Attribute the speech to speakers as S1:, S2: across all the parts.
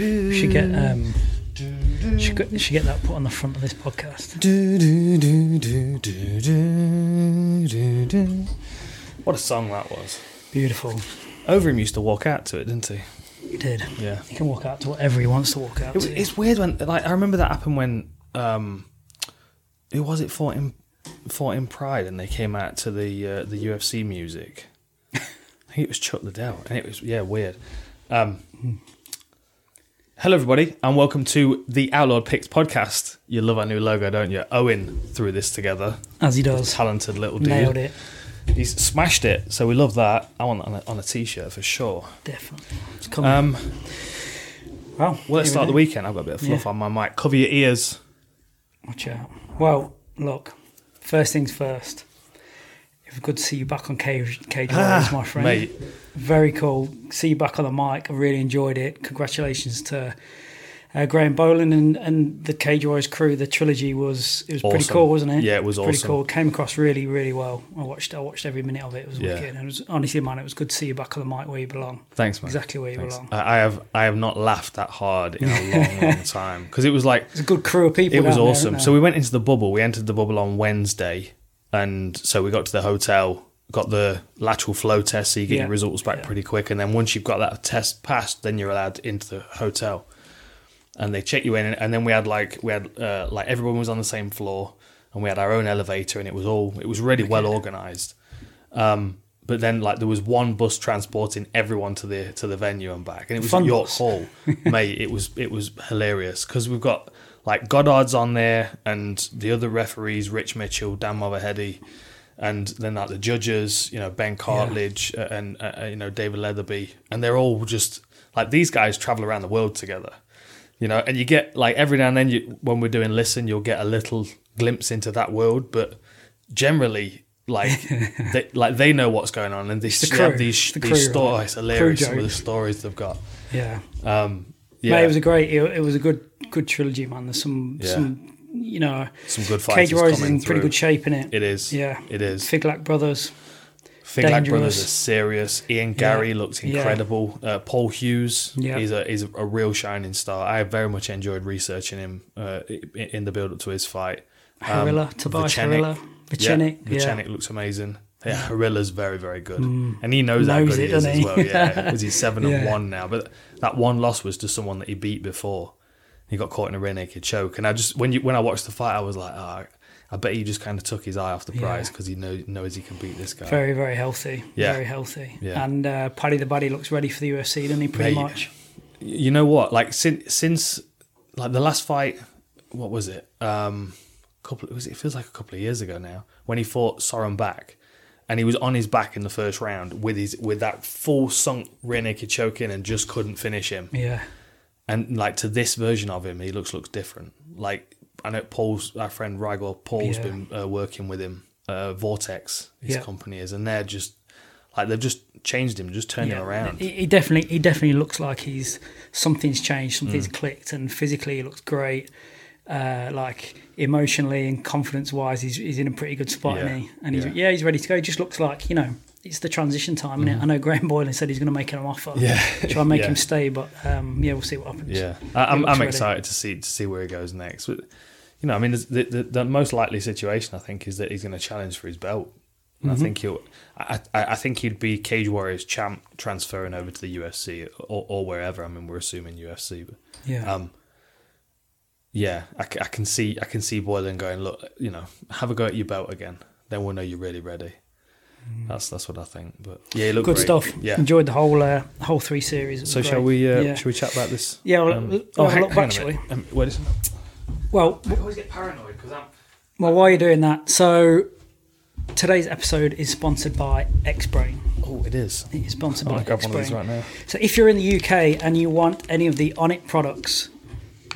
S1: get um, should get, should get that put on the front of this podcast.
S2: Do, do, do, do, do, do, do, do. What a song that was.
S1: Beautiful.
S2: Overeem used to walk out to it, didn't he?
S1: He did.
S2: Yeah.
S1: He can walk out to whatever he wants to walk out
S2: It was,
S1: to.
S2: it's weird when like I remember that happened when um, who was it fought in fought in Pride and they came out to the uh, the UFC music. I think it was Chuck Liddell, and it was yeah weird. Um, hello everybody, and welcome to the Outlawed Picks podcast. You love our new logo, don't you? Owen threw this together.
S1: As he does.
S2: Talented little dude.
S1: Nailed it.
S2: He's smashed it, so we love that. I want that on a, on a t-shirt for sure.
S1: Definitely. It's coming.
S2: Um,
S1: well,
S2: well, let's
S1: here
S2: start the
S1: we go.
S2: weekend. I've got a bit of fluff
S1: Yeah.
S2: on my mic. Cover your ears.
S1: Watch out. Well, look, first things first. It was good to see you back on Cage, Cage Warriors, my friend.
S2: Mate,
S1: Very cool. See you back on the mic. I really enjoyed it. Congratulations to uh, Graham Boland and, and the Cage Warriors crew. The trilogy was it was pretty
S2: Awesome.
S1: cool, wasn't it?
S2: Yeah, it was
S1: pretty
S2: awesome.
S1: cool. Came across really, really well. I watched I watched every minute of it. It was
S2: Yeah.
S1: wicked. And it was honestly, man, it was good to see you back on the mic where you belong.
S2: Thanks, man.
S1: Exactly where you
S2: Thanks.
S1: belong.
S2: I, I have I have not laughed that hard in a long, long time because it was like
S1: It's a good crew of people.
S2: it was
S1: down there,
S2: awesome.
S1: isn't
S2: so we
S1: there?
S2: went into the bubble. We entered the bubble on Wednesday, and so we got to the hotel, got the lateral flow test, so you get
S1: Yeah.
S2: your results back
S1: Yeah.
S2: pretty quick. And then once you've got that test passed, then you're allowed into the hotel, and they check you in. And then we had like we had uh, like everyone was on the same floor, and we had our own elevator, and it was all it was really well organized. Um, but then like there was one bus transporting everyone to the to the venue and back, and it was
S1: Fun
S2: York
S1: bus.
S2: Hall, mate. It was it was hilarious because we've got like Goddard's on there, and the other referees, Rich Mitchell, Dan Motherheady, and then like the judges, you know Ben Cartledge uh, and uh, uh, you know David Leatherby, and they're all just like these guys travel around the world together. You know, and you get like every now and then, you, when we're doing listen, you'll get a little glimpse into that world, but generally like they, like they know what's going on and they
S1: the
S2: still have
S1: crew.
S2: these,
S1: The
S2: these
S1: crew, right?
S2: stories hilarious
S1: Crew
S2: some of the
S1: joke.
S2: stories they've got
S1: yeah.
S2: um
S1: Yeah,
S2: yeah
S1: it was a great. It, it was a good, good trilogy, man. There's some,
S2: Yeah.
S1: some, you know,
S2: some good fighters
S1: Cage Warriors is
S2: coming
S1: in pretty
S2: through.
S1: good shape in it.
S2: it is
S1: Yeah.
S2: it is
S1: Figlac Brothers,
S2: Finglack Brothers
S1: dangerous.
S2: are serious Ian Gary looks
S1: Yeah.
S2: incredible uh, Paul Hughes
S1: Yeah.
S2: he's a he's a real shining star I very much enjoyed researching him uh, i- in the build up to his fight Um,
S1: Harilla, Tobias
S2: Vachenik.
S1: Harilla, Vichenic.
S2: Yeah,
S1: Yeah, Mm.
S2: Vichenic looks amazing. Yeah, Harilla's very, very good. And he knows,
S1: Knows
S2: how good
S1: it,
S2: he is
S1: doesn't
S2: as
S1: he?
S2: well. Yeah, because he's 7 and
S1: Yeah.
S2: 1 now. But that one loss was to someone that he beat before. He got caught in a rear naked choke. And I just, when you when I watched the fight, I was like, oh, I bet he just kind of took his eye off the
S1: Yeah.
S2: prize because he know, knows he can beat this guy.
S1: Very, very healthy.
S2: Yeah.
S1: Very healthy.
S2: Yeah.
S1: And uh, Paddy the Baddy looks ready for the UFC, doesn't he? Pretty
S2: Mate.
S1: much.
S2: you know what? Like since since like the last fight, what was it? Um, couple it was it feels like a couple of years ago now when he fought Soren back, and he was on his back in the first round with his with that full sunk rear naked choke in and just couldn't finish him.
S1: Yeah.
S2: And like to this version of him, he looks looks different. Like I know Paul's our friend Rigor Paul's
S1: Yeah.
S2: been uh, working with him. Uh, Vortex, his
S1: Yeah.
S2: company is, and they're just like they've just changed him, just turned him
S1: Yeah.
S2: around.
S1: He, he definitely, he definitely looks like he's something's changed, something's
S2: Mm.
S1: clicked, and physically he looks great. Uh, like emotionally and confidence wise, he's, he's in a pretty good spot,
S2: Yeah.
S1: isn't he? And he's
S2: Yeah.
S1: yeah. he's ready to go. He just looks like you know it's the transition time, innit? I know Graham Boylan said he's going to make him an offer,
S2: Mm-hmm. Yeah.
S1: try and make
S2: Yeah.
S1: him stay, but um, yeah, we'll see what happens.
S2: Yeah, I, I'm,
S1: looks
S2: I'm
S1: ready.
S2: excited to see to see where he goes next. But, you know, I mean, there's- the, the, the most likely situation I think is that he's going to challenge for his belt. And
S1: Mm-hmm.
S2: I think he'll, I, I, I think he'd be Cage Warriors champ transferring over to the UFC or, or wherever. I mean, we're assuming UFC, but
S1: yeah.
S2: um, yeah, I, c- I can see I can see Boylan going. Look, you know, have a go at your belt again. Then we'll know you're really ready. That's that's what I think. But yeah, he looked
S1: Mm. good
S2: great.
S1: stuff.
S2: Yeah.
S1: enjoyed the whole uh, whole three series. It was
S2: so
S1: great.
S2: shall we? Uh,
S1: yeah.
S2: Shall we chat about this?
S1: Yeah, well,
S2: Um,
S1: well,
S2: oh,
S1: well,
S2: hang,
S1: look,
S2: hang on a
S1: actually,
S2: minute. Um, wait a second.
S1: well,
S2: I always get paranoid because I'm.
S1: well, while you're doing that, so today's episode is sponsored by XBrain.
S2: Oh, it is.
S1: It is sponsored
S2: I'm
S1: by
S2: gonna grab one of these
S1: XBrain.
S2: right now.
S1: So if you're in the UK and you want any of the Onnit products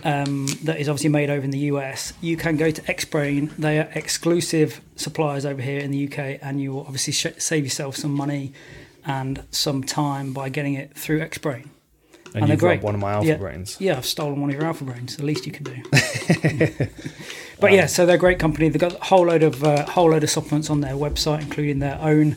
S1: um, that is obviously made over in the US, you can go to XBrain. They are exclusive suppliers over here in the UK, and you will obviously sh- save yourself some money and some time by getting it through XBrain.
S2: And,
S1: they're
S2: you
S1: great.
S2: grabbed one of my alpha
S1: yeah.
S2: brains.
S1: Yeah, I've stolen one of your alpha brains. The least you can do. but
S2: Um,
S1: yeah, so they're a great company. They've got a whole load of uh, whole load of supplements on their website, including their own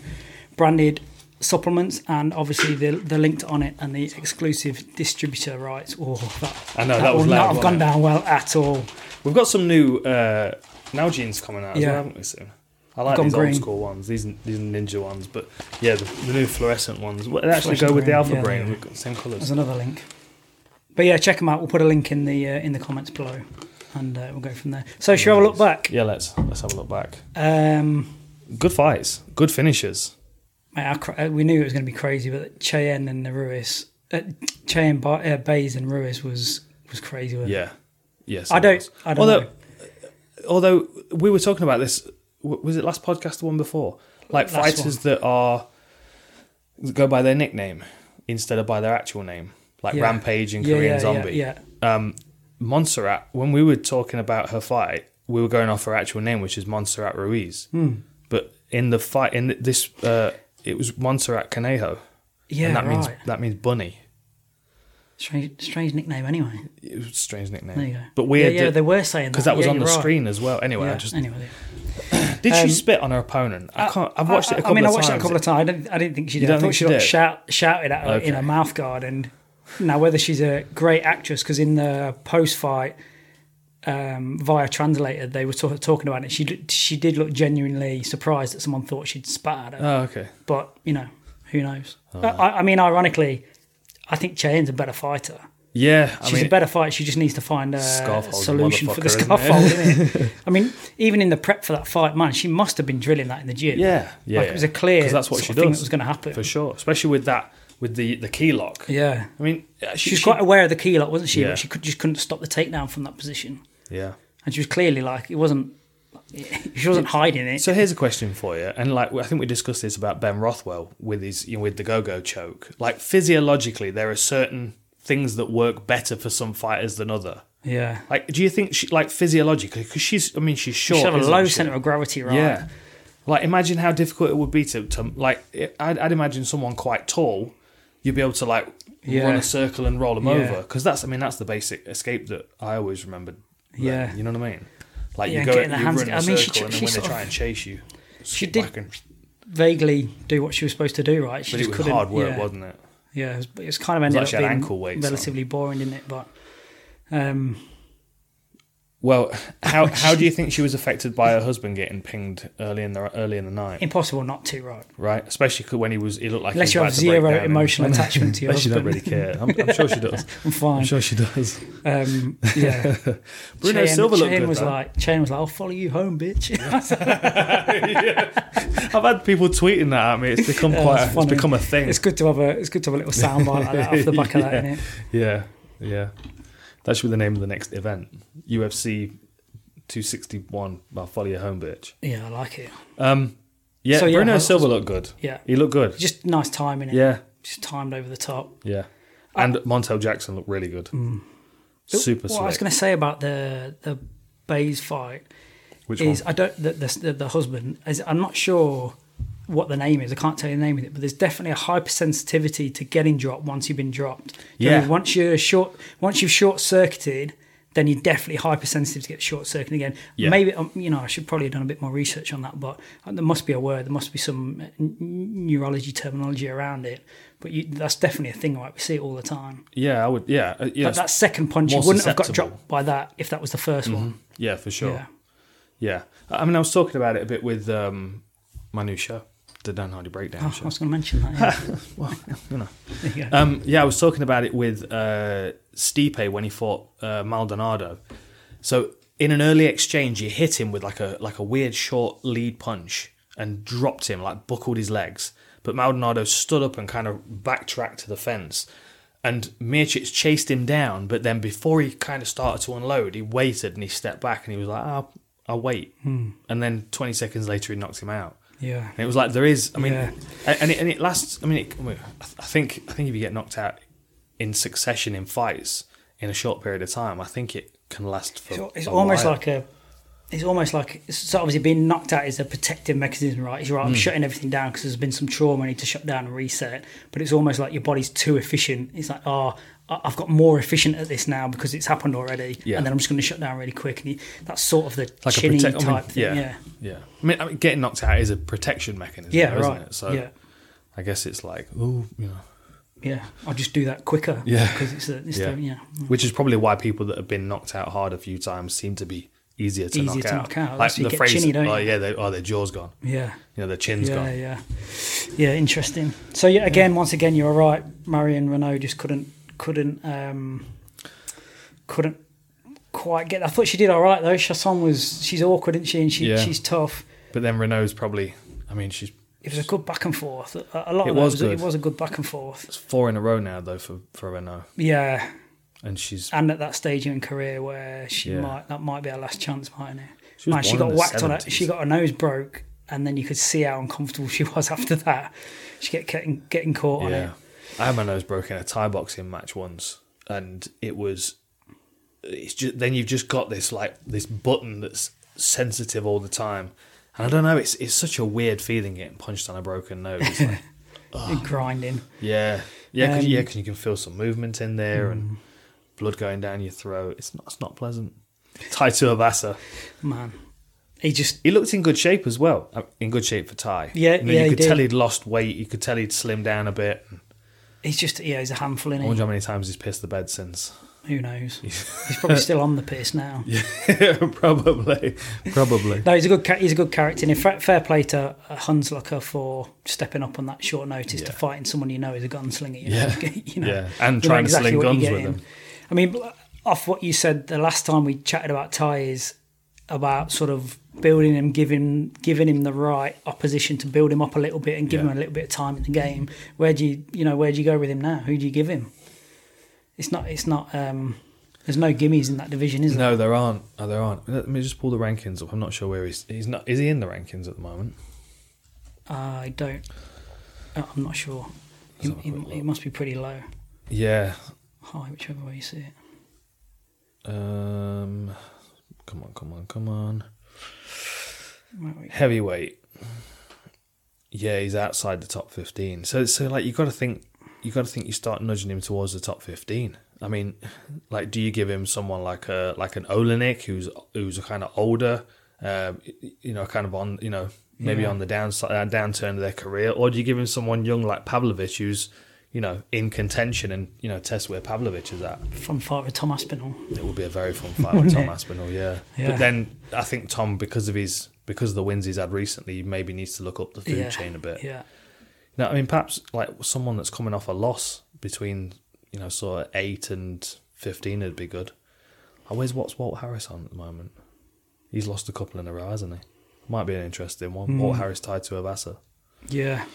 S1: branded supplements and obviously the the linked on it and the exclusive distributor rights. Oh, that,
S2: I know, that was
S1: will
S2: loud,
S1: not have gone
S2: wasn't it?
S1: down well at all.
S2: We've got some new uh, Nalgene's coming out as
S1: Yeah.
S2: well, haven't we, soon? I like
S1: Gone
S2: these
S1: green.
S2: old school ones, these these ninja ones, but yeah, the, the new fluorescent ones. Well, They actually
S1: Fluorescent
S2: go with the
S1: green,
S2: alpha
S1: yeah,
S2: brain.
S1: yeah.
S2: We've got the same
S1: There's
S2: colours.
S1: another link. But yeah, check them out. We'll put a link in the uh, in the comments below, and uh, we'll go from there. So, shall we have a look back?
S2: Yeah, let's let's have a look back.
S1: Um,
S2: Good fights, good finishes.
S1: Mate, our, cra- uh, we knew it was going to be crazy, but Cheyenne and the Ruiz, uh, Cheyenne ba- uh, Bays and Ruiz was was crazy. Wasn't it?
S2: Yeah, yes.
S1: I
S2: it
S1: don't-
S2: was.
S1: I don't
S2: although,
S1: know.
S2: although we were talking about this, w- was it last podcast the one before? Like
S1: Last
S2: fighters that are that go by their nickname instead of by their actual name, like
S1: Yeah.
S2: Rampage and
S1: Yeah,
S2: Korean
S1: yeah,
S2: Zombie.
S1: yeah,
S2: um, Montserrat, when we were talking about her fight, we were going off her actual name, which is Montserrat Ruiz.
S1: Hmm.
S2: But in the fight, in this, uh, it was Montserrat Canejo.
S1: yeah,
S2: and that
S1: right.
S2: means that means bunny.
S1: strange, strange nickname, anyway.
S2: It was a strange nickname,
S1: There you go.
S2: but weird.
S1: Yeah, yeah
S2: that-
S1: they were saying
S2: because that was
S1: Yeah,
S2: on the
S1: you're right.
S2: screen as well. Anyway,
S1: Yeah.
S2: I just
S1: anyway,
S2: did
S1: Um, uh,
S2: she spit on her opponent? I can't. I've watched it. A
S1: I
S2: couple
S1: mean,
S2: of
S1: I watched
S2: times.
S1: it a couple of times. I didn't, I didn't think she did.
S2: don't
S1: I thought
S2: think
S1: she
S2: she
S1: got
S2: did?
S1: shout, shouted at her in
S2: Okay.
S1: a mouth guard. And now, whether she's a great actress, because in the post fight um, via translator, they were sort of talking about it. She did- she did look genuinely surprised that someone thought she'd spat at her.
S2: Oh, okay.
S1: but you know, who knows?
S2: Uh.
S1: I, I- I mean, ironically, I think Cheyenne's a better fighter.
S2: Yeah, I
S1: She's
S2: mean,
S1: a better fighter. She just needs to find a
S2: Scarfold's a
S1: solution for the
S2: motherfucker,
S1: scarfold. isn't it? I mean, even in the prep for that fight, man, she must have been drilling that in the gym.
S2: yeah, yeah.
S1: Like, it was a clear
S2: because that's what
S1: sort
S2: she
S1: of thing that
S2: does.
S1: was gonna happen.
S2: for sure, especially with that with the the key lock.
S1: yeah.
S2: I mean, uh, she,
S1: She was
S2: she-
S1: quite aware of the key lock, wasn't she?
S2: Yeah.
S1: But she could, just couldn't stop the takedown from that position,
S2: yeah.
S1: and she was clearly like, it wasn't. She wasn't hiding it.
S2: So here's a question for you, and like I think we discussed this about Ben Rothwell with his you know, with the go-go choke. Like physiologically, there are certain things that work better for some fighters than other.
S1: yeah.
S2: Like, do you think she, like physiologically? Because she's, I mean, she's short.
S1: She had a
S2: isn't
S1: low
S2: she?
S1: center of gravity, right?
S2: Yeah. Like, imagine how difficult it would be to, to like, it- I'd, I'd imagine someone quite tall, you'd be able to, like,
S1: Yeah.
S2: run a circle and roll them
S1: Yeah.
S2: over. Because that's, I mean, that's the basic escape that I always remembered. then,
S1: Yeah.
S2: You know what I mean? Like,
S1: Yeah,
S2: you go, you
S1: getting the
S2: run
S1: hands-
S2: in a
S1: I mean, she
S2: circle,
S1: tr-
S2: and
S1: she
S2: then when they
S1: sort
S2: try
S1: of-
S2: and chase you,
S1: she
S2: smack
S1: did-
S2: 'em.
S1: Vaguely do what she was supposed to do, right? She
S2: But
S1: just
S2: it was
S1: couldn't.
S2: hard work,
S1: yeah.
S2: wasn't it?
S1: Yeah, it was, it was kind of ended
S2: like
S1: up
S2: she had
S1: being
S2: ankle weights on.
S1: relatively boring, didn't it? But um,
S2: Well, how how do you think she was affected by her husband getting pinged early in the early in the night?
S1: impossible not to, right?
S2: Right, especially 'cause when he was he looked like
S1: Unless
S2: he
S1: you have
S2: was about to break
S1: zero
S2: down and-
S1: emotional attachment to your
S2: Unless you
S1: husband,
S2: don't really care. I'm, I'm sure she does.
S1: I'm fine.
S2: I'm sure she does.
S1: Um, yeah,
S2: Bruno Silva looked
S1: Chain
S2: good,
S1: was
S2: though.
S1: like, Chain was like, "I'll follow you home, bitch."
S2: I've had people tweeting that at me. It's become
S1: Yeah,
S2: quite. a, Uh,
S1: it's
S2: it's
S1: funny.
S2: become a thing.
S1: it's good to have a it's good to have a little soundbite like that off the back of that, innit?
S2: Yeah, yeah. That should be the name of the next event. UFC 261. I'll follow you home, bitch.
S1: Yeah, I like it.
S2: Um, yeah,
S1: So, yeah,
S2: Bruno
S1: how-
S2: Silva looked good.
S1: Yeah,
S2: He looked good.
S1: just nice timing. innit?
S2: Yeah,
S1: just timed over the top.
S2: yeah. And Montel Jackson looked really good. Super
S1: Mm. what I was
S2: slick.
S1: going to say about the the Bays fight
S2: Which
S1: is I don't the, the, the, the husband is I'm not sure what the name is. I can't tell you the name of it, but there's definitely a hypersensitivity to getting dropped once you've been dropped. Do you know what I
S2: Yeah.
S1: mean? once you're short, once you've short circuited, then you're definitely hypersensitive to get short circuited again.
S2: Yeah.
S1: Maybe um, you know I should probably have done a bit more research on that, but uh, there must be a word. There must be some uh, n- neurology terminology around it. But you, that's definitely a thing, right? We see it all the time.
S2: one? Yeah, I would. Yeah, uh, yeah,
S1: But that second punch, you
S2: more
S1: wouldn't have got
S2: susceptible.
S1: dropped by that if that was the 1st one.
S2: yeah, for sure.
S1: Yeah.
S2: Yeah. I I mean, I was talking about it a bit with um, my new show, the Dan Hardy Breakdown
S1: Oh, I
S2: show.
S1: was going to mention that. Yeah. There you go.
S2: Um, yeah, I was talking about it with uh, Stipe when he fought uh, Maldonado. So in an early exchange, you hit him with like a like a weird short lead punch and dropped him, like buckled his legs. But Maldonado stood up and kind of backtracked to the fence. And Miocic chased him down, but then before he kind of started to unload, he waited and he stepped back and he was like, "I'll, I'll wait." And then 20 seconds later, he knocked him out.
S1: yeah.
S2: And it was like there is. I mean,
S1: Yeah.
S2: a- and it, and it lasts. I mean, it, I mean, I th- I think I think if you get knocked out in succession in fights in a short period of time, I think it can last for.
S1: It's, it's
S2: a
S1: almost
S2: while.
S1: like a. It's almost like so. Obviously, being knocked out is a protective mechanism, right? He's right.
S2: Hmm.
S1: I'm shutting everything down because there's been some trauma. I need to shut down and reset. But it's almost like your body's too efficient. It's like, oh, I- I've got more efficient at this now because it's happened already,
S2: Yeah.
S1: and then I'm just going to shut down really quick. And you, that's sort of the
S2: Like a
S1: chinny
S2: protect- I mean,
S1: type thing. Yeah,
S2: yeah. I mean, I mean, getting knocked out is a protection mechanism,
S1: yeah,
S2: though,
S1: right.
S2: isn't it? So
S1: yeah,
S2: I guess it's like, oh, you know,
S1: Yeah, I'll just do that quicker.
S2: Yeah.
S1: because it's, a, it's
S2: Yeah.
S1: yeah. The, yeah.
S2: which is probably why people that have been knocked out hard a few times seem to be easier to,
S1: Easier
S2: knock,
S1: to
S2: out.
S1: knock out.
S2: Like
S1: So you
S2: the
S1: get
S2: phrase,
S1: chinny, don't
S2: oh
S1: you?"
S2: yeah, they, oh their jaw's gone,
S1: Yeah.
S2: you know, their chin's
S1: Yeah,
S2: gone.
S1: yeah, yeah. Interesting. So yeah, again, once again, you're right. Marion Renault just couldn't, couldn't, um, couldn't quite get. I thought she did all right though. Chasson was she's awkward, isn't she? And she
S2: Yeah.
S1: she's tough.
S2: But then Renault's probably, I mean, she's
S1: It was a good back and forth. A a lot
S2: It
S1: of that
S2: was
S1: was, it
S2: good.
S1: was a good back and forth.
S2: it's four in a row now though for for Renault,
S1: Yeah,
S2: and she's
S1: and at that stage in her career where she
S2: Yeah.
S1: might that might be her last chance, mightn't it?
S2: She was
S1: Man, she
S2: born
S1: got
S2: in the
S1: whacked on it.
S2: 70s.
S1: She got her nose broke, and then you could see how uncomfortable she was after that. She get getting getting caught on it.
S2: yeah. I had my nose broken in a Thai boxing match once, and it was. It's just then you've just got this like this button that's sensitive all the time, and I don't know. It's it's such a weird feeling getting punched on a broken nose. It's like,
S1: grinding.
S2: yeah, yeah, cause,
S1: Um,
S2: yeah, 'cause you can feel some movement in there and blood going down your throat. It's not it's not pleasant. Tai Tuivasa,
S1: man. He just
S2: he looked in good shape as well. uh, In good shape for Tai.
S1: Yeah,
S2: you, know,
S1: yeah,
S2: you
S1: he
S2: could tell
S1: did.
S2: he'd lost weight. You could tell he'd slimmed down a bit.
S1: he's just yeah he's a handful
S2: I
S1: in
S2: wonder how many times he's pissed the bed since.
S1: Who knows? he's probably still on the piss now.
S2: probably, probably.
S1: No, he's a good ca- he's a good character. And in fact, fair play to uh, Hunslucker for stepping up on that short notice to
S2: Yeah.
S1: fighting someone you know is a gunslinger. You
S2: Yeah.
S1: know, you know,
S2: Yeah, and
S1: you know
S2: trying to sling
S1: what you're
S2: guns with
S1: getting.
S2: them.
S1: I mean, bl- off what you said the last time we chatted about Ty is about sort of building him, giving giving him the right opposition to build him up a little bit and give
S2: Yeah.
S1: him a little bit of time in the game. Where do you you know where do you go with him now? Who do you give him? It's not it's not um, there's no gimmies in that division, is there?
S2: No, there aren't. Oh, there aren't. Let me just pull the rankings up. I'm not sure where he's. He's not. Is he in the rankings at the moment?
S1: I don't. uh, I'm not sure. It,
S2: have a quick
S1: it- it must be pretty low,
S2: Yeah.
S1: high, whichever way you see it.
S2: Um. Come on, come on, come on.
S1: Might we-
S2: Heavyweight. Yeah, he's outside the top 15. So, so like you got to think. You got to think. You start nudging him towards the top 15. I mean, like, do you give him someone like a like an Olenek who's who's a kind of older, um, you know, kind of on you know maybe
S1: Yeah.
S2: on the downside uh, downturn of their career, or do you give him someone young like Pavlovich who's you know in contention and you know test where Pavlovich is at?
S1: Fun fight with Tom Aspinall.
S2: It would be a very fun fight with
S1: Wouldn't
S2: Tom
S1: it?
S2: Aspinall, yeah.
S1: Yeah.
S2: But then I think Tom, because of his because of the wins he's had recently, maybe needs to look up the food
S1: yeah,
S2: chain a bit.
S1: Yeah,
S2: No, I mean perhaps like someone that's coming off a loss between you know sort of eight and fifteen would be good. Oh, where's what's Walt Harris on at the moment? He's lost a couple in a row, hasn't he? Might be an interesting one.
S1: Hmm.
S2: Walt Harris tied to Avassa.
S1: yeah,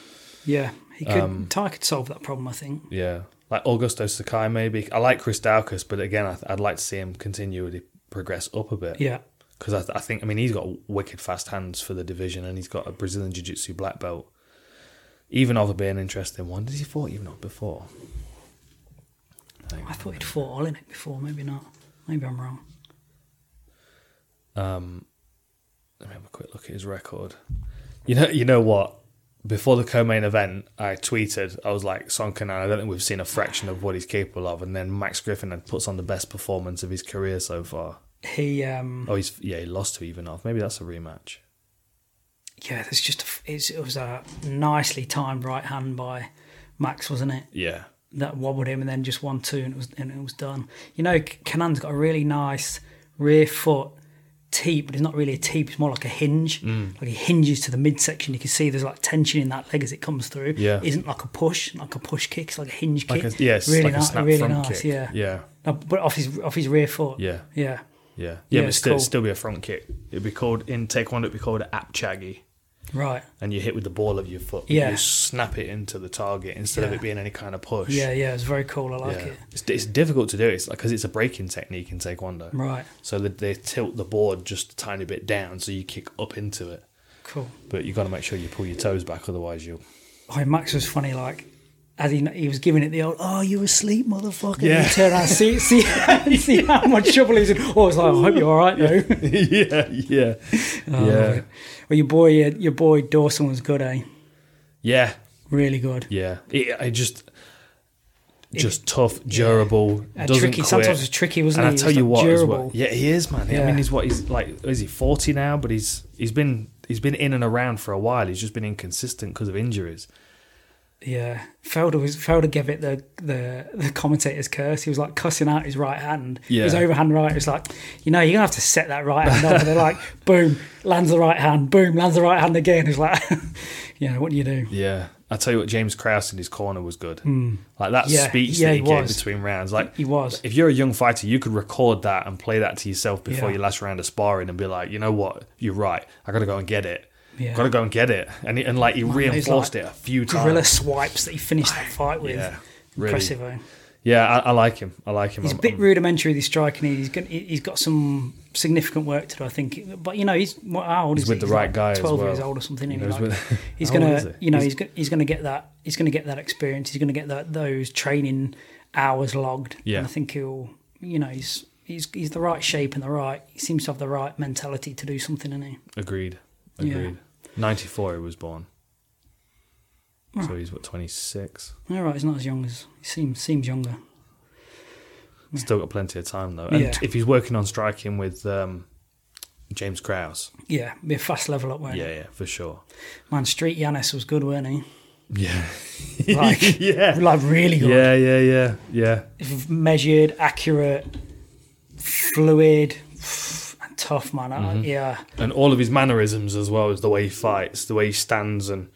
S1: yeah. He could.
S2: Um,
S1: Ty could solve that problem, I think.
S2: Yeah, like Augusto Sakai maybe. I like Chris Daukas, but again, I, I'd like to see him continually progress up a bit.
S1: Yeah,
S2: because I, th- I think I mean he's got wicked fast hands for the division, and he's got a Brazilian Jiu Jitsu black belt. Ivanov would be an interesting one. Did he fought Ivanov before? I think.
S1: I thought he'd fought all in it before. Maybe not. Maybe I'm wrong.
S2: Um, let me have a quick look at his record. You know, you know what? Before the co-main event, I tweeted I was like Sonkanan. I don't think we've seen a fraction of what he's capable of. And then Max Griffin had puts on the best performance of his career so far.
S1: He. um
S2: Oh, he's yeah, he lost to Ivanov. Maybe that's a rematch.
S1: Yeah, there's just a, f- it's, it was a nicely timed right hand by Max, wasn't it?
S2: Yeah,
S1: that wobbled him and then just one two and it was and it was done. You know, Canan's got a really nice rear foot teep, but it's not really a teep. It's more like a hinge.
S2: Mm.
S1: Like he hinges to the midsection. You can see there's like tension in that leg as it comes through.
S2: Yeah.
S1: It isn't like a push, like a push kick. It's like a hinge
S2: like
S1: kick.
S2: a, yes,
S1: really
S2: like a
S1: nice,
S2: snap
S1: really
S2: front
S1: nice.
S2: kick.
S1: Yeah,
S2: yeah,
S1: No, but off his off his rear foot.
S2: yeah.
S1: yeah.
S2: Yeah,
S1: Yeah,
S2: yeah, but
S1: it's
S2: still,
S1: cool.
S2: still be a front kick. It'd be called in Taekwondo. It'd be called apchagi,
S1: Right.
S2: and you hit with the ball of your foot.
S1: Yeah.
S2: you snap it into the target instead of
S1: Yeah.
S2: it being any kind of push.
S1: Yeah, yeah. It's very cool. I like
S2: Yeah.
S1: it.
S2: It's, it's difficult to do. It's like because it's a breaking technique in Taekwondo.
S1: Right.
S2: So that they tilt the board just a tiny bit down, so you kick up into it.
S1: Cool.
S2: But you got to make sure you pull your toes back, otherwise you'll.
S1: Oh, Max was funny, like as he he was giving it the old, "Oh, you asleep, motherfucker!"
S2: Yeah.
S1: Yeah. Turn around, see see see how much trouble he's in. Oh, it's like, I hope you're all right though.
S2: yeah, yeah, yeah,
S1: Well, your boy, uh, your boy Dawson was good, eh?
S2: yeah,
S1: Really good.
S2: yeah. It, I just, just tough, durable,
S1: Uh,
S2: doesn't
S1: tricky.
S2: quit.
S1: Sometimes it's tricky, wasn't
S2: And I
S1: he?
S2: tell
S1: He
S2: you
S1: was,
S2: what,
S1: like,
S2: as
S1: durable.
S2: well- yeah, he is, man. I
S1: Yeah.
S2: mean, he's what he's like. Is he forty now? But he's he's been he's been in and around for a while. He's just been inconsistent because of injuries.
S1: Yeah, Felder was Felder gave it the the the commentator's curse. He was like cussing out his right hand,
S2: Yeah.
S1: his overhand right. It's like, you know, you're gonna have to set that right hand up. And they're like, boom, lands the right hand, boom, lands the right hand again. It's like, you know, what do you do?
S2: Yeah. I tell you what, James Krause in his corner was good. Like that
S1: Hmm. Yeah,
S2: speech
S1: yeah,
S2: that he,
S1: he
S2: gave
S1: was.
S2: between rounds. Like
S1: He was.
S2: If you're a young fighter, you could record that and play that to yourself before
S1: Yeah.
S2: your last round of sparring and be like, you know what, you're right. I gotta go and get it.
S1: Yeah.
S2: Gotta go and get it. And he, and like he
S1: those,
S2: reinforced
S1: like,
S2: it a few times.
S1: Gorilla swipes that he finished that fight
S2: Oh.
S1: with.
S2: Yeah, really.
S1: Impressive. eh?
S2: Yeah, I, I like him. I like him.
S1: He's a
S2: I'm-
S1: bit
S2: I'm-
S1: rudimentary with his striking. He's got, he's got some significant work to do, I think. But you know, he's what, how old
S2: He's
S1: is
S2: with
S1: he?
S2: the right guy as
S1: Twelve years
S2: well.
S1: old or something.
S2: You
S1: isn't
S2: know,
S1: he?
S2: he's
S1: Like,
S2: with-
S1: he's
S2: How old
S1: gonna,
S2: is he?
S1: you know,
S2: He's-
S1: he's, go- he's gonna get that. He's gonna get that experience. He's gonna get that those training hours logged.
S2: Yeah.
S1: and I think he'll, you know, he's. He's, he's the right shape and the right. He seems to have the right mentality to do something, isn't he?
S2: Agreed.
S1: Yeah.
S2: Agreed. 94 he was born. So he's what 26.
S1: All right, he's not as young as he seems. Seems younger.
S2: Still got plenty of time though. And
S1: Yeah.
S2: if he's working on striking with um, James Krause,
S1: Yeah, be a fast level up. Won't
S2: yeah,
S1: he?
S2: yeah, for sure.
S1: man, Street Yanis was good, weren't he?
S2: Yeah.
S1: Like,
S2: yeah.
S1: like really good.
S2: Yeah, yeah, yeah, yeah.
S1: measured, accurate, fluid, and tough, man. I-
S2: Mm-hmm.
S1: yeah,
S2: And all of his mannerisms as well as the way he fights, the way he stands, and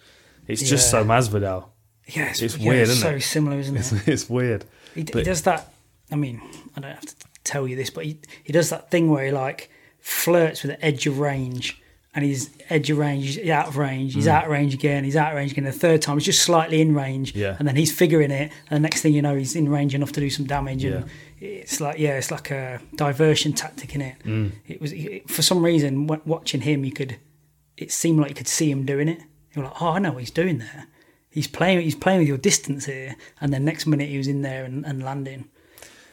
S2: it's just
S1: Yeah.
S2: so Masvidal.
S1: yeah, it's,
S2: It's
S1: yeah,
S2: weird,
S1: it's
S2: isn't
S1: so
S2: it?
S1: similar, isn't it?
S2: it's weird.
S1: He, d- he
S2: but-
S1: does that. I mean, I don't have to tell you this, but he, he does that thing where he like flirts with the edge of range. And he's edge of range, he's out of range,
S2: Mm.
S1: he's out of range again, he's out of range again. The third time, he's just slightly in range,
S2: Yeah.
S1: and then he's figuring it. And the next thing you know, he's in range enough to do some damage. And
S2: Yeah.
S1: it's like yeah, it's like a diversion tactic in it.
S2: Mm.
S1: It was it, for some reason wa- watching him, you could it seemed like you could see him doing it. You were like, oh, I know what he's doing there. He's playing. He's playing with your distance here, and then next minute he was in there and, and landing.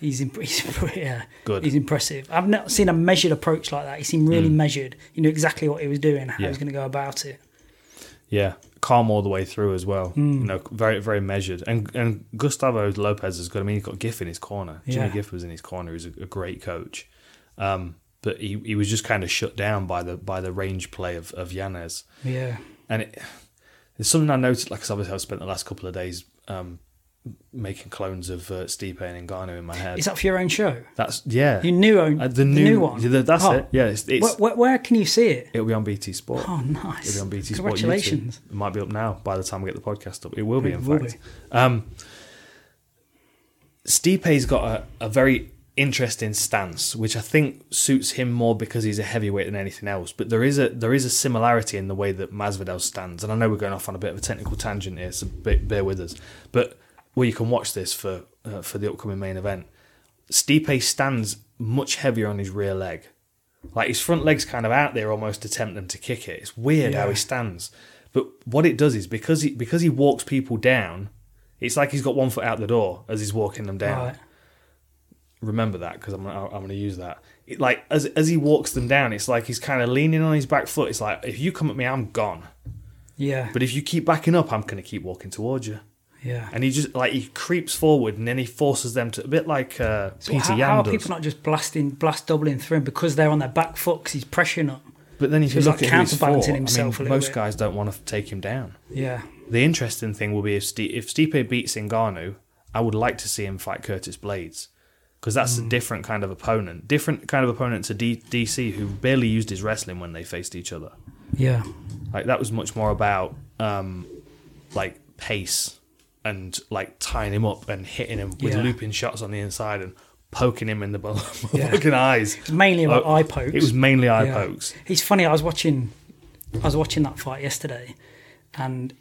S1: He's, imp- he's imp- yeah,
S2: Good. Mm.
S1: He's impressive. I've not seen a measured approach like that. He seemed really measured. He knew exactly what he was doing, how he
S2: Yeah.
S1: was going to go about it.
S2: Yeah, calm all the way through as well.
S1: Hmm.
S2: You know, very very measured. And and Gustavo Lopez is good. I mean, he's got Giff in his corner. Jimmy
S1: Yeah.
S2: Giff was in his corner. He's a, a great coach. Um, but he, he was just kind of shut down by the by the range play of of Yanez.
S1: Yeah,
S2: and it, it's something I noticed. Like, 'cause obviously, I've spent the last couple of days um, making clones of uh, Stipe and Ngannou in my head.
S1: is that for your own show?
S2: that's yeah,
S1: Your new own,
S2: Uh, the, new,
S1: one.
S2: yeah, that's
S1: Oh,
S2: it. Yeah, it's, it's
S1: Where, where, where can you see it?
S2: it'll be on BT Sport.
S1: Oh, nice.
S2: It'll be on BT Sport.
S1: Congratulations.
S2: YouTube. It might be up now by the time we get the podcast up. It will be,
S1: It
S2: in
S1: will
S2: fact. Um, Stipe's got a, a very interesting stance, which I think suits him more because he's a heavyweight than anything else. But there is a there is a similarity in the way that Masvidal stands, and I know we're going off on a bit of a technical tangent here, so be, bear with us. But well, you can watch this for uh, for the upcoming main event. Stipe stands much heavier on his rear leg. Like his front leg's kind of out there almost to tempt them to kick it. It's weird how
S1: Yeah.
S2: he stands. But what it does is because he because he walks people down, it's like he's got one foot out the door as he's walking them down.
S1: Right.
S2: Remember that because I'm gonna, I'm going to use that. It, like as as he walks them down, it's like he's kind of leaning on his back foot. It's like if you come at me, I'm gone.
S1: Yeah.
S2: But if you keep backing up, I'm going to keep walking towards you.
S1: yeah.
S2: And he just like he creeps forward and then he forces them to a bit like uh,
S1: So
S2: Peter
S1: how,
S2: Yan
S1: how are
S2: does.
S1: people not just blasting, blast doubling through him because they're on their back foot because he's pressuring up?
S2: But then if
S1: So
S2: you
S1: he's
S2: look
S1: like
S2: at who he's for,
S1: counterbalancing
S2: I mean,
S1: himself a little
S2: most
S1: bit.
S2: guys don't want to take him down.
S1: Yeah.
S2: The interesting thing will be if Stipe, if Stipe beats Ngannou, I would like to see him fight Curtis Blades because that's
S1: Mm.
S2: a different kind of opponent, different kind of opponent to D- DC who barely used his wrestling when they faced each other.
S1: Yeah.
S2: Like that was much more about um, like pace and like tying him up and hitting him with
S1: Yeah.
S2: looping shots on the inside and poking him in the bu-
S1: Yeah.
S2: fucking eyes.
S1: It's mainly about
S2: Oh,
S1: eye pokes.
S2: It was mainly eye
S1: Yeah.
S2: pokes.
S1: He's funny. I was watching, I was watching that fight yesterday, and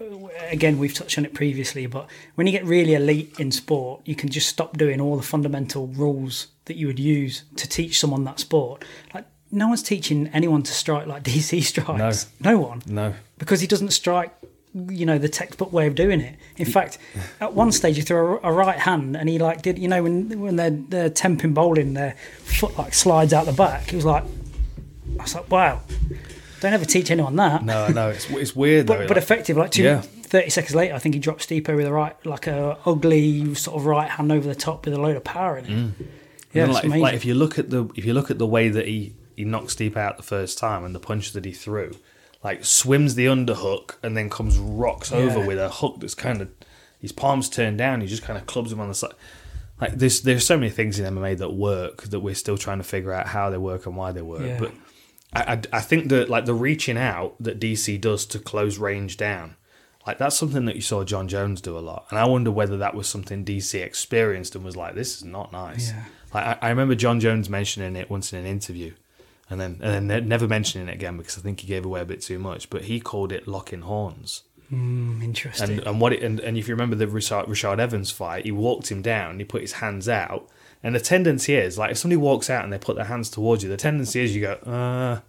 S1: uh, again we've touched on it previously. But when you get really elite in sport, you can just stop doing all the fundamental rules that you would use to teach someone that sport. Like no one's teaching anyone to strike like DC strikes. No, one.
S2: No.
S1: because he doesn't strike. You know the textbook way of doing it. In fact, at one stage he threw a, a right hand, and he like did. You know when when they're they're temping bowling, their foot like slides out the back. He was like, I was like, wow, don't ever teach anyone that.
S2: No, no, it's, it's weird though.
S1: But, but
S2: like-
S1: effective, like two,
S2: Yeah.
S1: 30 seconds later, I think he drops Stipe with a right, like a ugly sort of right hand over the top with a load of power in it. Yeah,
S2: Mm. And
S1: it's
S2: like,
S1: amazing.
S2: like if you look at the if you look at the way that he he knocked Stipe out the first time and the punch that he threw, like swims the underhook and then comes rocks over
S1: Yeah.
S2: with a hook that's kind of his palms turned down. He just kind of clubs him on the side. Like there's there's so many things in MMA that work that we're still trying to figure out how they work and why they work.
S1: Yeah.
S2: But I, I I think that like the reaching out that DC does to close range down, like that's something that you saw John Jones do a lot. And I wonder whether that was something DC experienced and was like, this is not nice.
S1: Yeah.
S2: Like I, I remember John Jones mentioning it once in an interview, and then and then ne- never mentioning it again because I think he gave away a bit too much. But he called it locking horns.
S1: Mm, interesting.
S2: And and what it, and, and if you remember the Richard, Richard Evans fight, he walked him down, he put his hands out, and the tendency is like if somebody walks out and they put their hands towards you, the tendency is you go, uh,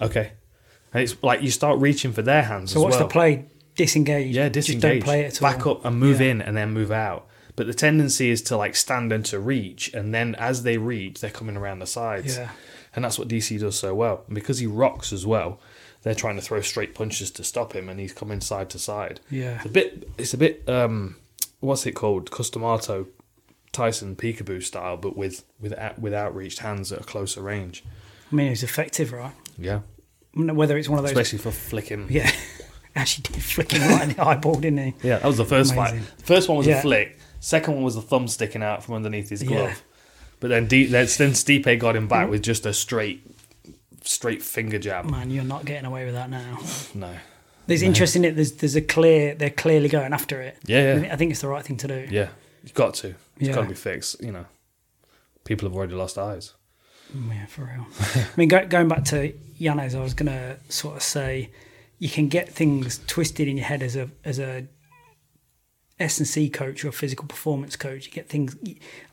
S2: okay, and it's like you start reaching for their hands.
S1: so
S2: as
S1: what's
S2: well.
S1: the play? Disengage.
S2: Yeah, disengage.
S1: Just don't play it at
S2: Back
S1: all.
S2: up and move
S1: Yeah.
S2: in and then move out. But the tendency is to like stand and to reach, and then as they reach, they're coming around the sides.
S1: Yeah.
S2: And that's what DC does so well. And because he rocks as well, they're trying to throw straight punches to stop him, and he's coming side to side.
S1: Yeah.
S2: It's a bit. It's a bit. Um, what's it called? Customato, Tyson peekaboo style, but with with out- with outreached hands at a closer range.
S1: I mean, it was effective, right?
S2: Yeah,
S1: I don't know Whether it's one of those.
S2: especially for flicking.
S1: Yeah. Actually, did flick him right in the eyeball, didn't he?
S2: Yeah, that was the first
S1: Amazing.
S2: fight. The first one was
S1: Yeah.
S2: a flick. Second one was the thumb sticking out from underneath his glove.
S1: Yeah. Mm.
S2: But then, D- then then Stipe got him back with just a straight, straight finger jab.
S1: Man, you're not getting away with that now.
S2: No.
S1: There's interest in it. There's there's a clear. They're clearly going after it.
S2: Yeah,
S1: I
S2: yeah,
S1: think- I think it's the right thing to do.
S2: yeah. You've got to. It's
S1: Yeah.
S2: got to be fixed. You know, people have already lost eyes.
S1: Mm, Yeah, for real. I mean, go, going back to Yanes, I was going to sort of say you can get things twisted in your head as a as a S and C coach or a physical performance coach. You get things.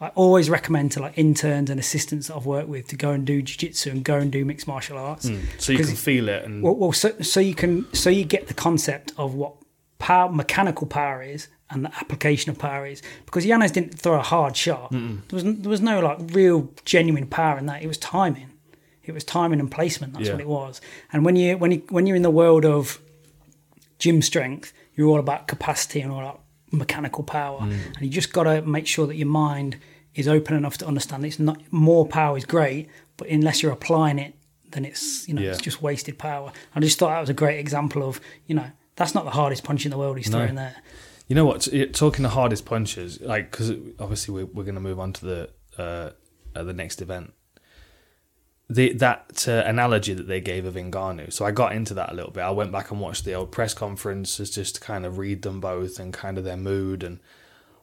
S1: I always recommend to like interns and assistants that I've worked with to go and do jiu-jitsu and go and do mixed martial arts.
S2: So you
S1: Because
S2: can feel it, and
S1: Well, well so, so you can so you get the concept of what power, mechanical power is and the application of power is because Yanes didn't throw a hard shot. There was n- there was no like real genuine power in that. It was timing. It was timing and placement. That's
S2: Yeah.
S1: what it was. And when you when you when you're in the world of gym strength, you're all about capacity and all that mechanical power.
S2: Mm.
S1: And you just got to make sure that your mind is open enough to understand it's not more power is great, but unless you're applying it, then it's you know
S2: Yeah.
S1: it's just wasted power. I just thought that was a great example of you know that's not the hardest punch in the world he's throwing there.
S2: You know what? t- Talking the hardest punches, like because obviously we're, we're going to move on to the uh, uh, the next event. The that uh, analogy that they gave of Ngannou. So I got into that a little bit. I went back and watched the old press conferences just to kind of read them both and kind of their mood and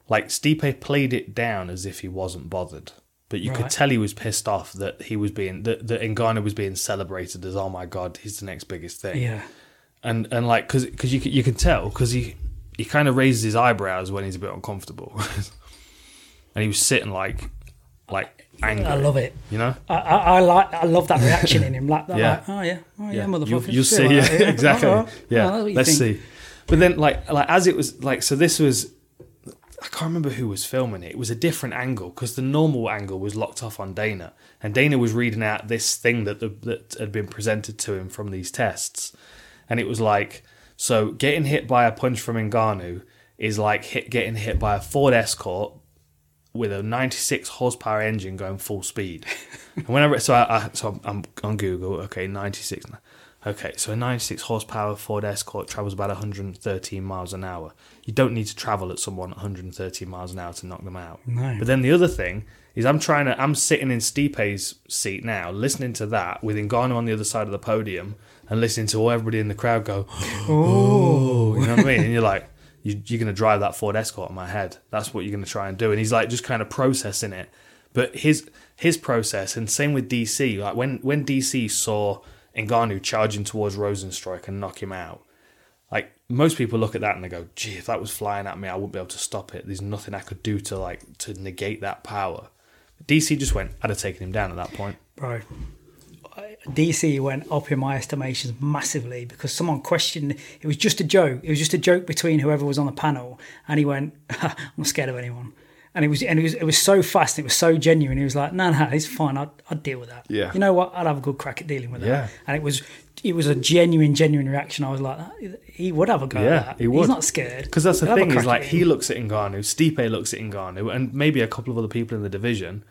S2: like Stipe played it down as if he wasn't bothered. But you could
S1: Right.
S2: tell he was pissed off that he was being that, that Ngannou was being celebrated as oh my god he's the next biggest thing
S1: Yeah,
S2: and and like because because you can- you can tell because he he kind of raises his eyebrows when he's a bit uncomfortable, and he was sitting like like angry.
S1: I love it.
S2: You know,
S1: I, I, I like I love that reaction in him. Like, that,
S2: Yeah.
S1: like, oh yeah, oh yeah,
S2: yeah, you,
S1: motherfucker.
S2: you'll
S1: Shit
S2: see
S1: like
S2: yeah,
S1: that, yeah.
S2: exactly.
S1: Alright.
S2: Yeah,
S1: Oh, that's what you
S2: let's
S1: think.
S2: see. But then like like as it was like so this was. I can't remember who was filming it. It was a different angle because the normal angle was locked off on Dana, and Dana was reading out this thing that the, that had been presented to him from these tests, and it was like so getting hit by a punch from Ngannou is like hit getting hit by a Ford Escort with a 96 horsepower engine going full speed. and whenever so I, I so I'm on Google, okay, 96. Okay, so a 96 horsepower Ford Escort travels about 113 miles an hour. You don't need to travel at someone 113 miles an hour to knock them out.
S1: No.
S2: But then the other thing is I'm trying to I'm sitting in Stipe's seat now, listening to that with Ngannou on the other side of the podium and listening to all everybody in the crowd go, "Oh," you know what I mean? And you're like, you, you're going to drive that Ford Escort in my head. That's what you're going to try and do. And he's like, just kind of processing it. But his his process, and same with DC. Like when when DC saw Ngannou charging towards Rosenstrike and knock him out, like most people look at that and they go, "Gee, if that was flying at me, I wouldn't be able to stop it. There's nothing I could do to like to negate that power." DC just went, "I'd have taken him down at that point."
S1: bro. I- DC went up in my estimations massively because someone questioned it was just a joke. It was just a joke between whoever was on the panel, and he went, "I'm not scared of anyone." And it was and it was it was so fast. And it was so genuine. He was like, "No, no, it's fine. I'd, I'd deal with that.
S2: Yeah.
S1: you know what? I'd have a good crack at dealing with that."
S2: Yeah.
S1: and it was it was a genuine, genuine reaction. I was like, "He would have a go."
S2: Yeah,
S1: at that.
S2: he would.
S1: He's not scared
S2: Because that's the
S1: He'll have a
S2: thing is
S1: crack at
S2: like
S1: it."
S2: he looks at Ngannou, Stipe looks at Ngannou, and maybe a couple of other people in the division.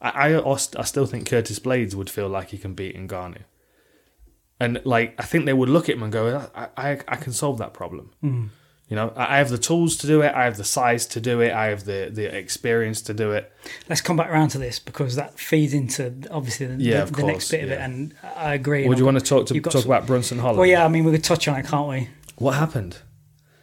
S2: I I, I still think Curtis Blades would feel like he can beat Ngannou. and like I think they would look at him and go, I I, I can solve that problem.
S1: Hmm.
S2: Mm. You know, I I have the tools to do it. I have the size to do it. I have the the experience to do it.
S1: Let's come back around to this because that feeds into obviously the,
S2: Yeah,
S1: the,
S2: of
S1: the next
S2: course,
S1: bit of it,
S2: yeah.
S1: and I agree.
S2: Would
S1: And
S2: you
S1: I'm-
S2: want to talk to
S1: you've got
S2: talk
S1: some-
S2: about Brunson Holland?
S1: Well, yeah, I mean, we could touch on it, can't we?
S2: What happened?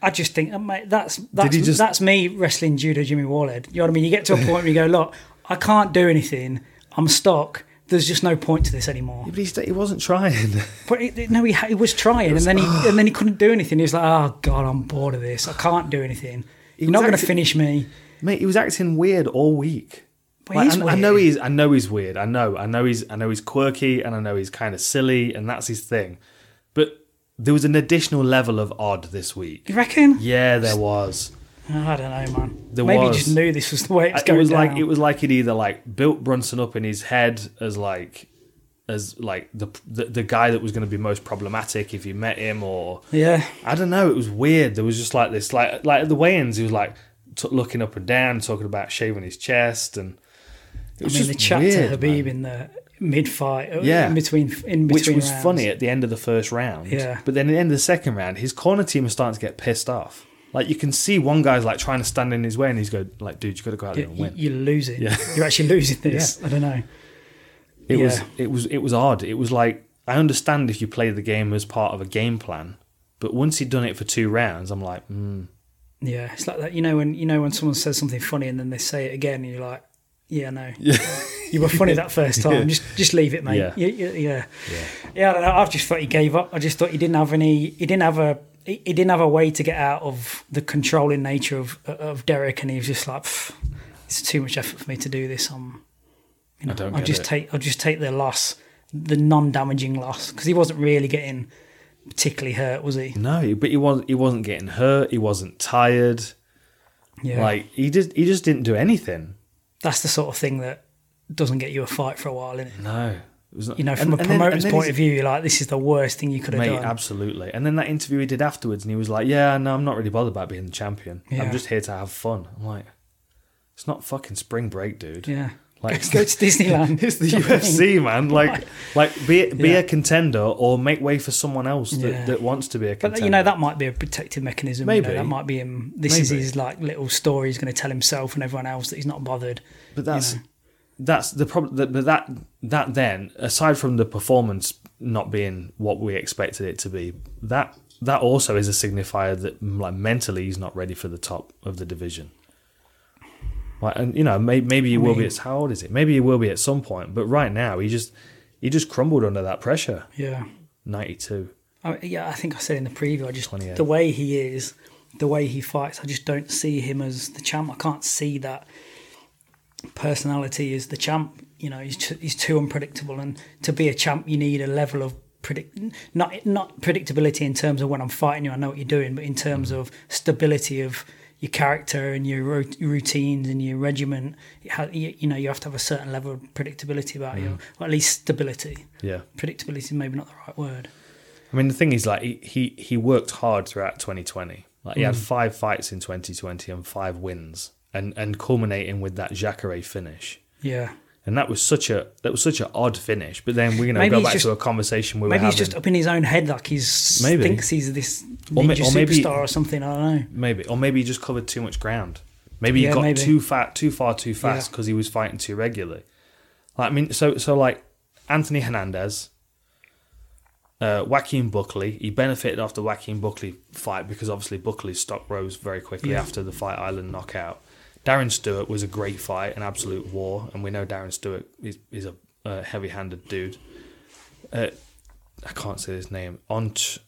S1: I just think, uh, mate, that's that's
S2: he just-
S1: that's me wrestling judo Jimmy Warled. You know what I mean? You get to a point where you go, look, I can't do anything. I'm stuck. There's just no point to this anymore.
S2: But he, st- he wasn't trying.
S1: But it, no, he, ha- he was trying, and then he and then he couldn't do anything. He was like, oh god, I'm bored of this. I can't do anything. You're
S2: was
S1: not going to
S2: acti-
S1: finish me.
S2: Mate, he was acting weird all week.
S1: But he's
S2: I, I know
S1: weird.
S2: he's I know he's weird. I know. I know he's I know he's quirky and I know he's kind of silly and that's his thing. But there was an additional level of odd this week.
S1: You reckon? Oh,
S2: Yeah, there was.
S1: I don't know, man.
S2: There
S1: Maybe
S2: was. Uh,
S1: he just knew this was the way it was
S2: It
S1: going.
S2: was like
S1: down.
S2: it was like it either like built Brunson up in his head as like as like the the, the guy that was going to be most problematic if you met him or
S1: yeah.
S2: I don't know. It was weird. There was just like this, like like at the weigh-ins, he was like t- looking up and down, talking about shaving his chest, and it
S1: I
S2: was
S1: mean,
S2: just
S1: the chat
S2: weird,
S1: to Habib
S2: man.
S1: in the mid fight,
S2: Yeah.
S1: in between, in between,
S2: which was
S1: rounds.
S2: funny at the end of the first round.
S1: Yeah.
S2: but then at the end of the second round, his corner team was starting to get pissed off. Like you can see, one guy's like trying to stand in his way, and he's go like, "Dude, you got to go out there and
S1: You,
S2: win."
S1: you lose it. You're actually losing this. I don't know.
S2: It was
S1: Yeah.
S2: it was it was odd. It was like I understand if you play the game as part of a game plan, but once he'd done it for two rounds, I'm like, mm,
S1: Yeah, it's like that. You know when you know when someone says something funny and then they say it again, and you're like, yeah, no, you were funny that first time. Just just leave it, mate.
S2: Yeah.
S1: Yeah, yeah, yeah. Yeah, I don't know. I've just thought he gave up. I just thought he didn't have any. He didn't have a. He he didn't have a way to get out of the controlling nature of of Derek, and he was just like, "Pff, "It's too much effort for me to do this." I'm, you know,
S2: don't
S1: I'll
S2: get
S1: just
S2: it.
S1: take. I'll just take the loss, the non-damaging loss, because he wasn't really getting particularly hurt, was he?
S2: no. But he was he wasn't getting hurt. He wasn't tired.
S1: Yeah,
S2: Like he just he just didn't do anything.
S1: that's the sort of thing that doesn't get you a fight for a while, innit?
S2: No, it was not,
S1: You know, from
S2: and-
S1: a
S2: and then- and
S1: promoter's
S2: then
S1: point
S2: he's-
S1: of view, you're like, this is the worst thing you could have
S2: Mate,
S1: done.
S2: absolutely. And then that interview he did afterwards, and he was like, "Yeah, no, I'm not really bothered about being the champion.
S1: Yeah.
S2: I'm just here to have fun." I'm like, "It's not fucking spring break, dude.
S1: yeah,
S2: Like,
S1: go to Disneyland.
S2: it's the UFC, man. Like, like be be
S1: Yeah.
S2: a contender or make way for someone else that,
S1: Yeah.
S2: that wants to be a contender.
S1: But you know that might be a protective mechanism. you know,
S2: Maybe.
S1: that might be him. This is
S2: Maybe.
S1: his like little story he's going to tell himself and everyone else that he's not bothered.
S2: But that's that's the problem. That, but that that then, aside from the performance not being what we expected it to be, that that also is a signifier that mm, like mentally he's not ready for the top of the division. Like, and you know, may, maybe he will be. At, how old is it? Maybe he will be at some point. But right now, he just he just crumbled under that pressure.
S1: Yeah,
S2: Ninety two.
S1: I, yeah. I think I said in the preview. I just
S2: 28.
S1: the way he is, the way he fights. I just don't see him as the champ. I can't see that personality as the champ. You know, he's t- he's too unpredictable. And to be a champ, you need a level of predict not not predictability in terms of when I'm fighting you, I know what you're doing, but in terms of stability of your character and your ro- your routines and your regiment, you, ha- you, you know, you have to have a certain level of predictability about you, or at least stability.
S2: Yeah.
S1: Predictability is maybe not the right word.
S2: I mean, the thing is, like he he, he worked hard throughout 2020. Like he
S1: Mm.
S2: had five fights in 2020 and five wins, and and culminating with that Jacare finish.
S1: Yeah.
S2: And that was such a that was such an odd finish. But then we you know
S1: Maybe
S2: go
S1: he's
S2: back
S1: just-
S2: to a conversation we were
S1: Maybe
S2: having.
S1: he's just up in his own head, like he's
S2: Maybe.
S1: thinks he's this
S2: Or
S1: ninja
S2: ma- or maybe-
S1: superstar or something. I don't know.
S2: maybe or maybe he just covered too much ground. Maybe he
S1: Yeah,
S2: got
S1: maybe.
S2: too fat, too far, too fast
S1: Yeah.
S2: because he was fighting too regularly. Like I mean, so so like Anthony Hernandez, uh, Joaquin Buckley. He benefited off the Joaquin Buckley fight because obviously Buckley's stock rose very quickly
S1: Yeah.
S2: after the Fight Island knockout. Darren Stewart was a great fight, an absolute war, and we know Darren Stewart is is a uh, heavy-handed dude. Uh, I can't say his name. Ont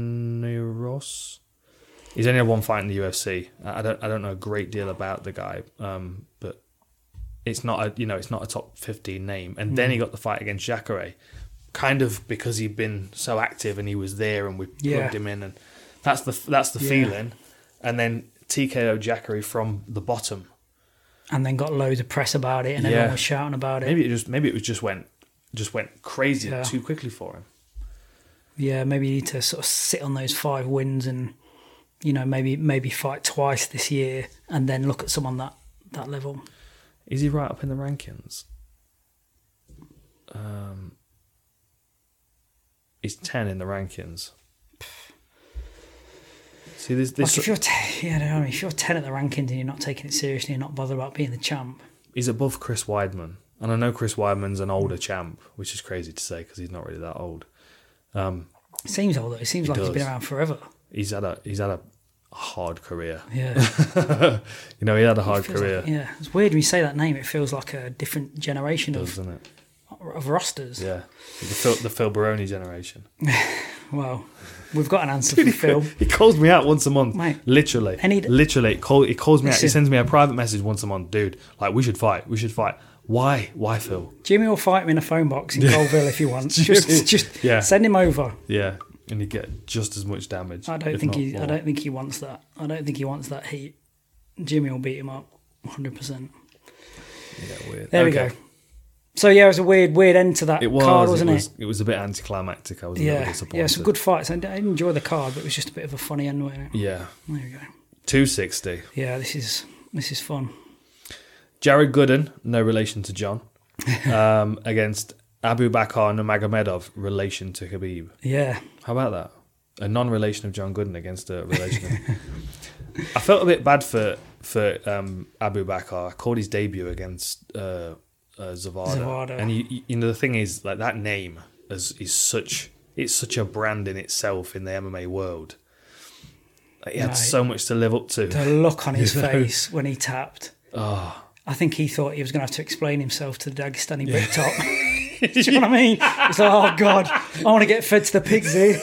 S2: Ontrivenuros. He's only had one fight in the UFC. I I don't I don't know a great deal about the guy, um, but it's not a you know it's not a top fifteen name. And then he
S1: Hmm.
S2: got the fight against Jacare, kind of because he'd been so active and he was there and we plugged
S1: Yeah.
S2: him in and that's the that's the
S1: Yeah.
S2: feeling. And then TKO Jacare from the bottom.
S1: And then got loads of press about it, and
S2: Yeah.
S1: everyone was shouting about it.
S2: Maybe it just maybe it was just went just went crazy
S1: Yeah.
S2: too quickly for him.
S1: Yeah, maybe you need to sort of sit on those five wins, and you know, maybe maybe fight twice this year, and then look at someone that that level.
S2: Is he right up in the rankings? Um, he's ten in the rankings. See, this
S1: Like
S2: this
S1: if you're, t- yeah, I don't know, if you're ten at the rankings and you're not taking it seriously and not bothered about being the champ,
S2: he's above Chris Weidman, and I know Chris Weidman's an older champ, which is crazy to say because he's not really that old.
S1: it seems old though. It seems
S2: It
S1: like he's been
S2: does.
S1: around forever.
S2: He's had a he's had a hard career.
S1: Yeah,
S2: You know, he had a hard
S1: Feels
S2: career,
S1: like- yeah, it's weird when you say that name. It feels like a different generation of,
S2: doesn't it?
S1: of rosters.
S2: Yeah, the Phil, the Phil Baroni generation.
S1: Well, we've got an answer for Phil.
S2: He calls me out once a month,
S1: Mate.
S2: literally.
S1: And he-
S2: literally, it call, he calls me out. He
S1: Listen.
S2: sends me a private message once a month, dude. Like we should fight. We should fight. Why? Why, Phil?
S1: Jimmy will fight him in a phone box in Colville if he wants. Just, just
S2: Yeah.
S1: send him over.
S2: Yeah, and you get just as much damage.
S1: I don't
S2: if
S1: think
S2: not
S1: he. I
S2: more.
S1: don't think he wants that. I don't think he wants that heat. Jimmy will beat him up, hundred percent.
S2: Yeah, weird.
S1: There
S2: Okay.
S1: we go. So yeah, it was a weird, weird end to that
S2: It was.
S1: card, wasn't
S2: it
S1: it?
S2: was, it? was a bit anticlimactic. I was a little
S1: yeah,
S2: disappointed.
S1: yeah, some good fights. I I didn't enjoy the card, but it was just a bit of a funny end. Wasn't it?
S2: Yeah,
S1: There we go.
S2: two sixty.
S1: Yeah, this is this is fun.
S2: Jared Gooden, no relation to John, um, against Abu Bakar Nurmagomedov, relation to Khabib.
S1: Yeah,
S2: How about that? A non-relation of John Gooden against a relation. of... I felt a bit bad for for um, Abu Bakar. I called his debut against uh, uh, Zavada.
S1: Zavada.
S2: and you, you- you know the thing is like that name is is such it's such a brand in itself in the MMA world. Like, he had
S1: Right.
S2: so much to live up to.
S1: the look on his
S2: You know?
S1: face when he tapped.
S2: Oh.
S1: I think he thought he was going to have to explain himself to the Dagestani bricktop. Do you know what I mean? It's like, oh god, I want to get fed to the pigs here.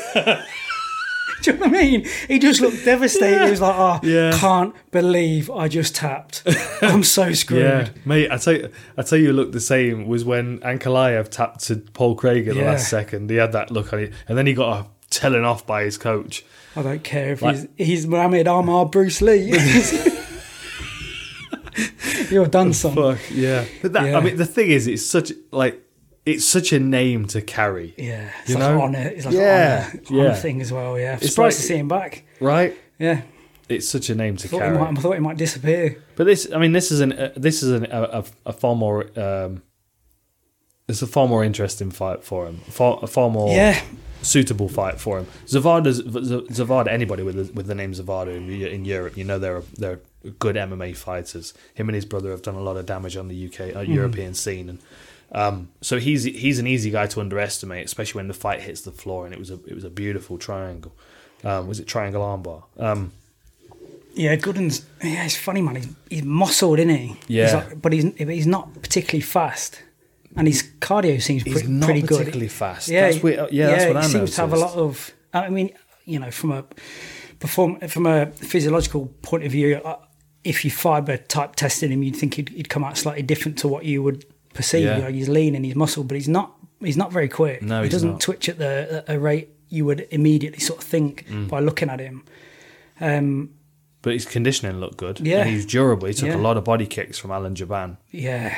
S1: Do you know what I mean? He just looked devastated. He was like, oh,
S2: Yeah.
S1: can't believe I just tapped. I'm so screwed.
S2: Yeah, mate. I tell you, I tell you, it looked the same. Was when Ankalaev tapped to Paul Craig at the
S1: Yeah.
S2: last second. He had that look on it, and then he got a telling off by his coach.
S1: I don't care if
S2: Like-
S1: he's, he's Muhammad Ahmad Bruce Lee. You're done, son.
S2: Fuck yeah! But that
S1: Yeah.
S2: I mean, the thing is, it's such like it's such a name to carry,
S1: Yeah, it's
S2: You
S1: like
S2: know?
S1: an honor. It's like
S2: Yeah,
S1: an honor, honor
S2: yeah.
S1: thing as well. Yeah, surprised
S2: like-
S1: to see him back.
S2: right?
S1: Yeah,
S2: It's such a name to
S1: thought he
S2: carry.
S1: might, I thought he might disappear.
S2: But this, I mean, this is an uh, this is an, a, a a far more um, it's a far more interesting fight for him, far a far more
S1: Yeah,
S2: suitable fight for him. Zavada's Z- Zavada. Anybody with the, with the name Zavada in, Eu- in Europe, you know they're they're good MMA fighters. Him and his brother have done a lot of damage on the UK uh, European scene, and um, so he's he's an easy guy to underestimate, especially when the fight hits the floor. And it was a it was a beautiful triangle. Um, was it triangle armbar? Um,
S1: Yeah, Gooden's. Yeah, it's funny, man. He's, he's muscled, isn't he? He's
S2: Yeah.
S1: like, but he's but he's not particularly fast, and his cardio seems pre-
S2: he's not
S1: pretty good.
S2: particularly fast. Yeah, that's
S1: he-
S2: weird. yeah, that's
S1: yeah,
S2: what
S1: he
S2: I
S1: seems
S2: noticed.
S1: to have a lot of. I mean, you know, from a perform from a physiological point of view, uh, if you fiber type tested him, you'd think he'd, he'd come out slightly different to what you would perceive.
S2: Yeah.
S1: You know, he's lean and he's muscle, but he's not. He's not very quick.
S2: No,
S1: he
S2: he's
S1: doesn't
S2: not.
S1: twitch at the at a rate you would immediately sort of think
S2: Mm.
S1: by looking at him. Um,
S2: but his conditioning looked good.
S1: Yeah.
S2: and he was durable. He took a
S1: Yeah.
S2: lot of body kicks from Alan Jaban.
S1: Yeah,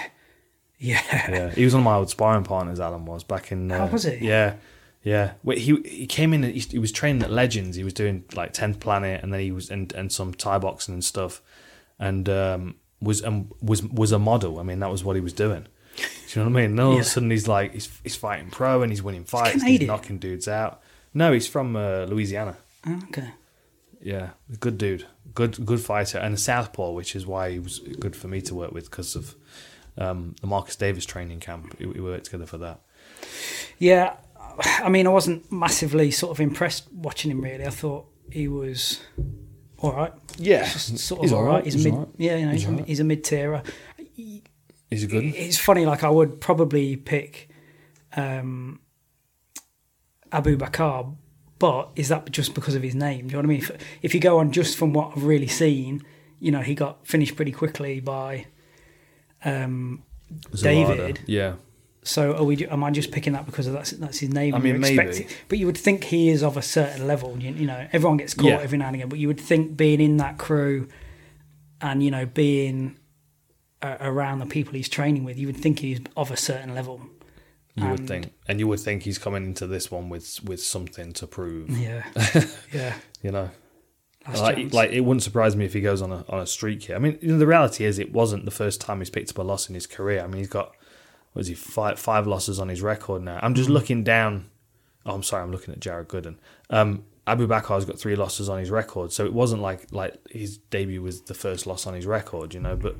S1: yeah.
S2: Yeah, he was one of my old sparring partners. Alan was back in. Uh,
S1: How was he?
S2: Yeah, yeah. Wait, he he came in. And he, he was training at Legends. He was doing like Tenth Planet, and then he was and and some Thai boxing and stuff, and um, was and was was a model. I mean, that was what he was doing. Do you know what I mean? Then all
S1: Yeah.
S2: of a sudden he's like he's he's fighting pro and he's winning fights. and
S1: Canadian.
S2: he's knocking dudes out. No, he's from uh, Louisiana.
S1: Okay.
S2: Yeah, good dude, good good fighter, and a southpaw, which is why he was good for me to work with because of um, the Marcus Davis training camp. We we worked together for that.
S1: Yeah, I mean, I wasn't massively sort of impressed watching him. Really, I thought he was all right.
S2: Yeah,
S1: Just sort of all right. He's, mid. Yeah, you know, he's, a, mid- he's a mid tierer.
S2: He's a good. one.
S1: It's funny. Like I would probably pick um, Abu Bakar, but is that just because of his name? Do you know what I mean? If, if you go on just from what I've really seen, you know, he got finished pretty quickly by. Um,
S2: Zawada.
S1: David.
S2: Yeah,
S1: so are we? ju- Am I just picking that because of that's that's his name?
S2: I
S1: and
S2: mean,
S1: you're
S2: maybe.
S1: expecting- But you would think he is of a certain level. You, you know, everyone gets caught
S2: Yeah.
S1: every now and again. But you would think being in that crew, and you know, being uh, around the people he's training with, you would think he's of a certain level.
S2: you would think, and you would think he's coming into this one with with something to prove.
S1: Yeah, yeah.
S2: You know,
S1: Last
S2: like,
S1: chance.
S2: like it wouldn't surprise me if he goes on a on a streak here. I mean, you know, the reality is it wasn't the first time he's picked up a loss in his
S1: Hmm.
S2: career. I mean, he's got what is he five five losses on his record now. I'm just looking down Oh, I'm sorry, I'm looking at Jared Gooden. Um, Abu Bakar's got three losses on his record, so it wasn't like like his debut was the first loss on his record, you know. But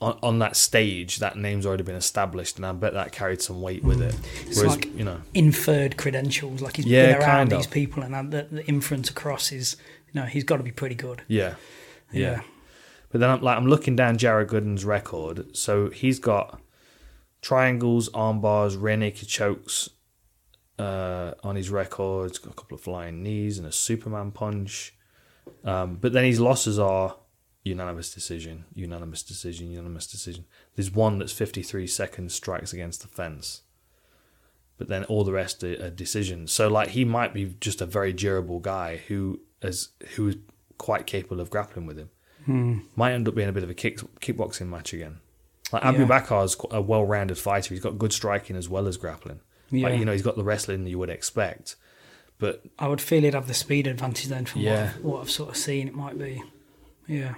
S2: on, on that stage, that name's already been established, and I bet that carried some weight with it.
S1: Hmm. It's
S2: Whereas,
S1: like-
S2: you know,
S1: Inferred credentials, like he's
S2: Yeah,
S1: been around
S2: kind of.
S1: these people, and that, the, the inference across is, you know, he's got to be pretty good.
S2: yeah, yeah. But then I'm like, I'm looking down Jared Gooden's record, so he's got triangles, arm bars, rear naked chokes uh, on his record. He's got a couple of flying knees and a Superman punch. Um, but then his losses are unanimous decision, unanimous decision, unanimous decision. There's one that's 53 seconds strikes against the fence. But then all the rest are, are decisions. So like he might be just a very durable guy who is who is quite capable of grappling with him. Might end up being a bit of a kick, kickboxing match again. Like Abu
S1: Yeah.
S2: Bakar's qu- a well-rounded fighter. He's got good striking as well as grappling.
S1: Yeah.
S2: Like, you know, he's got the wrestling you would expect. But
S1: I would feel he'd have the speed advantage then from
S2: Yeah.
S1: what, what I've sort of seen. It might be, yeah,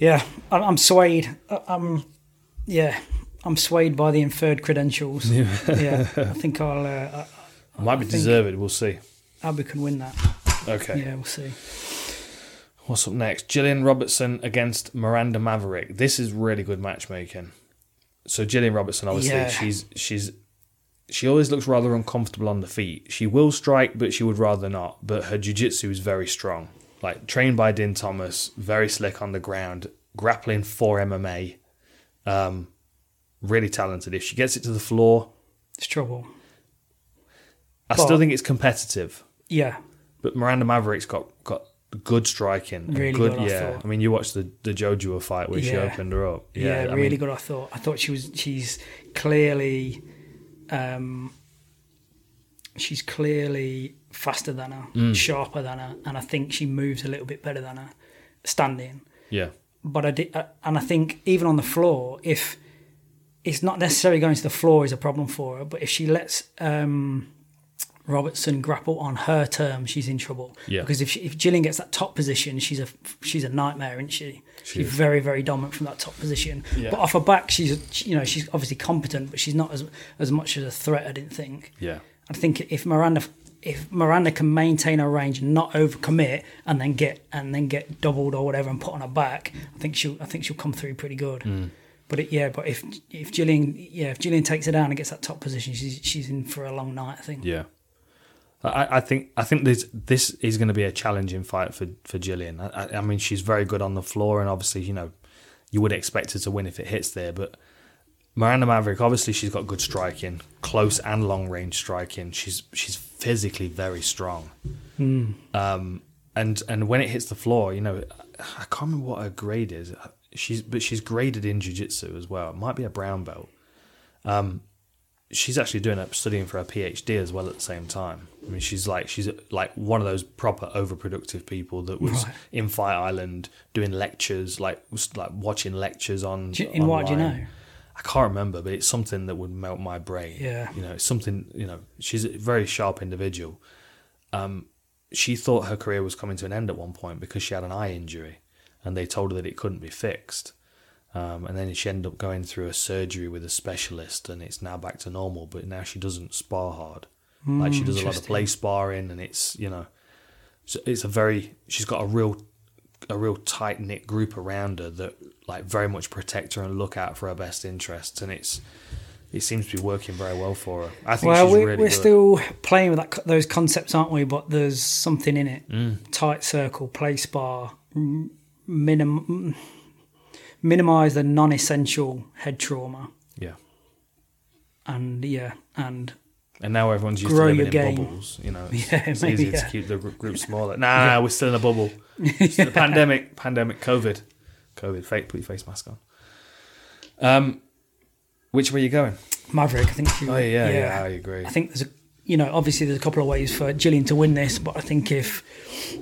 S1: yeah. I- I'm swayed. I- I'm, yeah, I'm swayed by the inferred credentials. Yeah, I think I'll. Uh, I-
S2: might be
S1: think-
S2: deserved. We'll see.
S1: Abu can win that.
S2: Okay.
S1: Yeah, we'll see.
S2: What's up next? Gillian Robertson against Miranda Maverick. This is really good matchmaking. So Gillian Robertson, obviously,
S1: Yeah.
S2: she's she's she always looks rather uncomfortable on the feet. She will strike, but she would rather not. But her jiu-jitsu is very strong. Like trained by Din Thomas, very slick on the ground, grappling for MMA. Um, really talented. If she gets it to the floor,
S1: It's trouble.
S2: I still
S1: But-
S2: think it's competitive.
S1: Yeah,
S2: But Miranda Maverick's got got good striking. and
S1: Really
S2: good,
S1: good, I
S2: yeah.
S1: thought.
S2: I mean, you watched the the Jojo fight where she
S1: Yeah.
S2: opened her up.
S1: yeah,
S2: Yeah, I
S1: really
S2: mean,
S1: good. I thought. I thought she was. She's clearly, um, she's clearly faster than her,
S2: Mm.
S1: sharper than her, and I think she moves a little bit better than her standing.
S2: Yeah,
S1: but I did, uh, and I think even on the floor, if it's not necessarily going to the floor is a problem for her, but if she lets um, Robertson grapple on her terms, she's in trouble.
S2: Yeah.
S1: Because if she, if Gillian gets that top position, she's a she's a nightmare, isn't she?
S2: She
S1: she's
S2: is.
S1: very very dominant from that top position.
S2: Yeah.
S1: But off her back, she's she- you know she's obviously competent, but she's not as as much as a threat. I didn't think.
S2: yeah,
S1: I think if Miranda if Miranda can maintain her range and not overcommit and then get and then get doubled or whatever and put on her back, I think she'll I think she'll come through pretty good.
S2: Hmm.
S1: But it, yeah, but if if Gillian yeah if Gillian takes her down and gets that top position, she's she's in for a long night. I think.
S2: yeah. I, I think I think this this is going to be a challenging fight for for Gillian. I, I- I mean, she's very good on the floor, and obviously, you know, you would expect her to win if it hits there. But Miranda Maverick, obviously, she's got good striking, close and long range striking. She's she's physically very strong. Um, and and when it hits the floor, you know, I can't remember what her grade is. She's but she's graded in jujitsu as well. It might be a brown belt. Um, she's actually doing up studying for her PhD as well at the same time. I mean, she's like she's like one of those proper overproductive people that was
S1: Right.
S2: in Fire Island doing lectures, like was, like watching lectures on.
S1: Do you- in what, do you
S2: online.
S1: know?
S2: I can't remember, but it's something that would melt my brain.
S1: Yeah.
S2: you know, it's something. You know, she's a very sharp individual Um, she thought her career was coming to an end at one point because she had an eye injury and they told her that it couldn't be fixed. Um, and then she ended up going through a surgery with a specialist and it's now back to normal, but now she doesn't spar hard. like she does a lot of
S1: interesting.
S2: play sparring and it's, you know, so it's a very, she's got a real, a real tight knit group around her that like very much protect her and look out for her best interests. And it's, it seems to be working very well for her. I think
S1: Well,
S2: she's
S1: we're,
S2: really
S1: we're
S2: good.
S1: still playing with that, co- those concepts, aren't we? But there's something in it:
S2: Hmm.
S1: tight circle, place bar, m- minim, minimize the non-essential head trauma.
S2: yeah.
S1: and yeah, and
S2: And now everyone's used
S1: Grow
S2: to living
S1: your
S2: in
S1: game.
S2: bubbles. You know, it's,
S1: Yeah,
S2: it's
S1: maybe,
S2: easier
S1: yeah.
S2: to keep the gr- group smaller. Nah, nah, we're still in a bubble. It's the pandemic, pandemic, COVID, COVID. Fake, put your face mask on. Um, which way you going?
S1: Maverick. I think. You,
S2: Oh yeah, yeah, yeah, I agree.
S1: I think there's a, you know, obviously there's a couple of ways for Gillian to win this, but I think if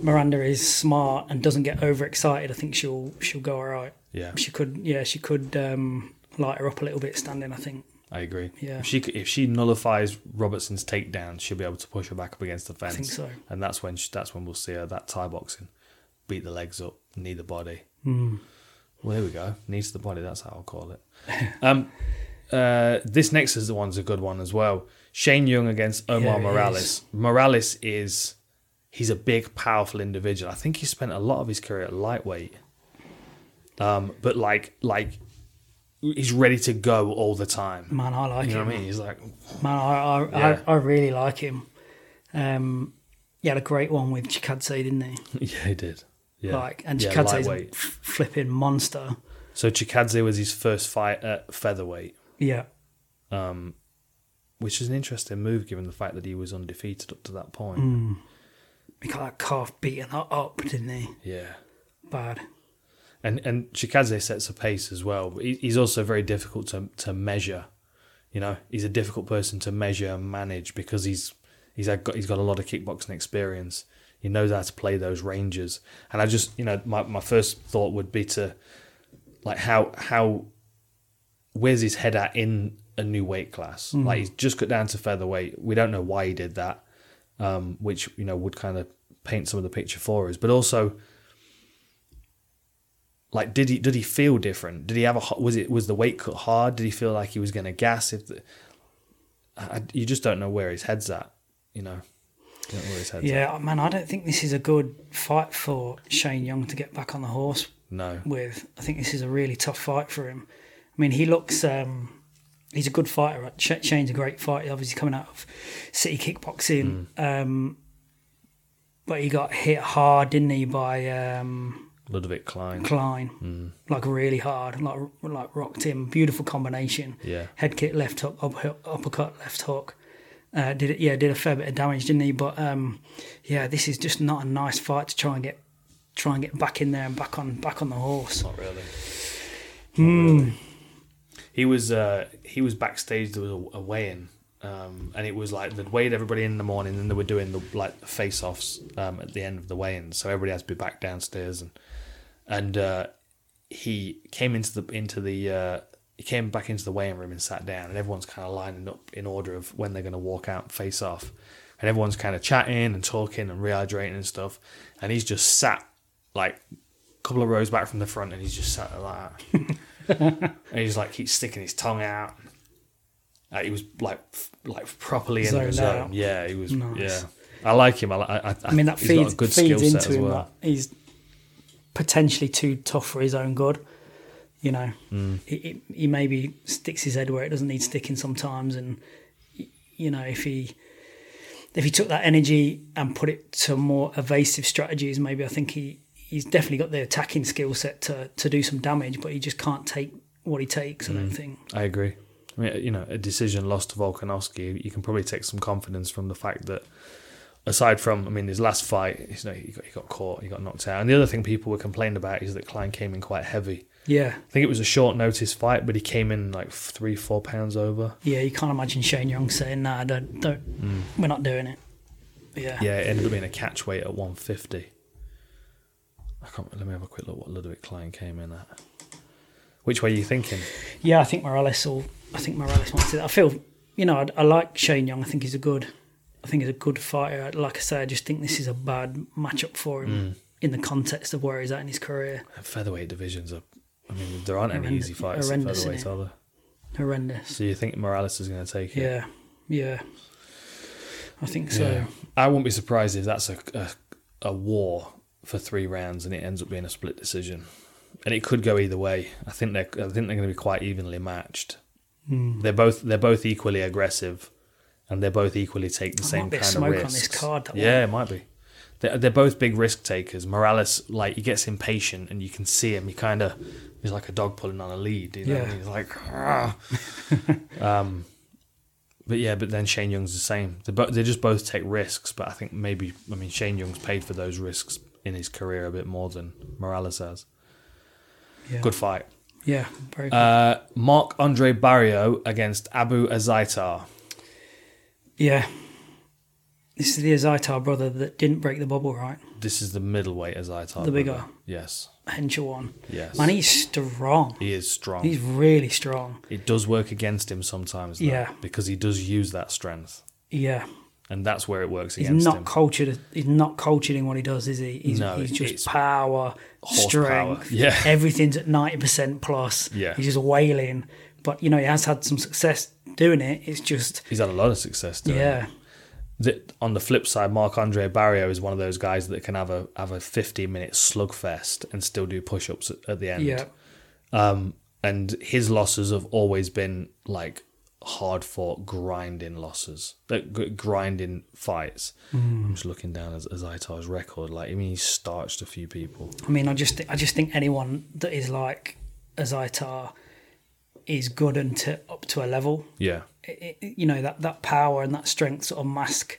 S1: Miranda is smart and doesn't get overexcited, I think she'll she'll go all right.
S2: yeah,
S1: She could, yeah, she could um, light her up a little bit standing. I think.
S2: I agree.
S1: Yeah.
S2: If she c- if she nullifies Robertson's takedown, she'll be able to push her back up against the fence.
S1: think so.
S2: And that's when she, that's when we'll see her that tie boxing, beat the legs up, knee the body.
S1: Hmm.
S2: Well, there we go. Knee to the body. That's how I'll call it. um, uh, this next is the one's a good one as well. Shane Young against Omar
S1: Yeah, he
S2: Morales.
S1: is.
S2: Morales is he's a big, powerful individual. I think he spent a lot of his career at lightweight. Um, but like like he's ready to go all the time.
S1: Man, I like
S2: You know
S1: him.
S2: what I mean? He's like
S1: Man, I I,
S2: Yeah.
S1: I I really like him. Um, he had a great one with Chikadze, didn't he?
S2: Yeah, he did. Yeah.
S1: Like, and
S2: yeah,
S1: Chikadze's a
S2: lightweight.
S1: f- flipping monster.
S2: So Chikadze was his first fight at featherweight,
S1: Yeah,
S2: which is an interesting move given the fact that he was undefeated up to that point.
S1: he got that calf beaten up, didn't he?
S2: Yeah.
S1: Bad.
S2: And and Chikaze sets a pace as well. But he- He's also very difficult to to measure. You know, he's a difficult person to measure and manage because he's he's had got he's got a lot of kickboxing experience. He knows how to play those ranges. And I just you know my, my first thought would be to like how how where's his head at in a new weight class? Like he's just got down to featherweight. We don't know why he did that, um, which you know would kind of paint some of the picture for us. But also, like did he did he feel different did he have a ho- was it was the weight cut hard did he feel like he was going to gas if the, I, you just don't know where his head's at you know You don't know where his head's at.
S1: Yeah, oh, man, I don't think this is a good fight for Shane Young to get back on the horse
S2: no
S1: with. I think this is a really tough fight for him. I mean, he looks. Um, he's a good fighter. right? Sh- Shane's a great fighter. Obviously, coming out of city kickboxing, um, but he got hit hard, didn't he, by um,
S2: Ludovic Klein
S1: Klein? Like really hard, like like rocked him. Beautiful combination.
S2: Yeah.
S1: Head kick, left hook, up, hook- uppercut, left hook. Uh, did it? Yeah, did a fair bit of damage, didn't he? But um, yeah, this is just not a nice fight to try and get try and get back in there and back on back on the horse.
S2: not really, he was uh he was backstage there was a, a weigh-in um, and it was like they'd weighed everybody in the morning and they were doing the like face-offs um, at the end of the weigh-in so everybody has to be back downstairs and and uh, he came into the into the uh, he came back into the weighing room and sat down, and everyone's kind of lining up in order of when they're going to walk out and face off, and everyone's kind of chatting and talking and rehydrating and stuff, and he's just sat like a couple of rows back from the front, and he's just sat like that, and he's like keeps sticking his tongue out. Uh, he was like f- like properly in the
S1: Zoned
S2: zone.
S1: out.
S2: Yeah, he was.
S1: Nice.
S2: Yeah, I like him. I, li- I, I,
S1: I mean, that
S2: he's
S1: feeds,
S2: got a good skill
S1: feeds
S2: set
S1: into
S2: as
S1: him
S2: well.
S1: that he's potentially too tough for his own good. You know,
S2: Hmm.
S1: he, he- he maybe sticks his head where it doesn't need sticking sometimes, and y- you know if he if he took that energy and put it to more evasive strategies, maybe I think he he's definitely got the attacking skill set to to do some damage, but he just can't take what he takes. I don't think.
S2: I agree. I mean, you know, a decision lost to Volkanovski, you can probably take some confidence from the fact that, aside from, I mean, his last fight, you know, he got, he got caught, he got knocked out. And the other thing people were complaining about is that Klein came in quite heavy.
S1: Yeah,
S2: I think it was a short notice fight, but he came in like three, four pounds over.
S1: yeah, you can't imagine Shane Young saying, "Nah, don't, don't,
S2: Hmm.
S1: we're not doing it." But yeah,
S2: Yeah, it ended up being a catch weight at 150. I can't, let me have a quick look what Ludwig Klein came in at. Which way are you thinking?
S1: Yeah, I think Morales will. I think Morales wants it. I feel, you know, I, I like Shane Young. I think he's a good. I think he's a good fighter. Like I say, I just think this is a bad matchup for
S2: Mm.
S1: him in the context of where he's at in his career.
S2: Featherweight divisions are, I mean, there aren't any
S1: Horrendous-
S2: easy fights at
S1: horrendous,
S2: featherweight,
S1: innit?
S2: are there?
S1: Horrendous.
S2: So you think Morales is going to take it?
S1: Yeah, yeah. I think so.
S2: Yeah. I wouldn't be surprised if that's a, a a war for three rounds and it ends up being a split decision, and it could go either way. I think they are I think they're going to be quite evenly matched.
S1: Hmm.
S2: They're both they're both equally aggressive, and they both equally take the
S1: There
S2: same
S1: might be a
S2: kind
S1: smoke
S2: of
S1: on
S2: risks.
S1: this card, that
S2: yeah, it might be. They're, they're both big risk takers. Morales like he gets impatient, and you can see him. He kind of he's like a dog pulling on a lead. You know,
S1: Yeah.
S2: he's like. "Argh." Um, But yeah, but then Shane Young's the same. They bo- they just both take risks, but I think maybe I mean Shane Young's paid for those risks in his career a bit more than Morales has.
S1: Yeah.
S2: Good fight.
S1: Yeah. Very good.
S2: Uh, Mark Andre Barrio against Abu Azaitar.
S1: yeah. This is the Azaitar brother that didn't break the bubble, right?
S2: This is the middleweight Azaitar.
S1: The bigger.
S2: brother. Yes,
S1: Henshaw one.
S2: yes.
S1: Man, he's strong.
S2: he is strong.
S1: He's really strong.
S2: It does work against him sometimes, though,
S1: Yeah.
S2: because he does use that strength,
S1: Yeah.
S2: and that's where it works
S1: He's
S2: against
S1: not
S2: him.
S1: cultured. He's not cultured in what he does, is he? He's,
S2: No,
S1: he's
S2: it's
S1: just power,
S2: horsepower.
S1: strength.
S2: Yeah.
S1: everything's at ninety percent plus.
S2: Yeah.
S1: he's just wailing. But you know, he has had some success doing it. It's just
S2: He's had a lot of success. Doing it.
S1: yeah,
S2: The, on the flip side, Marc Andre Barrio is one of those guys that can have a have a 15 minute slugfest and still do push ups at the end.
S1: yeah,
S2: Um, and his losses have always been like hard fought, grinding losses, like gr- grinding fights.
S1: Hmm.
S2: I'm just looking down as, as Itar's record. Like, I mean, he starched a few people.
S1: I mean, I just I just think anyone that is like Azaitar is good until up to a level.
S2: Yeah.
S1: It, it- you know that that power and that strength sort of mask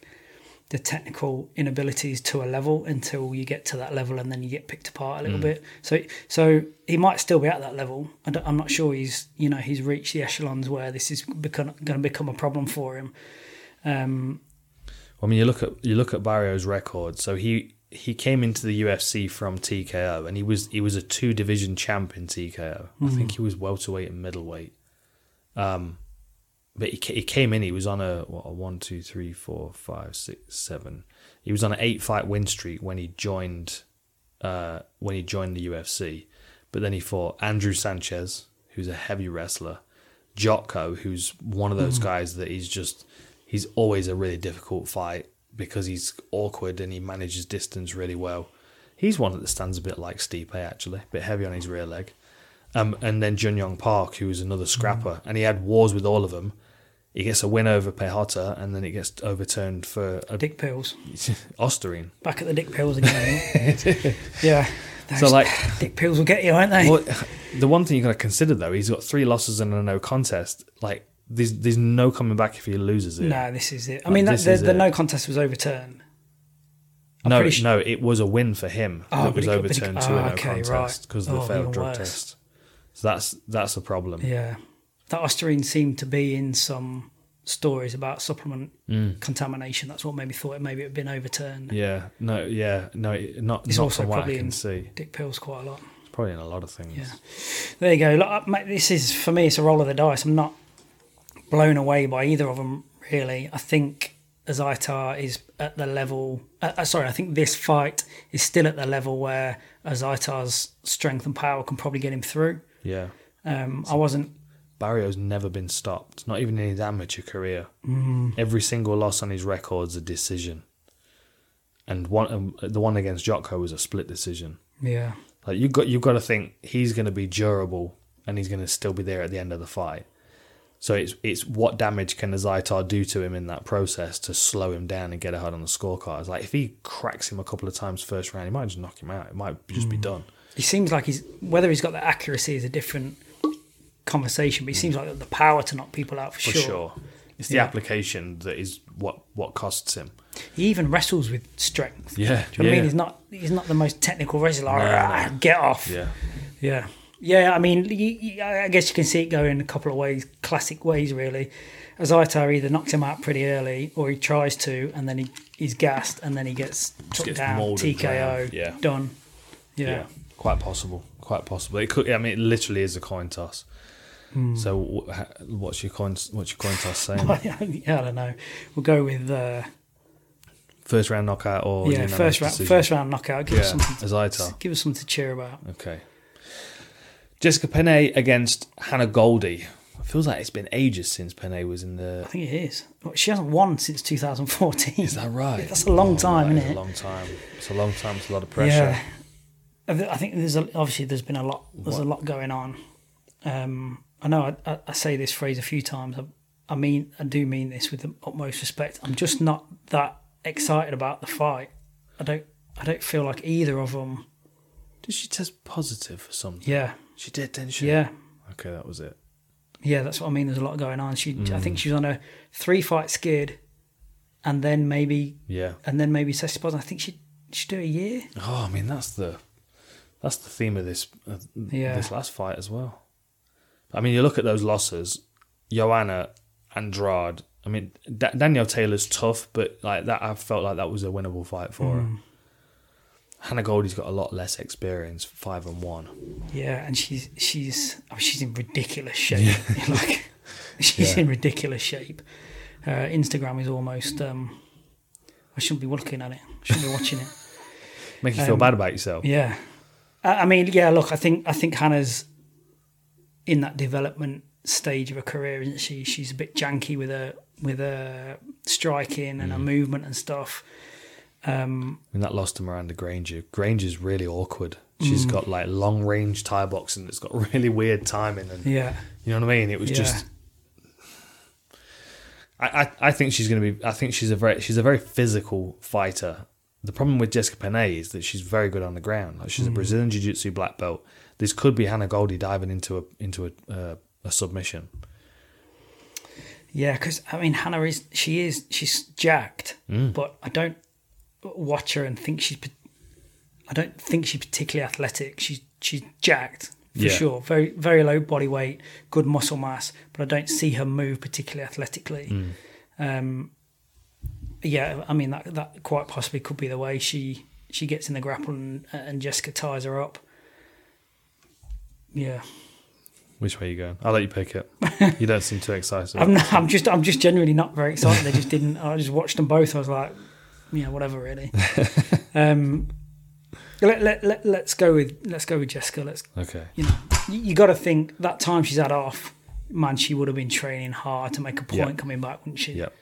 S1: the technical inabilities to a level until you get to that level and then you get picked apart a
S2: Mm.
S1: little bit. So so he might still be at that level. I don't- I'm not sure he's you know he's reached the echelons where this is become, going to become a problem for him. Um,
S2: I mean, you look at you look at Barrio's record. So he he came into the UFC from TKO, and he was he was a two division champ in TKO. I think he was welterweight and middleweight. Um, but he, ca- he came in. He was on a what a one two three four five six seven. He was on an eight fight win streak when he joined uh, when he joined the UFC. But then he fought Andrew Sanchez, who's a heavy wrestler, Jocko, who's one of those guys that he's just he's always a really difficult fight because he's awkward and he manages distance really well. He's one that stands a bit like Stipe actually, a bit heavy on his rear leg. Um, and then Junyong Park, who was another
S1: Mm.
S2: scrapper, and he had wars with all of them. He gets a win over Pejota, and then it gets overturned for a,
S1: Dick pills.
S2: Ostering.
S1: Back at the Dick Pills again. yeah.
S2: So
S1: Those
S2: like,
S1: Dick Pills will get you, aren't they?
S2: well, the one thing you got to consider though, he's got three losses and a no contest. Like, there's there's no coming back if he loses it.
S1: No, this is it. I mean, that,
S2: this
S1: the,
S2: is
S1: the
S2: it.
S1: no contest was overturned.
S2: no,
S1: pretty su-
S2: no, it was a win for him
S1: Oh,
S2: that
S1: but
S2: was
S1: he got- but he got-
S2: overturned to a
S1: oh,
S2: no
S1: okay,
S2: contest
S1: right.
S2: because
S1: Oh,
S2: of the failed
S1: even
S2: drug
S1: worse.
S2: test. So that's that's a problem.
S1: Yeah. That Osterine seemed to be in some stories about supplement contamination. That's what made me thought it maybe it had been overturned.
S2: Yeah, no, yeah, no, it- not
S1: It's
S2: not
S1: also
S2: from what I
S1: probably
S2: can
S1: in-
S2: see.
S1: Dick Pills quite a lot.
S2: It's probably in a lot of things.
S1: Yeah. There you go. Look, I- mate, this is for me. It's a roll of the dice. I'm not blown away by either of them really. I think Azaitar is at the level. Uh, uh, sorry, I think this fight is still at the level where Azaitar's strength and power can probably get him through.
S2: yeah.
S1: Um, I wasn't.
S2: Barrio's never been stopped, not even in his amateur career. Every single loss on his record's a decision, and one um, the one against Jocko was a split decision.
S1: Yeah.
S2: Like you got you got to think he's going to be durable and he's going to still be there at the end of the fight. So it's it's what damage can Zaitar do to him in that process to slow him down and get ahead on the scorecards. Like if he cracks him a couple of times first round, he might just knock him out. It might just be done.
S1: He seems like he's whether he's got the accuracy is a different conversation, but he seems like the power to knock people out for,
S2: For
S1: sure.
S2: sure. It's the
S1: Yeah.
S2: application that is what what costs him.
S1: He even wrestles with strength.
S2: Yeah,
S1: Do you know what I
S2: yeah.
S1: mean? He's not he's not the most technical wrestler. Ah,
S2: No,
S1: Get off.
S2: Yeah.
S1: Yeah. Yeah, I mean, you, you, I guess you can see it going a couple of ways, classic ways, really. As Itar either knocks him out pretty early, or he tries to, and then he, he's gassed, and then he gets took
S2: gets
S1: down,
S2: moulded
S1: TKO,
S2: down. Yeah.
S1: done. Yeah.
S2: Yeah. Quite possible. Quite possible. It could. I mean, it literally is a coin toss.
S1: Hmm.
S2: So wh- ha- what's your coin? What's your coin toss saying?
S1: I don't know. We'll go with uh,
S2: first round knockout or
S1: yeah,
S2: unanimous
S1: first round,
S2: decision?
S1: first round knockout. Give us
S2: Yeah,
S1: something.
S2: as
S1: to,
S2: I tell.
S1: Give us something to cheer about.
S2: Okay. Jessica Penne against Hannah Goldie. It feels like it's been ages since Penne was in the.
S1: I think it is. Well, She hasn't won since 2014.
S2: Is that right?
S1: That's a long time,
S2: that is
S1: isn't it?
S2: A long time. It's a long time. It's a lot of
S1: Yeah,
S2: pressure.
S1: I thi- I think there's a, obviously there's been a lot there's a lot going on. Um, I know I, I, I say this phrase a few times. I, I mean I do mean this with the utmost respect. I'm just not that excited about the fight. I don't I don't feel like either of them.
S2: Did she test positive for something?
S1: Yeah,
S2: She did, didn't she?
S1: yeah,
S2: Okay, that was it.
S1: yeah. That's what I mean. There's a lot going on. She I think she's on a three fight skid, and then maybe
S2: Yeah.
S1: and then maybe tested positive. I think she she do a year.
S2: Oh, I mean that's the that's the theme of this uh,
S1: Yeah.
S2: this last fight as well. I mean, you look at those losses, Joanna Andrade. I mean, da- Danielle Taylor's tough, but like that, I felt like that was a winnable fight for
S1: Mm.
S2: her. Hannah Goldie's got a lot less experience, five and one.
S1: Yeah, and she's she's oh, she's in ridiculous shape. like she's
S2: Yeah.
S1: in ridiculous shape. Her Instagram is almost. Um, I shouldn't be looking at it. I shouldn't be watching it.
S2: Make you feel
S1: Um,
S2: bad about yourself.
S1: Yeah, I, I mean, yeah. Look, I think I think Hannah's in that development stage of her career, isn't she? She's a bit janky with her with her striking and her movement and stuff.
S2: I mean, that lost to Miranda Granger. Granger's really awkward.
S1: Mm.
S2: She's got like long range tie boxing that's got really weird timing, and
S1: Yeah,
S2: you know what I mean. It was
S1: Yeah.
S2: just. I, I, I think she's gonna be. I think she's a very she's a very physical fighter. The problem with Jessica Panay is that she's very good on the ground. Like
S1: Hmm.
S2: she's a Brazilian Jiu Jitsu black belt. This could be Hannah Goldie diving into a into a uh, a submission.
S1: yeah. Because I mean, Hannah is she is she's jacked, but I don't watch her and think she's. pa- I don't think she's particularly athletic. She's she's jacked for
S2: Yeah.
S1: sure. Very very low body weight, good muscle mass, but I don't see her move particularly athletically. Um, yeah, I mean that that quite possibly could be the way she she gets in the grapple and, and Jessica ties her up. Yeah.
S2: Which way you going? I'll let you pick it. You don't seem too excited.
S1: I'm, not, I'm just I'm just genuinely not very excited. They just didn't. I just watched them both. I was like, yeah, whatever, really. um, let, let, let, let's go with let's go with Jessica. Let's
S2: okay.
S1: you know you, you got to think that time she's had off, man, she would have been training hard to make a point
S2: Yeah.
S1: coming back, wouldn't she?
S2: Yep.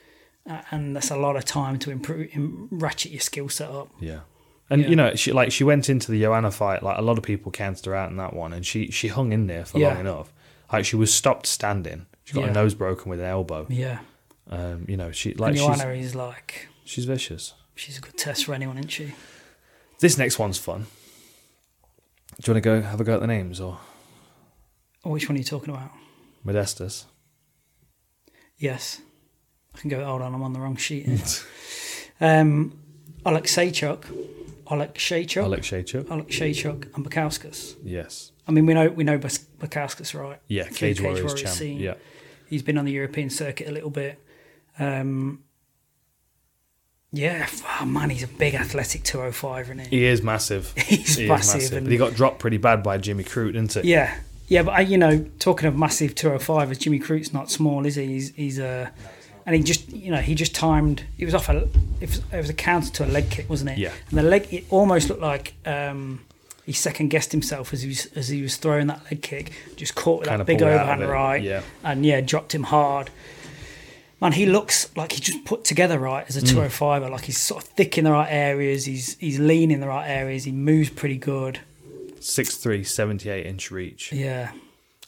S1: Uh, and that's a lot of time to improve, im- ratchet your skill set up.
S2: Yeah. And
S1: Yeah.
S2: you know, she like she went into the Joanna fight, like a lot of people counted her out in that one and she she hung in there for
S1: Yeah.
S2: long enough. Like she was stopped standing. She got
S1: Yeah.
S2: her nose broken with an elbow.
S1: Yeah,
S2: Um, you know, she like
S1: and
S2: she's
S1: Joanna is like
S2: she's vicious.
S1: she's a good test for anyone, isn't she?
S2: This next one's fun. Do you want to go have a go at the names or
S1: Or which one are you talking about?
S2: Modestus?
S1: Yes. I can go, hold on, I'm on the wrong sheet. here. um, Oleg Sechuk, Oleg Shaychuk,
S2: Oleg Shaychuk?
S1: Oleg Shaychuk and Bukowskis.
S2: Yes.
S1: I mean, we know we know Bas- Bukowskis, right?
S2: Yeah,
S1: Through
S2: Cage Warriors champ.
S1: scene.
S2: Yeah.
S1: He's been on the European circuit a little bit. Um, yeah, f- oh man, he's a big athletic 205, isn't he?
S2: He is massive.
S1: He's
S2: He is
S1: massive.
S2: massive.
S1: and-
S2: But he got dropped pretty bad by Jimmy Crute, didn't he?
S1: yeah, yeah, but I, you know, talking of massive 205, as Jimmy Crute's not small, is he? He's, he's a, and he just, you know, he just timed. It was off a, it was, it was a counter to a leg kick, wasn't it?
S2: Yeah.
S1: And the leg, it almost looked like um, he second guessed himself as he was as he was throwing that leg kick, just caught with
S2: Kinda
S1: that big
S2: pulled out of
S1: overhand
S2: it,
S1: right,
S2: yeah.
S1: and yeah, dropped him hard. Man, he looks like he's just put together right
S2: Mm.
S1: as a 205er. er, Like he's sort of thick in the right areas. He's he's lean in the right areas. He moves pretty good.
S2: Six three, seventy eight inch reach.
S1: Yeah.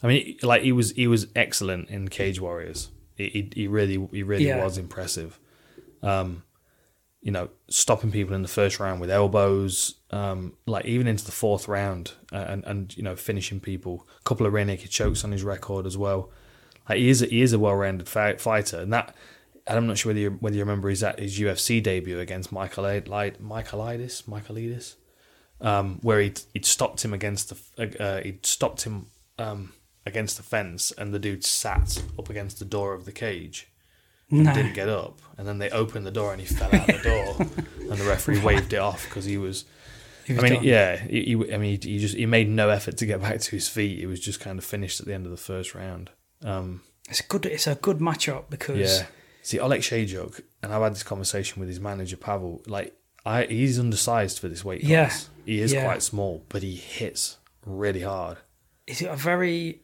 S2: I mean, like he was he was excellent in Cage Warriors. He he, he really he really
S1: Yeah.
S2: was impressive. Um, you know, stopping people in the first round with elbows, um, like even into the fourth round, uh, and and you know finishing people. A couple of rear naked chokes on his record as well. Like he is a, he is a well rounded fi- fighter, and that. And I'm not sure whether you, whether you remember his his UFC debut against Michael Michaelidis Michaelidis, um, where he'd, he'd stopped him against the uh, he'd stopped him um, against the fence, and the dude sat up against the door of the cage and
S1: No.
S2: didn't get up. And then they opened the door, and he fell out the door, and the referee waved it off because he was.
S1: He
S2: I
S1: was
S2: mean,
S1: done.
S2: yeah, he, he- I mean, he just he made no effort to get back to his feet. He was just kind of finished at the end of the first round. Um,
S1: It's a good. It's a good matchup because
S2: yeah. See, Oleg Shayjuk, and I've had this conversation with his manager Pavel. Like, I he's undersized for this weight
S1: Yeah.
S2: class. He is
S1: Yeah.
S2: quite small, but he hits really hard.
S1: it's a very.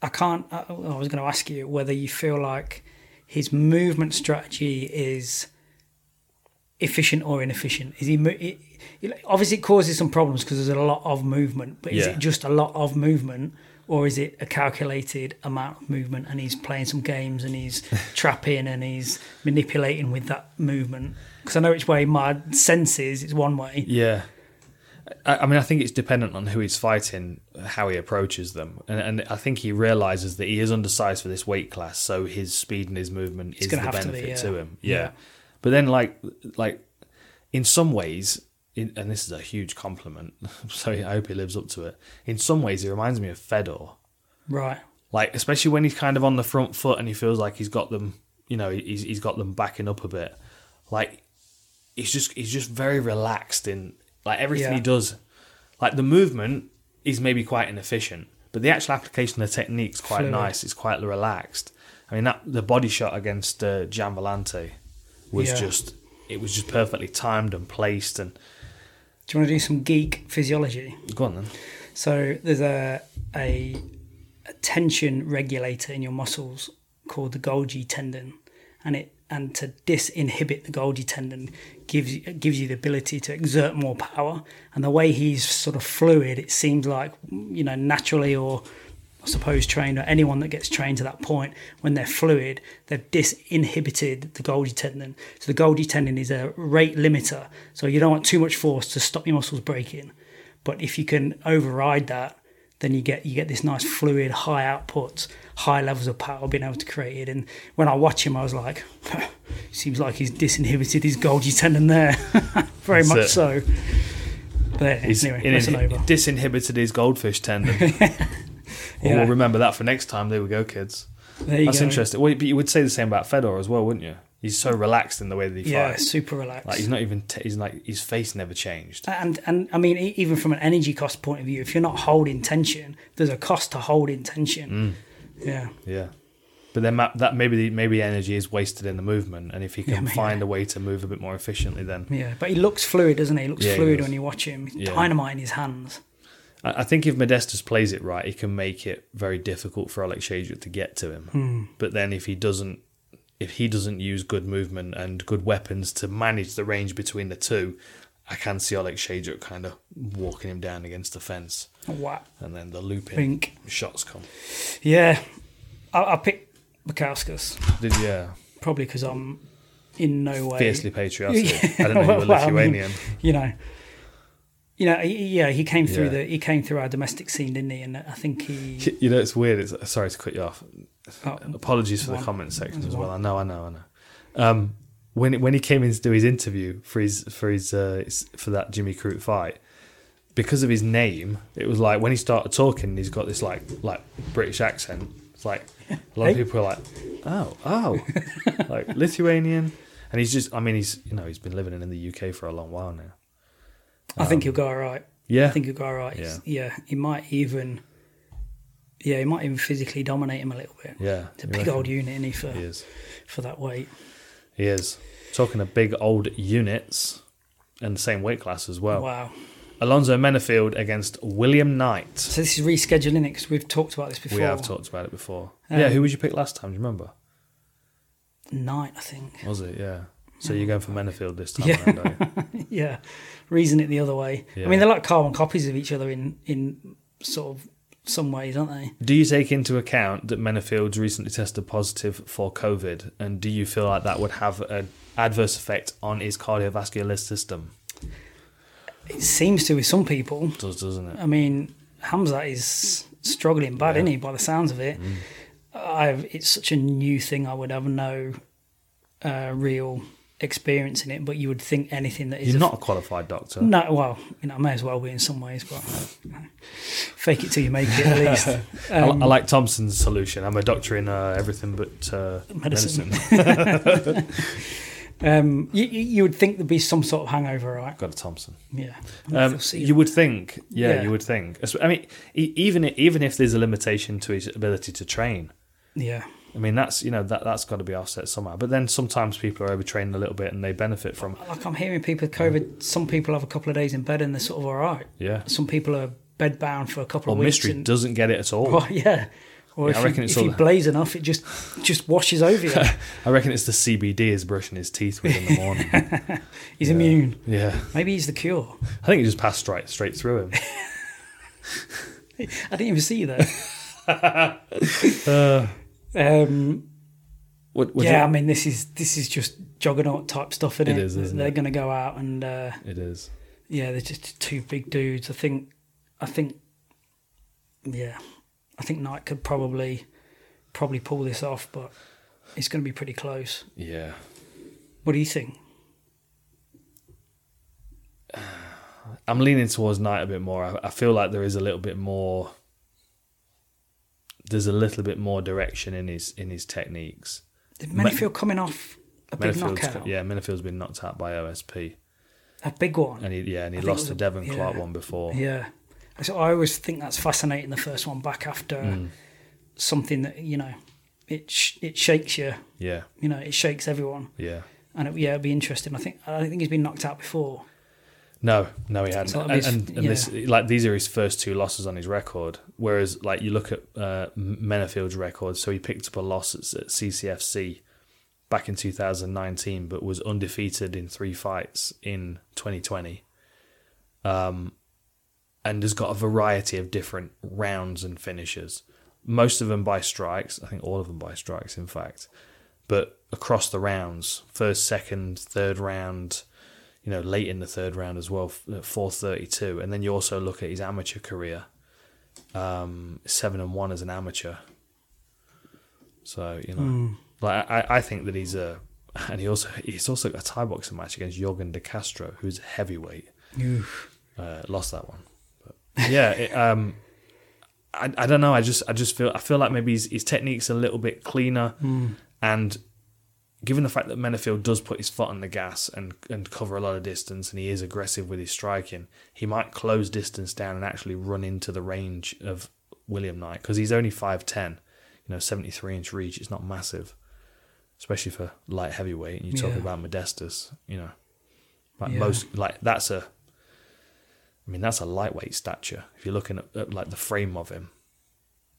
S1: I can't. I, I was going to ask you whether you feel like his movement strategy is efficient or inefficient. Is he? mo- It, it- obviously, it causes some problems because there's a lot of movement. But is
S2: Yeah.
S1: it just a lot of movement, or is it a calculated amount of movement? And he's playing some games, and he's trapping, and he's manipulating with that movement. Because I know which way my sense is. It's one way.
S2: Yeah. I, I mean, I think it's dependent on who he's fighting, how he approaches them, and, and I think he realizes that he is undersized for this weight class, so his speed and his movement is the
S1: gonna have to
S2: benefit
S1: be,
S2: to,
S1: yeah.
S2: him. Yeah.
S1: Yeah.
S2: But then, like, like in some ways, in, and this is a huge compliment, so I hope he lives up to it. In some ways, he reminds me of Fedor.
S1: Right.
S2: like especially when he's kind of on the front foot and he feels like he's got them you know he's, he's got them backing up a bit like he's just he's just very relaxed in like everything
S1: Yeah.
S2: he does like the movement is maybe quite inefficient but the actual application of the technique's quite
S1: Fluid.
S2: nice it's quite relaxed i mean that the body shot against uh, Gian Vellante was
S1: Yeah.
S2: just it was just perfectly timed and placed and
S1: Do you want to do some geek physiology?
S2: go on then
S1: So there's a a a tension regulator in your muscles called the Golgi tendon, and it and to disinhibit the Golgi tendon gives you- gives you the ability to exert more power. And the way he's sort of fluid, it seems like you know naturally or I suppose trained or anyone that gets trained to that point when they're fluid, they've disinhibited the Golgi tendon. So the Golgi tendon is a rate limiter. So you don't want too much force to stop your muscles breaking. But if you can override that, then you get you get this nice fluid, high output, high levels of power being able to create it. And when I watch him, I was like, seems like he's disinhibited his Golgi tendon there, very
S2: That's
S1: much
S2: it.
S1: so. But
S2: He's
S1: anyway,
S2: in-
S1: lesson over.
S2: disinhibited his goldfish tendon. Well,
S1: Yeah.
S2: We'll remember that for next time. There we go, kids.
S1: There you
S2: That's
S1: go.
S2: interesting. Well, but you would say the same about Fedor as well, wouldn't you? He's so relaxed in the way that he
S1: Yeah,
S2: fights.
S1: super relaxed.
S2: Like he's not even. T- he's like his face never changed.
S1: And and I mean, e- even from an energy cost point of view, if you're not holding tension, there's a cost to holding tension.
S2: Mm.
S1: Yeah,
S2: Yeah. But then ma- that maybe maybe energy is wasted in the movement, and if he
S1: Yeah,
S2: can
S1: maybe.
S2: find a way to move a bit more efficiently, then
S1: yeah. But he looks fluid, doesn't he? He looks
S2: Yeah, he
S1: fluid
S2: does.
S1: when you watch him. He's
S2: Yeah.
S1: Dynamite in his hands.
S2: I I think if Modestus plays it right, he can make it very difficult for Alex Shager to get to him.
S1: Hmm.
S2: But then if he doesn't, if he doesn't use good movement and good weapons to manage the range between the two, I can see Alex Shager kind of walking him down against the fence,
S1: Wow.
S2: and then the looping
S1: Pink.
S2: shots come.
S1: Yeah, I, I picked Bukowskis
S2: Did yeah,
S1: probably because I'm in no way
S2: fiercely patriotic.
S1: Yeah.
S2: I don't know you were
S1: Well, I mean-
S2: Lithuanian.
S1: you know. You know, he- yeah, he came through
S2: Yeah.
S1: the he came through our domestic scene, didn't he? And I think he
S2: You know, it's weird. It's sorry to cut you off.
S1: oh,
S2: Apologies for the
S1: One.
S2: comment section
S1: There's
S2: as well.
S1: one.
S2: I know, I know, I know. Um, when when he came in to do his interview for his for his uh, his- for that Jimmy Crute fight, because of his name, it was like when he started talking, he's got this like like British accent. It's like a lot of
S1: Hey.
S2: people are like, oh oh, like Lithuanian, and he's just. I mean, he's you know he's been living in the UK for a long while now.
S1: I think he'll go all right.
S2: Yeah,
S1: I think he'll go all right. Yeah. yeah, he might even, yeah, he might even physically dominate him a little bit.
S2: yeah.
S1: It's a
S2: you
S1: big
S2: reckon?
S1: old unit, isn't he, for,
S2: He is.
S1: for that weight?
S2: He is talking of big old units and the same weight class as well.
S1: Wow.
S2: Alonso Menafield against William Knight.
S1: So this is rescheduling it because we've talked about this before.
S2: We have talked about it before.
S1: Um,
S2: yeah, who would you pick last time? Do you remember?
S1: Night, I think.
S2: Was it? Yeah. So you're going for Menafield this time
S1: Yeah.
S2: around, are you?
S1: yeah, reason it the other way.
S2: Yeah.
S1: I mean, they're like carbon copies of each other in in sort of some ways, aren't they?
S2: Do you take into account that Menafield's recently tested positive for COVID? And do you feel like that would have an adverse effect on his cardiovascular system?
S1: It seems to with some people.
S2: It does, doesn't it?
S1: I mean, Hamza is struggling bad,
S2: Yeah. Mm.
S1: isn't he? By the sounds of it, I've it's such a new thing. I would have no uh, real experience in it, but you would think anything that is
S2: You're
S1: a-
S2: not a qualified doctor.
S1: No, well, you know, I may as well be in some ways, but fake it till you make it at least.
S2: I,
S1: Um,
S2: I like Thompson's solution. I'm a doctor in uh, everything but uh,
S1: Medicine.
S2: medicine.
S1: Um, you, you you would think there'd be some sort of hangover, right?
S2: Got a Thompson.
S1: Yeah.
S2: Um,
S1: We'll see.
S2: you would think, yeah,
S1: Yeah.
S2: you would think. As- I mean, e- even i- even if there's a limitation to his ability to train,
S1: yeah.
S2: I mean that's you know that that's got to be offset somehow. But then sometimes people are overtraining a little bit and they benefit from
S1: Like I'm hearing people with COVID, some people have a couple of days in bed and they're sort of all right.
S2: yeah.
S1: Some people are bed bound for a couple
S2: Or
S1: of weeks.
S2: mystery
S1: and-
S2: doesn't get it at all.
S1: Well, yeah. Or
S2: Yeah,
S1: if,
S2: I reckon
S1: you,
S2: it's
S1: if you
S2: all-
S1: blaze enough, it just just washes over you.
S2: I reckon it's the CBD is brushing his teeth with in the morning.
S1: He's immune.
S2: yeah,
S1: Maybe he's the cure.
S2: I think it just passed straight straight through him.
S1: I didn't even see you there. um,
S2: Uh, Would, would
S1: yeah, I
S2: you-
S1: mean, this is this is just juggernaut type stuff, isn't
S2: It
S1: it?
S2: is, isn't
S1: they're
S2: it?
S1: going to go out and uh,
S2: it is.
S1: yeah, they're just two big dudes. I think, I think, yeah, I think Knight could probably probably pull this off, but it's going to be pretty close.
S2: Yeah,
S1: What do you think?
S2: I'm leaning towards Knight a bit more. I, I feel like there is a little bit more. There's a little bit more direction in his in his techniques.
S1: Did
S2: Ma-
S1: Menifield coming off a big
S2: Menafield's-
S1: knockout,
S2: Yeah, Menafield's been knocked out by OSP,
S1: a big one?
S2: and he yeah, and he
S1: I think it
S2: lost
S1: was
S2: to
S1: a-
S2: Devon Clark
S1: yeah.
S2: one before.
S1: Yeah. So I always think that's fascinating. The first one back after
S2: Hmm.
S1: something that you know, it sh- it shakes you.
S2: Yeah,
S1: You know, it shakes everyone.
S2: yeah.
S1: And it, yeah, it'd be interesting. I think I don't think he's been knocked out before.
S2: No, no, he hadn't.
S1: So
S2: and
S1: that'd be his-
S2: and, and this, like these are his first two losses on his record. Whereas, like you look at uh, M- Menafield's record, so he picked up a loss at, at CCFC back in 2019, but was undefeated in three fights in 2020. Um, and has got a variety of different rounds and finishes. Most of them by strikes. I think all of them by strikes, in fact. But across the rounds, first, second, third round, you know, late in the third round as well, four thirty-two, and then you also look at his amateur career, um, seven and one as an amateur. So you know, like I, I think that he's a, and he also he's also got a Thai boxing match against Jorgen De Castro, who's a heavyweight. Uh, lost that one. But yeah, it, um, I, I don't know. I just I just feel I feel like maybe his, his technique's a little bit cleaner, and given the fact that Menafield does put his foot on the gas and and cover a lot of distance, and he is aggressive with his striking, he might close distance down and actually run into the range of William Knight because he's only five ten, you know, seventy three inch reach. It's not massive, especially for light heavyweight. And you talk
S1: Yeah.
S2: about Modestus, you know, like
S1: Yeah.
S2: most like that's a. I mean that's a lightweight stature. If you're looking at, at like the frame of him,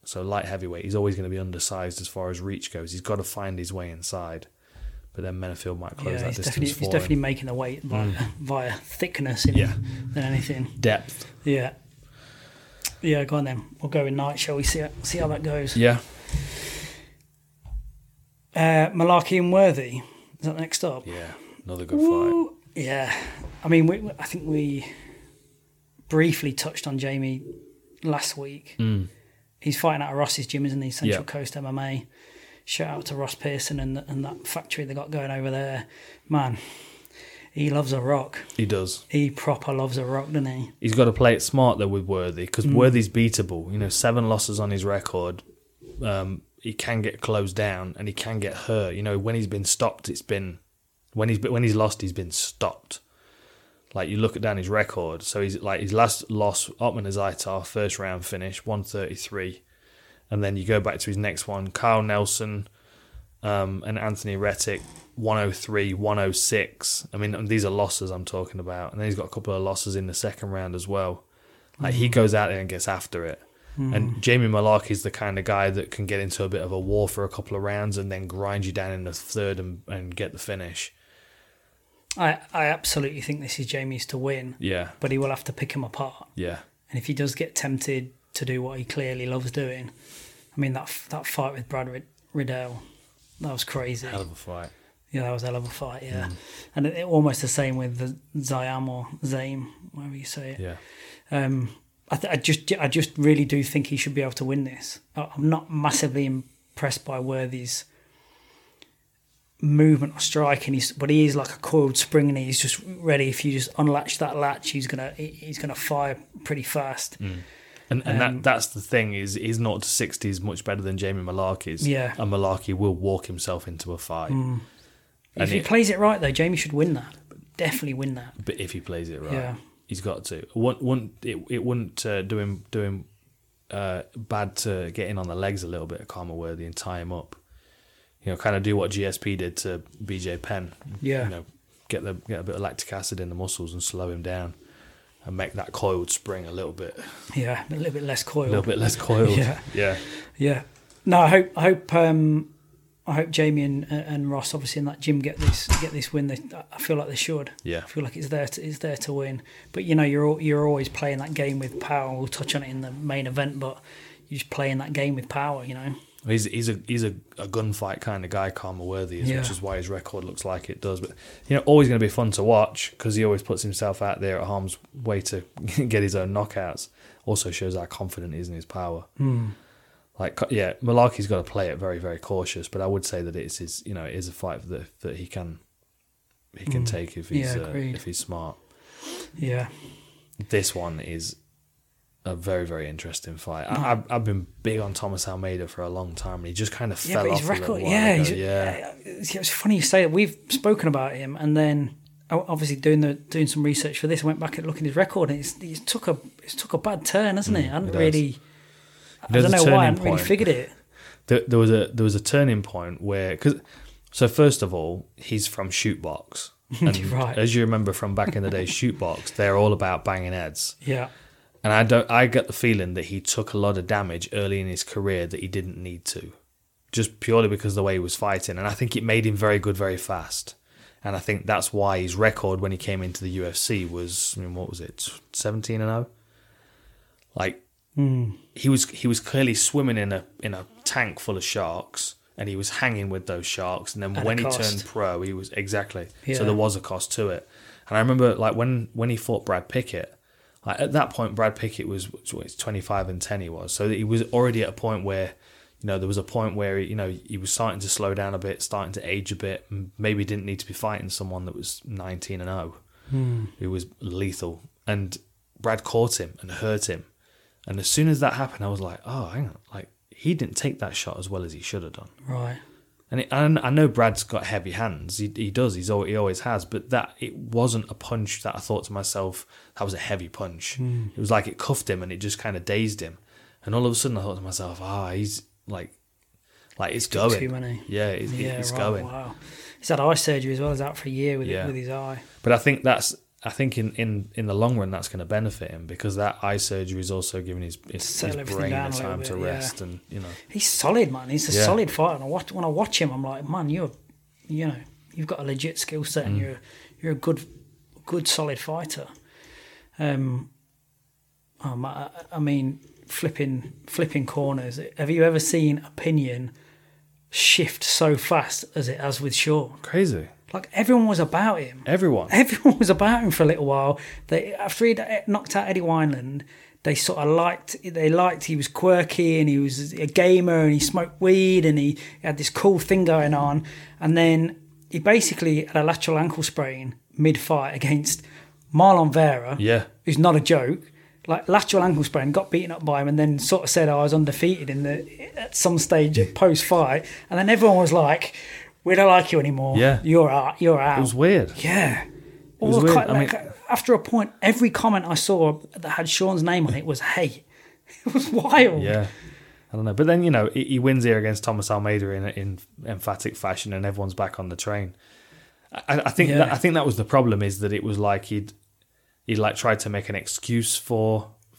S2: so light heavyweight, he's always going to be undersized as far as reach goes. He's got to find his way inside, but then Menafield might close
S1: yeah,
S2: that
S1: he's
S2: distance
S1: definitely,
S2: for
S1: he's definitely
S2: him. Mm.
S1: making the weight by, via thickness in
S2: Yeah.
S1: him than anything.
S2: depth.
S1: Yeah. Yeah, go on then. We'll go with Knight, shall we? See how, see how that goes.
S2: Yeah,
S1: Uh, Malarkey and Worthy. Is that next up?
S2: yeah, another good fight.
S1: Woo. Yeah. I mean, we, I think we briefly touched on Jamie last week. He's fighting out of Ross's gym, isn't he? Central
S2: Mm. Yeah.
S1: Coast MMA. Shout out to Ross Pearson and, and that factory they got going over there. Man, he loves a rock.
S2: He does.
S1: He proper loves a rock, doesn't he?
S2: He's got to play it smart though with Worthy because Worthy's beatable. You know, seven losses on his record. Um, he can get closed down and he can get hurt. You know, when he's been stopped, it's been when he's when he's lost, he's been stopped. Like you look at down his record, so he's like his last loss, Otman Azaitar, first round finish, one thirty three, and then you go back to his next one, Kyle Nelson, um, and Anthony Rettick, 103, 106. I mean, um, these are losses I'm talking about. And then he's got a couple of losses in the second round as well. Like, he goes out there and gets after it. And Jamie Malarkey is the kind of guy that can get into a bit of a war for a couple of rounds and then grind you down in the third and, and get the finish.
S1: I, I absolutely think this is Jamie's to win,
S2: Yeah.
S1: but he will have to pick him apart.
S2: Yeah.
S1: And if he does get tempted to do what he clearly loves doing, I mean that that fight with Brad Rid- Riddell, that was crazy.
S2: Hell of a Mm. fight.
S1: Yeah, that was a hell of a fight. Yeah, and it, it- almost the same with the Zayam or Zaym, whatever you say it.
S2: Yeah.
S1: Um, I, th- I just I just really do think he should be able to win this. I- I'm not massively impressed by Worthy's movement or striking. He's but he is like a coiled spring, and he's just ready. If you just unlatch that latch, he's gonna he- he's gonna fire pretty fast.
S2: Mm. And, and that that's the thing is his not to sixty is much better than Jamie Malarkey's.
S1: Yeah.
S2: and Malarkey will walk himself into a fight,
S1: If
S2: And
S1: he
S2: it-
S1: plays it right, though, Jamie should win that. Definitely win that.
S2: but if he plays it right,
S1: Yeah.
S2: he's got to. Wouldn't, wouldn't it? It wouldn't uh, do him do him uh, bad to get in on the legs a little bit of Karma Worthy and tie him up. You know, kind of do what GSP did to BJ Penn.
S1: Yeah.
S2: you know, get the get a bit of lactic acid in the muscles and slow him down, and make that coiled spring a little bit
S1: Yeah, a little bit less
S2: a
S1: coiled.
S2: little bit less coiled.
S1: Yeah.
S2: yeah,
S1: Yeah. No, I hope I hope um, I hope Jamie and and Ross obviously in that gym get this get this win. They, I feel like they should.
S2: Yeah.
S1: I feel like it's there to, it's there to win. But you know you're al- you're always playing that game with power. We'll touch on it in the main event, but you're just playing that game with power. You know.
S2: He's he's a he's a, a gunfight kind of guy, Karma Worthy, is,
S1: Yeah.
S2: which is why his record looks like it does. But you know, always going to be fun to watch because he always puts himself out there at harm's way to get his own knockouts. Also shows how confident he is in his power. Like yeah, Malarkey's got to play it very very cautious, but I would say that it's his you know it is a fight that that he can he can take if he's
S1: Mm. Yeah,
S2: uh,
S1: agreed.
S2: if he's smart.
S1: Yeah.
S2: This one is a very very interesting fight.
S1: Mm.
S2: I, I've, I've been big on Thomas Almeida for a long time, and he just kind of
S1: Yeah,
S2: fell
S1: but
S2: off.
S1: his
S2: a little
S1: record.
S2: while
S1: Yeah,
S2: ago.
S1: he's, yeah. It's funny you say that. We've spoken about him, and then o- obviously doing the doing some research for this, I went back and looked at his record, and it's, it's took a it's took a bad turn, hasn't it? I
S2: Hmm,
S1: hadn't
S2: it has.
S1: really. I
S2: know,
S1: don't
S2: the
S1: know why I
S2: turning
S1: hadn't really
S2: point-
S1: figured it.
S2: there, there was a there was a turning point where because so first of all he's from Shootbox, And
S1: Right.
S2: as you remember from back in the day, shootbox, they're all about banging heads.
S1: Yeah.
S2: And I don't I get the feeling that he took a lot of damage early in his career that he didn't need to. Just purely because of the way he was fighting. And I think it made him very good very fast. And I think that's why his record when he came into the UFC was I mean, what was it? 17 and 0. Like
S1: Hmm.
S2: he was he was clearly swimming in a in a tank full of sharks and he was hanging with those sharks and then
S1: At a
S2: when he
S1: cost.
S2: turned pro he was exactly
S1: Yeah.
S2: so there was a cost to it and i remember like when when he fought brad pickett like at that point brad pickett was, was 25 and 10 he was so he was already at a point where you know there was a point where you know he was starting to slow down a bit starting to age a bit and maybe didn't need to be fighting someone that was 19 and 0
S1: Hmm.
S2: who was lethal. And Brad caught him and hurt him. And as soon as that happened, I was like, oh, hang on. Like, he didn't take that shot as well as he should have done.
S1: Right.
S2: And, it, and I know Brad's got heavy hands. He, he does. He's al he always has. But that it wasn't a punch that I thought to myself that was a heavy punch.
S1: Hmm.
S2: It was like it cuffed him and it just kind of dazed him. And all of a sudden, I thought to myself, ah, he's like, like it's
S1: took
S2: going.
S1: too many.
S2: Yeah, it,
S1: Yeah.
S2: it's
S1: right.
S2: going.
S1: Wow. He's had eye surgery as well. He's out for a year with
S2: Yeah.
S1: with his eye.
S2: But I think that's I think in in in the long run that's going to benefit him because that eye surgery is also giving his his,
S1: Settle
S2: his brain
S1: everything down
S2: a
S1: a little
S2: time to
S1: bit, yeah.
S2: rest and you know
S1: He's solid, man. He's a
S2: Yeah.
S1: solid fighter. And I watch, when I watch him, I'm like, man, you're, you know, you've got a legit skill set,
S2: Mm.
S1: and you're you're a good, good solid fighter. Um, um, I, I mean, flipping flipping corners. Have you ever seen opinion shift so fast as it has with Shaw?
S2: crazy
S1: Like everyone was about him.
S2: everyone
S1: Everyone was about him for a little while. They after he knocked out Eddie Wineland, they sort of liked. They liked he was quirky and he was a gamer and he smoked weed and he had this cool thing going on. And then he basically had a lateral ankle sprain mid fight against Marlon Vera,
S2: yeah
S1: who's not a joke. Like lateral ankle sprain, got beaten up by him, and then sort of said "Oh, I was undefeated in the at some stage post fight, and then everyone was like, "We don't like you anymore.
S2: Yeah.
S1: you're out. You're out."
S2: it was weird
S1: Yeah.
S2: was
S1: All the
S2: weird.
S1: co-
S2: I
S1: like, uh, after a point, every comment I saw that had Sean's name on it was "Hey." It was wild.
S2: yeah I don't know but then you know he, he wins here against Thomas Almeida in in emphatic fashion and everyone's back on the train I, I think
S1: Yeah.
S2: that, I think that was the problem is that it was like he'd he like tried to make an excuse for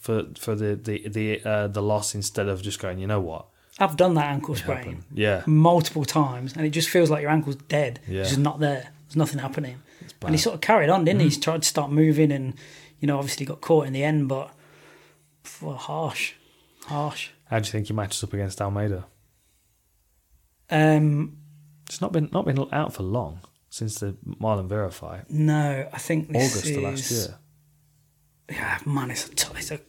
S2: for for the the the uh, the loss instead of just going you know what
S1: I've done that ankle sprain
S2: yeah
S1: multiple times, and it just feels like your ankle's dead.
S2: Yeah.
S1: It's just not there. There's nothing happening. And he sort of carried on, didn't he?
S2: Mm.
S1: He tried to start moving, and you know, obviously got caught in the end. But well, harsh, harsh.
S2: how do you think he matches up against Almeida
S1: Um,
S2: It's not been not been out for long since the Marlon Vera fight,
S1: no, I think this
S2: August
S1: is
S2: of last year.
S1: yeah, man, it's a t- it's a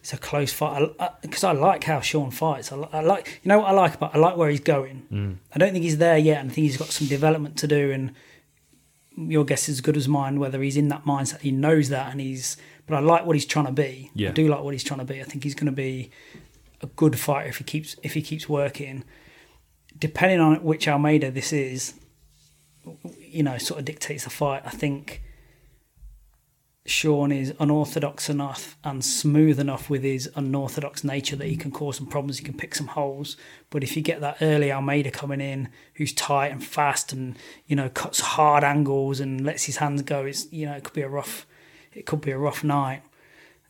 S1: it's a close fight because I, like how Sean fights. I, li- I like you know what I like about I like where he's going. I don't think he's there yet, and I think he's got some development to do. And your guess is as good as mine whether he's in that mindset. He knows that, and he's but I like what he's trying to be.
S2: Yeah.
S1: I do like what he's trying to be. I think he's going to be a good fighter if he keeps if he keeps working. Depending on which Almeida this is, you know, sort of dictates the fight. I think. Sean is unorthodox enough and smooth enough with his unorthodox nature that he can cause some problems, he can pick some holes. But if you get that early Almeida coming in, who's tight and fast and you know cuts hard angles and lets his hands go, it's you know it could be a rough, it could be a rough night.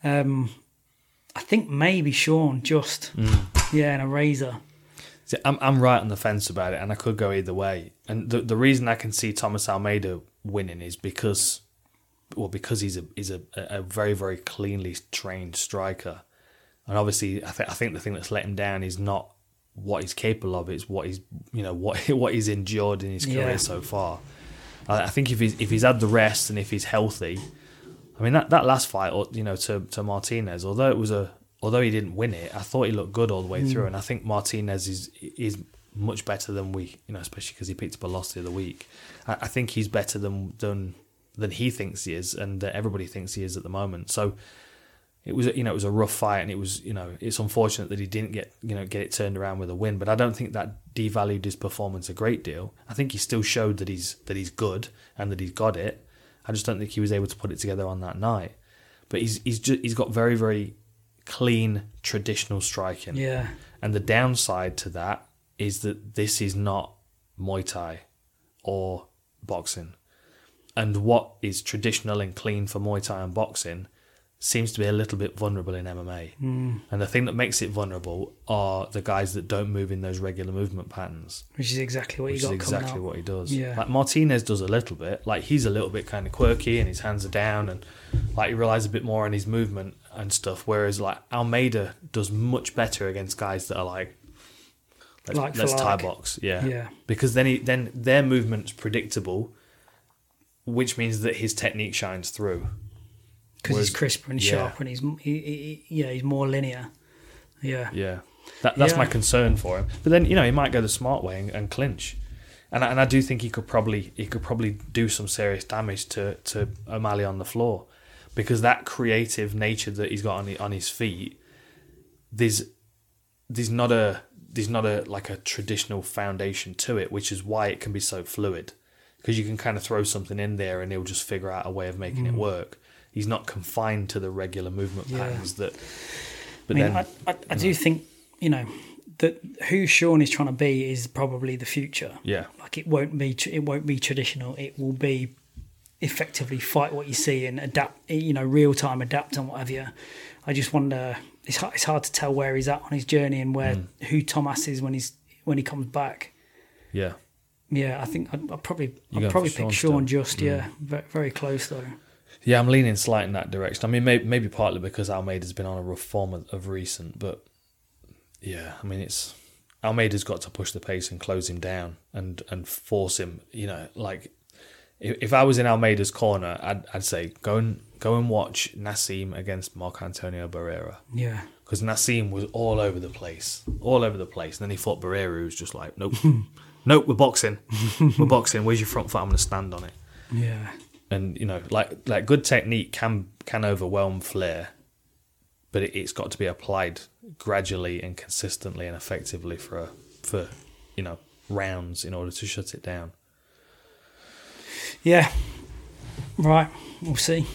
S1: Um, I think maybe Sean just
S2: Mm.
S1: yeah, and a razor.
S2: See, I'm I'm right on the fence about it, and I could go either way. And the the reason I can see Thomas Almeida winning is because, well, because he's a he's a, a very very cleanly trained striker, and obviously I think I think the thing that's let him down is not what he's capable of; it's what he's you know what what he's endured in his career
S1: Yeah.
S2: so far. I, I think if he's if he's had the rest and if he's healthy, I mean that, that last fight, or you know, to to Martinez, although it was a although he didn't win it, I thought he looked good all the way through, and I think Martinez is is much better than we, you know, especially because he picked up a loss the other week. I, I think he's better than than than he thinks he is, and that everybody thinks he is at the moment. So it was you know it was a rough fight, and it was you know it's unfortunate that he didn't get you know get it turned around with a win, but I don't think that devalued his performance a great deal. I think he still showed that he's that he's good and that he's got it. I just don't think he was able to put it together on that night. But he's he's just, he's got very very clean traditional striking.
S1: Yeah,
S2: And the downside to that is that this is not Muay Thai or boxing. and what is traditional and clean for Muay Thai and boxing seems to be a little bit vulnerable in MMA. Mm. And the thing that makes it vulnerable are the guys that don't move in those regular movement patterns,
S1: which is exactly what
S2: which
S1: you
S2: is
S1: got coming
S2: exactly
S1: up.
S2: what he does.
S1: Yeah.
S2: Like Martinez does a little bit. Like he's a little bit kind of quirky and his hands are down and like he relies a bit more on his movement and stuff. Whereas like Almeida does much better against guys that are like let's,
S1: Like for
S2: let's tie
S1: like.
S2: box. Yeah.
S1: Yeah.
S2: Because then he then their movement's predictable, which means that his technique shines through.
S1: because he's
S2: Whereas-
S1: crisper and
S2: yeah.
S1: sharper and he's he, he, he- yeah he's more linear. Yeah,
S2: Yeah, that, that's
S1: Yeah.
S2: my concern for him. But then you know he might go the smart way and, and clinch, and I, and I do think he could probably he could probably do some serious damage to to O'Malley on the floor, because that creative nature that he's got on the, on his feet, there's there's not a there's not a like a traditional foundation to it, which is why it can be so fluid, because you can kind of throw something in there and he'll just figure out a way of making it work. He's not confined to the regular movement
S1: Mm. Yeah.
S2: patterns that.
S1: I
S2: But
S1: mean,
S2: then,
S1: I, I, I do think you know that who Sean is trying to be is probably the future.
S2: yeah.
S1: Like it won't be tr- it won't be traditional. It will be effectively fight what you see and adapt. You know, real time adapt and whatever. You. I just wonder. It's hard, it's hard to tell where he's at on his journey and where
S2: Mm.
S1: who Thomas is when he's when he comes back.
S2: Yeah.
S1: Yeah, I think I'd, I'd probably
S2: going
S1: I'd
S2: for Mm.
S1: probably
S2: Sean
S1: pick Sean
S2: still?
S1: just yeah, very, very close though.
S2: Yeah, I'm leaning slight in that direction. I mean, maybe, maybe partly because Almeida's been on a rough form of, of recent, but yeah, I mean, it's Almeida's got to push the pace and close him down and and force him. You know, like if, if I was in Almeida's corner, I'd I'd say go and go and watch Nassim against Marc Antonio Barrera
S1: Yeah,
S2: because Nassim was all over the place, all over the place. And then he fought Barrera, who was just like, nope, nope, we're boxing, we're boxing. Where's your front foot? I'm gonna stand on it
S1: yeah,
S2: and you know like like good technique can can overwhelm flair but it, it's got to be applied gradually and consistently and effectively for a, for you know rounds in order to shut it down
S1: yeah. Right, we'll see.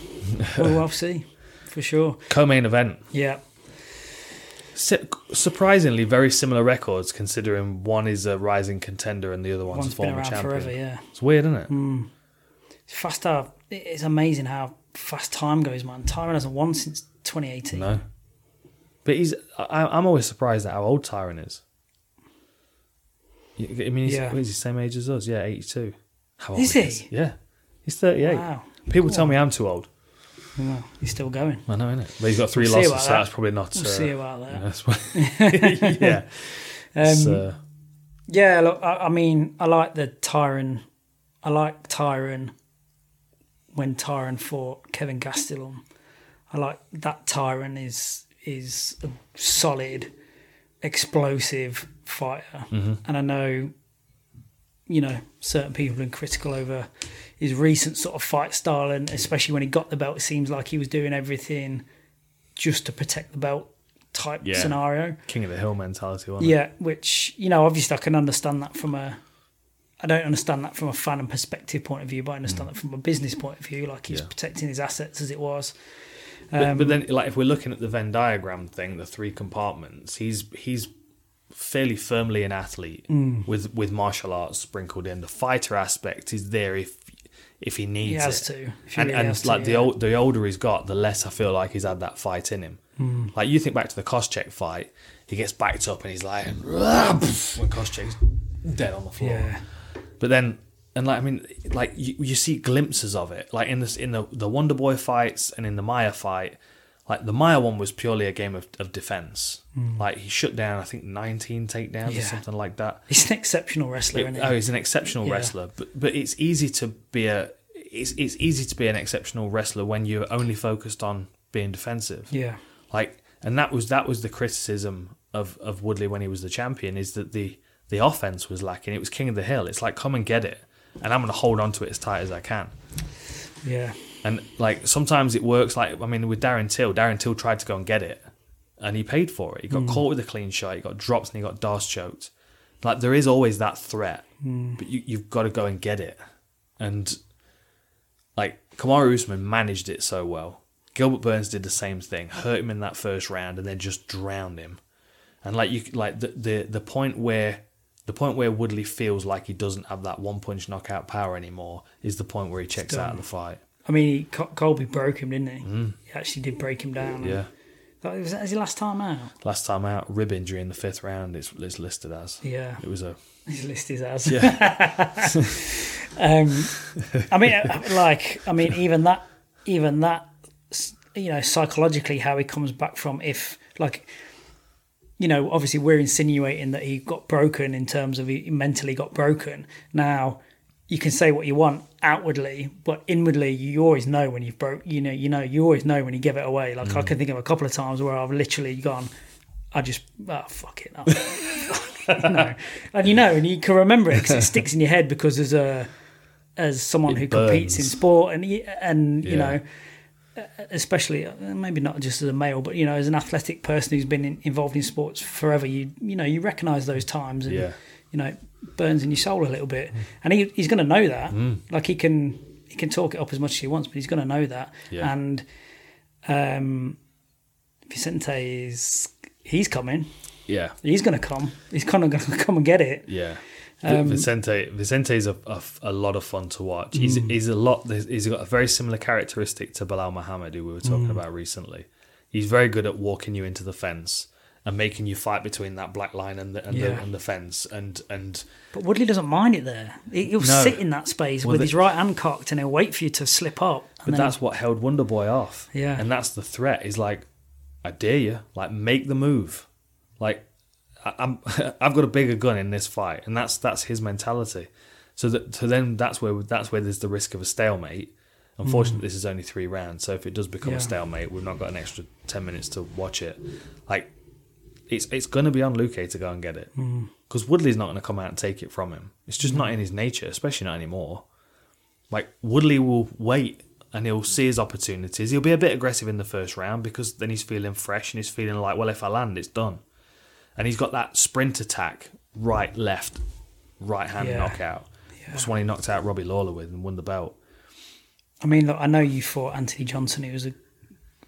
S1: we'll, we'll see for sure.
S2: co-main event
S1: Yeah,
S2: Si- surprisingly very similar records considering one is a rising contender and the other one's
S1: one's
S2: a
S1: been
S2: former
S1: around
S2: champion
S1: forever. Yeah, Hmm.
S2: it's weird isn't it
S1: It's fast. How it's amazing how fast time goes, man. Tyron hasn't won since 2018.
S2: no but he's I, i'm always surprised at how old tyron is i mean he's,
S1: Yeah.
S2: what is he, same age as us yeah 82 how old
S1: Is he?
S2: yeah he's 38
S1: Wow,
S2: People tell me I'm too old.
S1: Wow. he's still going.
S2: I know, innit? But he's got 3
S1: We'll
S2: losses,
S1: see about
S2: so
S1: that.
S2: that's probably not.
S1: We'll
S2: uh,
S1: see about
S2: you know,
S1: that.
S2: that's what- yeah. uh,
S1: Um,
S2: so,
S1: Yeah, look, I, I mean, I like the Tyron. I like Tyron when Tyron fought Kevin Gastelum. I like that Tyron is is a solid, explosive fighter, and I know, you know, certain people in critical over his recent sort of fight style, and especially when he got the belt, it seems like he was doing everything just to protect the belt type
S2: Yeah.
S1: scenario.
S2: King of the Hill mentality, wasn't it?
S1: Yeah, which you know, obviously, I can understand that from a. I don't understand that from a fan and perspective point of view, but I understand that from a business point of view. Like he's
S2: Mm. Yeah.
S1: protecting his assets as it was.
S2: But, but
S1: Um,
S2: then, like, if we're looking at the Venn diagram thing, the three compartments, he's he's fairly firmly an athlete
S1: Mm.
S2: with with martial arts sprinkled in. The fighter aspect is there if if he needs
S1: He has
S2: it.
S1: to. If he
S2: and
S1: really
S2: and
S1: has to,
S2: like the
S1: yeah.
S2: old, the older he's got, the less I feel like he's had that fight in him.
S1: Mm.
S2: Like you think back to the Koscheck fight, he gets backed up and he's like, "Rah!" when Koscheck's dead on the floor.
S1: Yeah.
S2: But then, and like I mean, like you, you see glimpses of it, like in this in the the Wonder Boy fights and in the Maya fight. Like the Maya one was purely a game of, of defense. Like he shut down, I think nineteen takedowns or
S1: Hmm. Yeah.
S2: something like that.
S1: He's an exceptional wrestler, isn't he?
S2: Oh, he's an exceptional
S1: Yeah.
S2: wrestler, but but it's easy to be a it's it's easy to be an exceptional wrestler when you're only focused on being defensive.
S1: yeah,
S2: Like, and that was that was the criticism of of Woodley when he was the champion is that the the offense was lacking. It was king of the hill. It's like come and get it, and I'm going to hold on to it as tight as I can.
S1: yeah,
S2: And like sometimes it works. Like I mean, with Darren Till, Darren Till tried to go and get it, and he paid for it. He got caught with a clean shot. He got dropped and he got Dars choked. Like there is always that threat, but you, you've got to go and get it. And like Kamara Usman managed it so well. Gilbert Burns did the same thing, hurt him in that first round, and then just drowned him. And like you, like the the, the point where The point where Woodley feels like he doesn't have that one punch knockout power anymore is the point where he checks out of the fight.
S1: I mean, he, Co- Colby broke him, didn't he? He actually did break him down.
S2: Mm. Yeah.
S1: That, was that his last time out?
S2: Last time out, rib injury in the fifth round. It's, it's listed as.
S1: Yeah.
S2: It was a
S1: His list is as. um, I mean, uh, like, I mean, even that, even that, s- you know, psychologically, how he comes back from if, like, you know, obviously we're insinuating that he got broken in terms of he mentally got broken. Now, you can say what you want outwardly, but inwardly, you always know when you've broke. You know, you know, you always know when you give it away. Like
S2: Mm.
S1: I can think of a couple of times where I've literally gone, I just, oh, fuck it. I- you know, and you know, and you can remember it because it sticks in your head because as a as someone
S2: It
S1: who competes in
S2: burns.
S1: sport and y- and you
S2: Yeah.
S1: know, especially uh, maybe not just as a male, but you know, as an athletic person who's been in, involved in sports forever, you you know, you recognise those times and
S2: Yeah. Mm.
S1: you know, it burns in your soul a little bit, and he he's going to know that. Like he can he can talk it up as much as he wants, but he's going to know that.
S2: Yeah.
S1: And um, Vicente is he's coming.
S2: yeah.
S1: He's going to come. He's kind of going to come and get it.
S2: Yeah. Vi-
S1: Um,
S2: Vicente Vicente's a, a, a lot of fun to watch. He's
S1: Mm.
S2: he's a lot. He's got a very similar characteristic to Bilal Muhammad, who we were talking
S1: Mm.
S2: about recently. He's very good at walking you into the fence and making you fight between that black line and the and, the,
S1: Yeah.
S2: and the fence. And and
S1: But Woodley doesn't mind it there. He- He'll
S2: No.
S1: sit in that space
S2: Well,
S1: with
S2: the-
S1: his right hand cocked and he'll wait for you to slip up.
S2: but
S1: And then,
S2: that's what held Wonderboy off.
S1: Yeah.
S2: And that's the threat. Is like, I dare you. Like, make the move. Like, I, I'm I've got a bigger gun in this fight, and that's that's his mentality. So that so then that's where that's where there's the risk of a stalemate. Unfortunately, this is only three rounds, so if it does become
S1: Mm. Yeah.
S2: a stalemate, we've not got an extra ten minutes to watch it. Like, it's it's going to be on Luque to go and get it
S1: Mm.
S2: because Woodley's not going to come out and take it from him. It's just not in his nature, especially not anymore. Like Woodley will wait and he'll see his opportunities. He'll be a bit aggressive in the first round because then he's feeling fresh and he's feeling like, well, if I land, it's done. And he's got that sprint attack, right, left, right hand
S1: Yeah.
S2: knockout. That's one he knocked out Robbie Lawler with and won the belt.
S1: I mean, look, I know you fought Anthony Johnson, who was a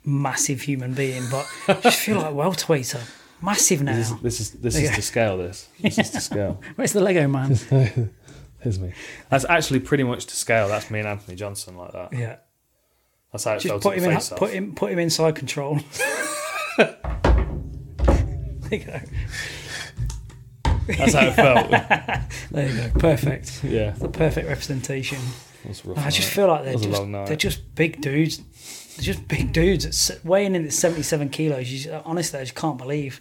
S1: massive human being, but I just feel like welterweights are massive now.
S2: This is this is this
S1: Yeah.
S2: is to scale. This this is to scale.
S1: Where's the Lego man?
S2: Here's me. That's actually pretty much to scale. That's me and Anthony Johnson like that.
S1: yeah.
S2: That's how it
S1: Just
S2: felt
S1: put
S2: at
S1: him,
S2: the
S1: in,
S2: face-off.
S1: put him put him inside control. there you go.
S2: That's how it felt.
S1: There you go. Perfect.
S2: yeah,
S1: The perfect representation.
S2: that's rough.
S1: I just
S2: night.
S1: feel like they're
S2: That was a
S1: just
S2: long night.
S1: they're just big dudes. They're just big dudes. It's weighing in at seventy seven kilos. You just, honestly, I just can't believe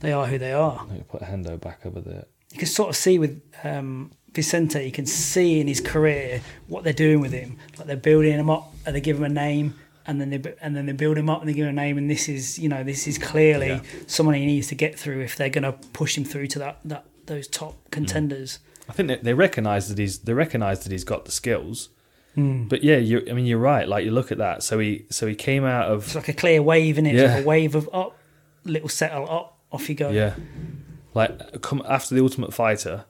S1: they are who they are.
S2: Let me put Hendo back over there.
S1: You can sort of see with um, Vicente. You can see in his career what they're doing with him. Like they're building him up, and they give him a name, and then they bu- and then they build him up, and they give him a name. And this is you know this is clearly
S2: Yeah.
S1: someone he needs to get through if they're going to push him through to that that those top
S2: Mm.
S1: contenders.
S2: I think that they recognise that he's they recognise that he's got the skills. But yeah, you I mean you're right. Like you look at that. So he so he came out
S1: It's
S2: of
S1: like a clear wave in it. It's
S2: Yeah.
S1: like a wave of up, little settle up, off you go.
S2: yeah, like come after the Ultimate Fighter.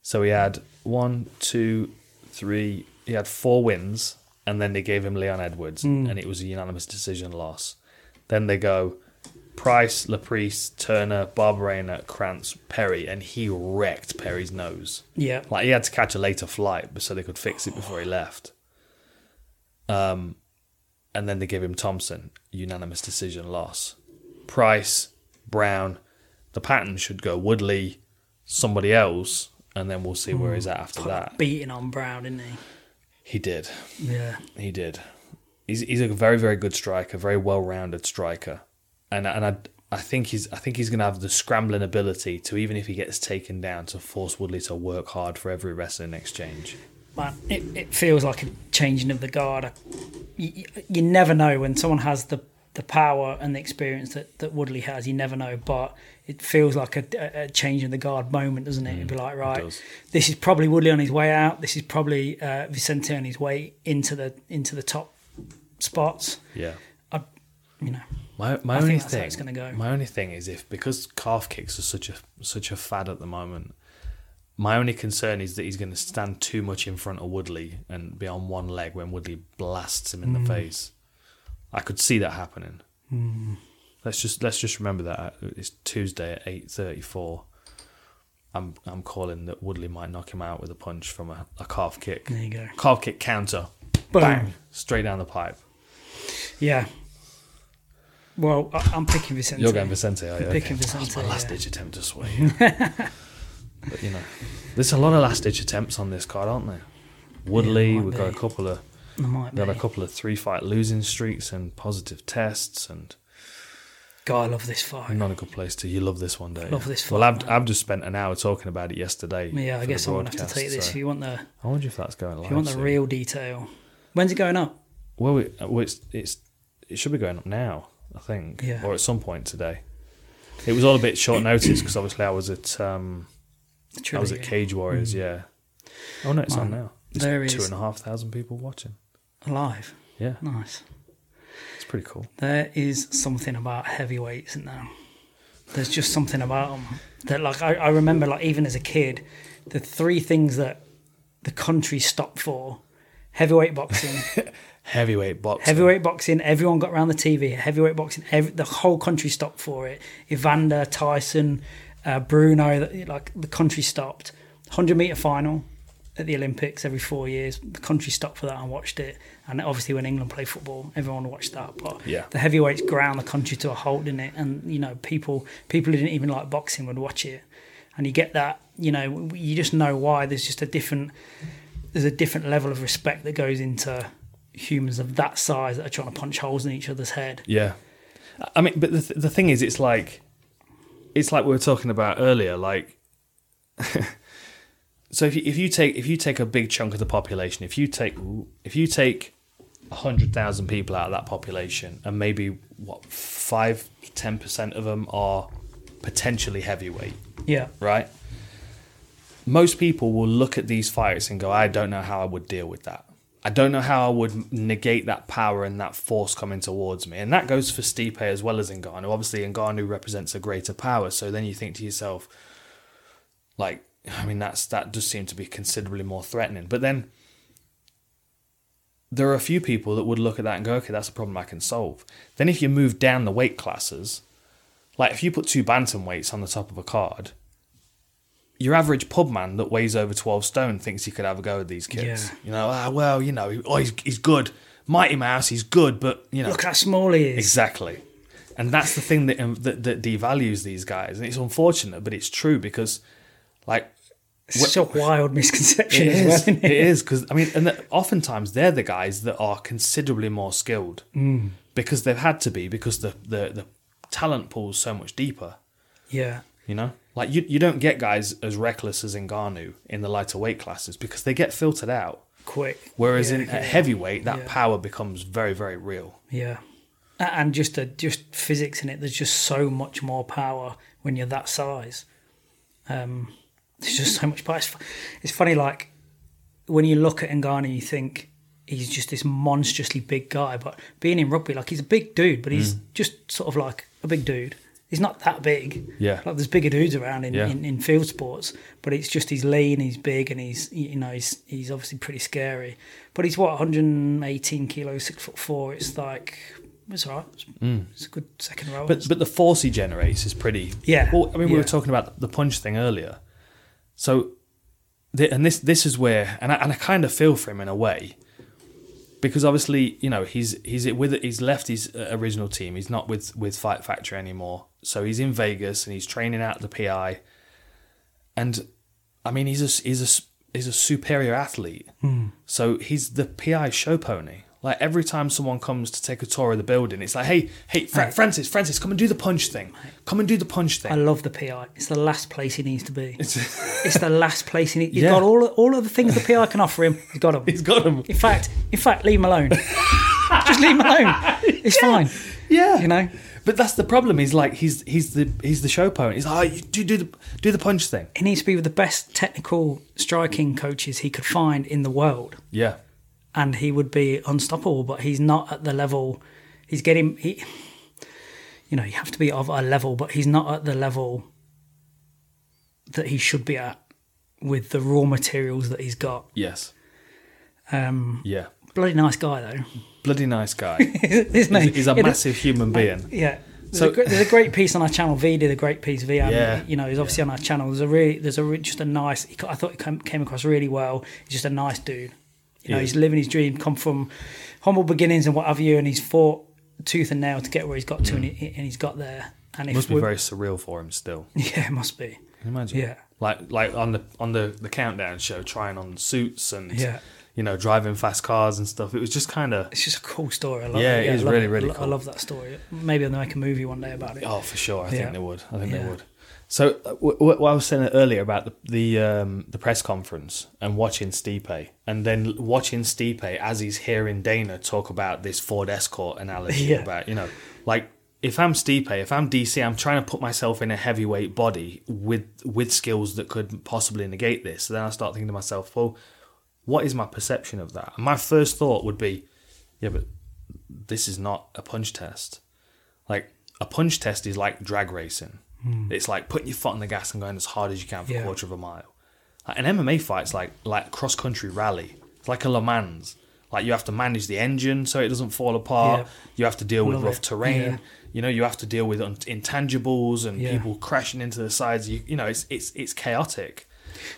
S2: So he had one, two, three. He had four wins, and then they gave him Leon Edwards, and it was a unanimous decision loss. Then they go Price, Laprise, Turner, Barbarena, Krantz, Perry, and he wrecked Perry's nose.
S1: Yeah.
S2: Like he had to catch a later flight so they could fix it before he left. Um, and then they gave him Thompson, unanimous decision loss. Price, Brown, the pattern should go Woodley, somebody else, and then we'll see where he's at after that.
S1: beating on Brown, didn't he?
S2: He did.
S1: Yeah.
S2: He did. He's he's a very very good striker, very well rounded striker, and and I I think he's I think he's gonna have the scrambling ability to even if he gets taken down to force Woodley to work hard for every wrestling exchange.
S1: Man, it, it feels like a changing of the guard. You, you- you never know when someone has the, the power and the experience that, that Woodley has. You never know, but it feels like a, a, a change of the guard moment, doesn't it? It'd be like, right,
S2: Mm, does.
S1: this is probably Woodley on his way out. This is probably uh, Vicente on his way into the into the top spots.
S2: Yeah.
S1: I, you know,
S2: My my
S1: think
S2: only
S1: that's how
S2: thing
S1: it's gonna go.
S2: my only thing is if because calf kicks are such a such a fad at the moment. My only concern is that he's going to stand too much in front of Woodley and be on one leg when Woodley blasts him in
S1: Hmm.
S2: the face. I could see that happening.
S1: Hmm.
S2: uh, Let's just let's just remember that it's Tuesday at eight thirty four. I'm I'm calling that Woodley might knock him out with a punch from a, a calf kick.
S1: There you go.
S2: Calf kick counter.
S1: Boom.
S2: Bang. Straight down the pipe.
S1: Yeah. Well, I, I'm picking Vicente.
S2: You're going Vicente, are you?
S1: I'm picking
S2: Okay. That was
S1: Vicente,
S2: my last
S1: yeah.
S2: ditch attempt to swear. yeah. but you know, there's a lot of last ditch attempts on this card, aren't there? Woodley,
S1: might
S2: we've got a
S1: be.
S2: couple of
S1: I might
S2: we
S1: be.
S2: had a couple of three fight losing streaks and positive tests and
S1: God, I love this fight.
S2: not a good place to. You love this one, don't you?
S1: Love this
S2: Well,
S1: fight,
S2: I've, I've just spent an hour talking about it yesterday.
S1: Yeah, I
S2: for the
S1: guess I'm gonna have to
S2: broadcast,
S1: take this
S2: so-
S1: if you want the
S2: I wonder if that's going live.
S1: if you want the
S2: soon.
S1: real detail. When's it going up?
S2: Well, it, well it's, it's it should be going up now, I think,
S1: Yeah.
S2: or at some point today. It was all a bit short notice because obviously I was at um,
S1: The
S2: I was at
S1: trilogy.
S2: Cage Warriors, yeah. Mm. Oh no, it's on now. It's
S1: there
S2: two
S1: is-
S2: and a half thousand people watching.
S1: Alive.
S2: Yeah,
S1: Nice.
S2: it's pretty cool.
S1: There is something about heavyweights in there. There's just something about them that, like, I, I remember, like, even as a kid, the three things that the country stopped for heavyweight boxing,
S2: Heavyweight boxing.
S1: heavyweight boxing, everyone got around the TV, heavyweight boxing, ev the whole country stopped for it. Evander, Tyson, uh, Bruno, that- like, the country stopped. 100 meter final at the Olympics every four years, the country stopped for that and watched it. And obviously, when England play football, everyone watched that. But
S2: Yeah.
S1: the heavyweights ground the country to a halt in it, and you know people people who didn't even like boxing would watch it, and you get that you know w- you just know why there's just a different there's a different level of respect that goes into humans of that size that are trying to punch holes in each other's head.
S2: Yeah, I- I mean, but the th- the thing is, it's like it's like we were talking about earlier. Like, so if you, if you take if you take a big chunk of the population, if you take if you take hundred thousand people out of that population, and maybe what five ten percent of them are potentially heavyweight,
S1: Yeah,
S2: right? Most people will look at these fights and go, I don't know how I would deal with that. I don't know how I would negate that power and that force coming towards me. And that goes for Stipe as well as Ngannou. Obviously, Ngannou represents a greater power. So then you think to yourself, like, I mean, that's that does seem to be considerably more threatening. But then there are a few people that would look at that and go, okay, that's a problem I can solve. Then if you move down the weight classes, like if you put two bantamweights on the top of a card, your average pub man that weighs over 12 stone thinks he could have a go at these kids.
S1: Yeah.
S2: You know, ah, well, you know, oh, he's, he's good. Mighty Mouse, he's good, but, you know.
S1: look how small he is.
S2: Exactly. And that's the thing that, um, that that devalues these guys, and it's unfortunate, but it's true because, like,
S1: It's such a wild misconception
S2: it
S1: as well.
S2: is.
S1: Isn't
S2: It
S1: it?
S2: is because I mean, and that oftentimes they're the guys that are considerably more skilled
S1: Mm.
S2: because they've had to be because the the, the talent pool's so much deeper.
S1: Yeah,
S2: You know, like you you don't get guys as reckless as Ngannou in the lighter weight classes because they get filtered out.
S1: quick.
S2: Whereas
S1: Yeah,
S2: in at
S1: yeah.
S2: heavyweight, that
S1: Yeah.
S2: power becomes very very real.
S1: Yeah, A- and just the just physics in it. There's just so much more power when you're that size. Um, there's just so much power. It's, fu- it's funny, like when you look at Ngannou, you think he's just this monstrously big guy. But being in rugby, like he's a big dude, but
S2: Mm.
S1: he's just sort of like a big dude. He's not that big.
S2: Yeah.
S1: Like there's bigger dudes around in,
S2: Yeah.
S1: in, in field sports, but it's just he's lean, he's big, and he's you know he's he's obviously pretty scary. But he's what 118 kilos, six foot four. It's like it's all right. It's, it's a good second row.
S2: Mm. But but the force he generates is pretty.
S1: Yeah.
S2: Well, I mean, we were
S1: Yeah.
S2: talking about the punch thing earlier. So, the, and this this is where, and I, and I kind of feel for him in a way, because obviously you know he's he's with he's left his uh, original team. He's not with with Fight Factory anymore. So he's in Vegas and he's training out the PI. And I mean, he's a he's a s- he's a superior athlete. So he's the PI show pony. Like every time someone comes to take a tour of the building, it's like, hey, hey, Fra- Francis, Francis, come and do the punch thing. Come and do the punch
S1: I
S2: thing.
S1: love the PI. It's the last place he needs to be. It's, the last place he needs. He's
S2: Yeah.
S1: got all all of the things the PI can offer him. He's got them.
S2: He's got him.
S1: in fact, in fact, leave him alone. just leave him alone. It's fine.
S2: Yeah,
S1: You know?
S2: But that's the problem. He's like, he's he's the he's the show pony. He's like, oh, you do do the do the punch thing.
S1: He needs to be with the best technical striking coaches he could find in the world.
S2: Yeah,
S1: and he would be unstoppable. But he's not at the level. He's getting he, you know, you have to be of a level, but he's not at the level that he should be at with the raw materials that he's got.
S2: yes,
S1: Um,
S2: yeah.
S1: bloody nice guy though,
S2: Bloody nice guy.
S1: isn't he?
S2: he's a
S1: You know,
S2: massive human being.
S1: Yeah, There's,
S2: So-
S1: a, gr- there's a great piece on our channel. V did a great piece. V, um,
S2: Yeah.
S1: you know, is obviously on our channel. There's a really, there's a re- just a nice. he co- I thought it came, came across really well. He's just a nice dude. You know,
S2: He is.
S1: he's living his dream, come from humble beginnings and what have you, and he's fought tooth and nail to get where he's got to, and, he, and he's got there. And if
S2: Mm. Must be
S1: we're-
S2: very surreal for him still.
S1: yeah, it must be.
S2: Can you imagine?
S1: Yeah.
S2: Like like on the on the, the countdown show, trying on suits and
S1: Yeah.
S2: you know, driving fast cars and stuff. It was just kinda
S1: It's just a cool story. I love
S2: Yeah,
S1: it.
S2: it is
S1: I love
S2: really, really
S1: I lo- I
S2: cool.
S1: love that story. Maybe they'll make a movie one day about it.
S2: Oh, for sure. I
S1: Yeah.
S2: think they would. I think
S1: Yeah.
S2: they would. So, uh, w- w- what I was saying earlier about the the, um, the press conference and watching Stipe, and then watching Stipe as he's hearing Dana talk about this Ford Escort analogy
S1: Yeah.
S2: about you know, like if I'm Stipe, if I'm DC, I'm trying to put myself in a heavyweight body with with skills that could possibly negate this. So then I start thinking to myself, well, what is my perception of that? And my first thought would be, yeah, but this is not a punch test. Like a punch test is like drag racing. It's like putting your foot on the gas and going as hard as you can for
S1: Hmm. Yeah.
S2: a quarter of a mile. Like, an MMA fight's like like cross country rally. It's like a Le Mans. Like you have to manage the engine so it doesn't fall apart.
S1: Yeah.
S2: You have to deal with
S1: Love
S2: rough
S1: it.
S2: terrain.
S1: Yeah.
S2: You know you have to deal with un- intangibles and
S1: Yeah.
S2: people crashing into the sides. You you know it's it's it's chaotic.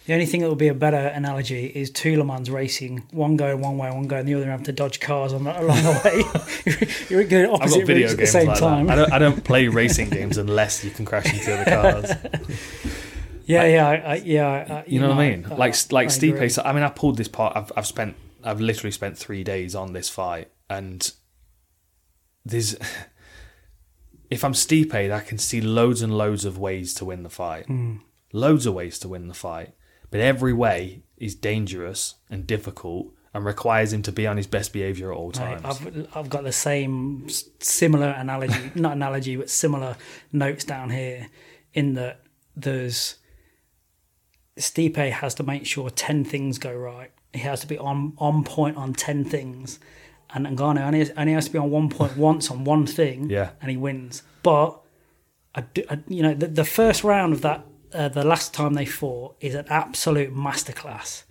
S1: The only thing that would be a better analogy is two Le Mans racing, one going one way, one going the other, and have to dodge cars on the, along the way. You're going
S2: I've
S1: opposite
S2: got video
S1: routes
S2: games
S1: at the same
S2: like
S1: time.
S2: that. I don't I don't play racing games unless you can crash into other cars.
S1: Yeah, yeah, I, I, yeah. I- I,
S2: You know what I mean? like like
S1: I agree.
S2: Stipe. So, I mean, I pulled this part. I've I've spent I've literally spent three days on this fight, and there's if I'm Stipe, I can see loads and loads of ways to win the fight.
S1: Hmm.
S2: Loads of ways to win the fight, but every way is dangerous and difficult, and requires him to be on his best behavior at all
S1: Right,
S2: times.
S1: I've I've got the same s- similar analogy, not analogy, but similar notes down here. In that there's Stipe has to make sure ten things go right. He has to be on on point on ten things, and Ngannou only, only has to be on one point once on one thing.
S2: Yeah.
S1: and he wins. But I, do, I you know, the, the first round of that, uh, the last time they fought, is an absolute masterclass.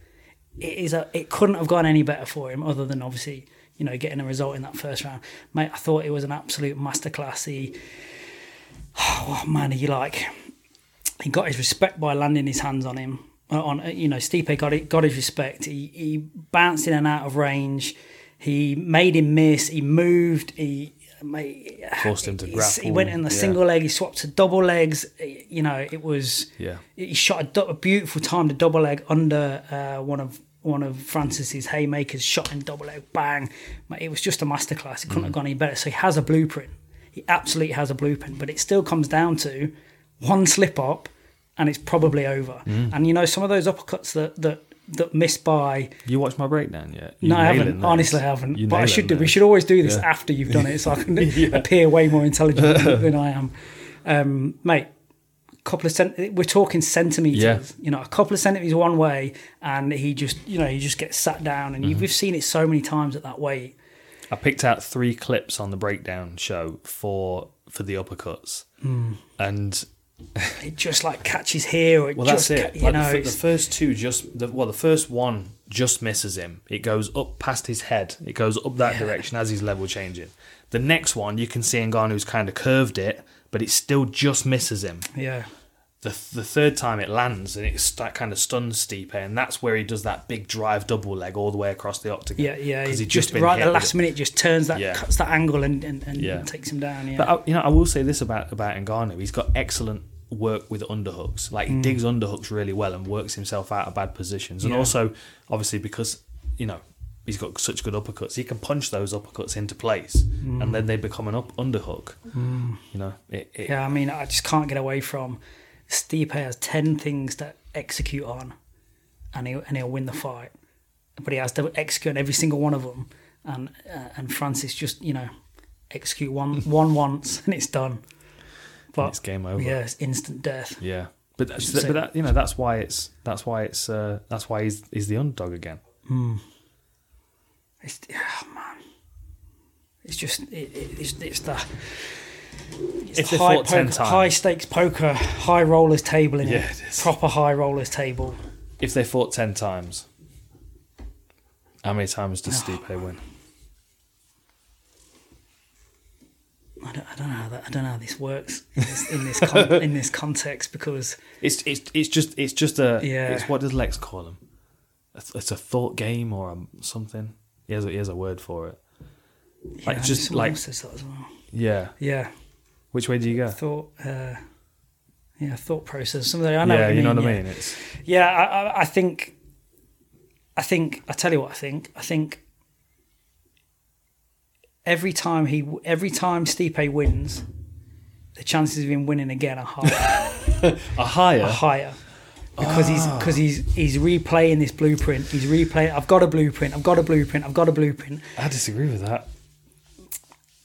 S1: It is a, it couldn't have gone any better for him, other than obviously, you know, getting a result in that first round. Mate, I thought it was an absolute masterclass. He, oh man, he like, he got his respect by landing his hands on him. uh, On uh, you know, Stipe got it, got his respect. He he bounced in and out of range. He made him miss. He moved. He mate,
S2: Forced him to
S1: he's-
S2: grapple.
S1: He went in the
S2: Yeah.
S1: single leg. He swapped to double legs. eh, You know, it was.
S2: Yeah.
S1: He shot a, dou- a beautiful time to double leg under uh, one of one of Francis's haymakers. Shot in double leg, bang! Mate, It was just a masterclass. It couldn't
S2: Mm.
S1: have gone any better. So he has a blueprint. He absolutely has a blueprint. But it still comes down to one slip up, and it's probably over.
S2: Mm.
S1: And you know, some of those uppercuts that that that miss by
S2: You watched my breakdown yet? You
S1: no, I
S2: nailing
S1: haven't.
S2: those.
S1: Honestly, I haven't.
S2: You
S1: but I
S2: nailing
S1: should do. We
S2: those.
S1: should always do this
S2: Yeah.
S1: after you've done it, so I can appear way more intelligent than than I am, um, mate. Couple of cent- we're talking centimeters.
S2: Yeah.
S1: You know, a couple of centimeters one way, and he just, you know, he just gets sat down, and you,
S2: Mm-hmm.
S1: we've seen it so many times at that weight.
S2: I picked out three clips on the breakdown show for for the uppercuts, and
S1: It just like catches here, or it
S2: well,
S1: just,
S2: that's it.
S1: ca- you
S2: Like,
S1: know,
S2: the, f- the
S1: it's-
S2: first two just the, well, the first one just misses him. It goes up past his head. It goes up that direction as his level changing. The next one you can see Ngannou's kind of curved it, but it still just misses him.
S1: yeah,
S2: The, the third time it lands and it st- kind of stuns Stipe, and that's where he does that big drive double leg all the way across the octagon.
S1: yeah, yeah.
S2: because
S1: He
S2: he just,
S1: just
S2: been
S1: right at
S2: hit
S1: the
S2: with it.
S1: last minute, just turns that,
S2: Yeah.
S1: cuts that angle, and and, and
S2: Yeah.
S1: takes him down. Yeah,
S2: But I, you know, I will say this about about Ngannou. He's got excellent work with underhooks. Like he digs underhooks really well and works himself out of bad positions. And
S1: Yeah.
S2: also, obviously, because you know he's got such good uppercuts, he can punch those uppercuts into place, and then they become an up underhook. You know, it, it,
S1: Yeah, I mean, I just can't get away from Stipe has 10 things to execute on and he'll, and he'll win the fight. But he has to execute on every single one of them. And uh, and Francis just, you know, execute one one once and it's done. But
S2: it's game over.
S1: Yeah, it's instant death.
S2: Yeah. But, that's,
S1: So-
S2: but that, you know that's why it's that's why it's uh, that's why he's, he's the underdog again.
S1: It's, oh, man. It's just, it, it, it's, it's the. It's
S2: If they
S1: the high,
S2: fought 10
S1: poker,
S2: times.
S1: high stakes poker, high rollers table in
S2: Yeah,
S1: it.
S2: it is.
S1: Proper high rollers table.
S2: If they fought ten times, how many times does Stipe win?
S1: I don't, I don't know how that, I don't know how this works in this in this, con- in this context because
S2: It's it's it's just it's just a
S1: Yeah.
S2: It's what does Lex call them? It's, it's a thought game or a, something. He has a, he has a word for it.
S1: yeah,
S2: Like,
S1: I know
S2: just
S1: someone
S2: like-
S1: else says that as well.
S2: Yeah.
S1: Yeah,
S2: Which way do you go?
S1: thought. Uh, yeah, thought process. Something I know.
S2: yeah,
S1: what you,
S2: you know what
S1: yeah.
S2: I mean. It's
S1: Yeah, I, I, I think, I think, I tell you what I think. I think every time he, every time Stipe wins, the chances of him winning again are higher,
S2: a higher.
S1: are higher. Because he's
S2: Ah.
S1: because he's he's replaying this blueprint. He's replaying. I've got a blueprint. I've got a blueprint. I've got a blueprint.
S2: I disagree with that.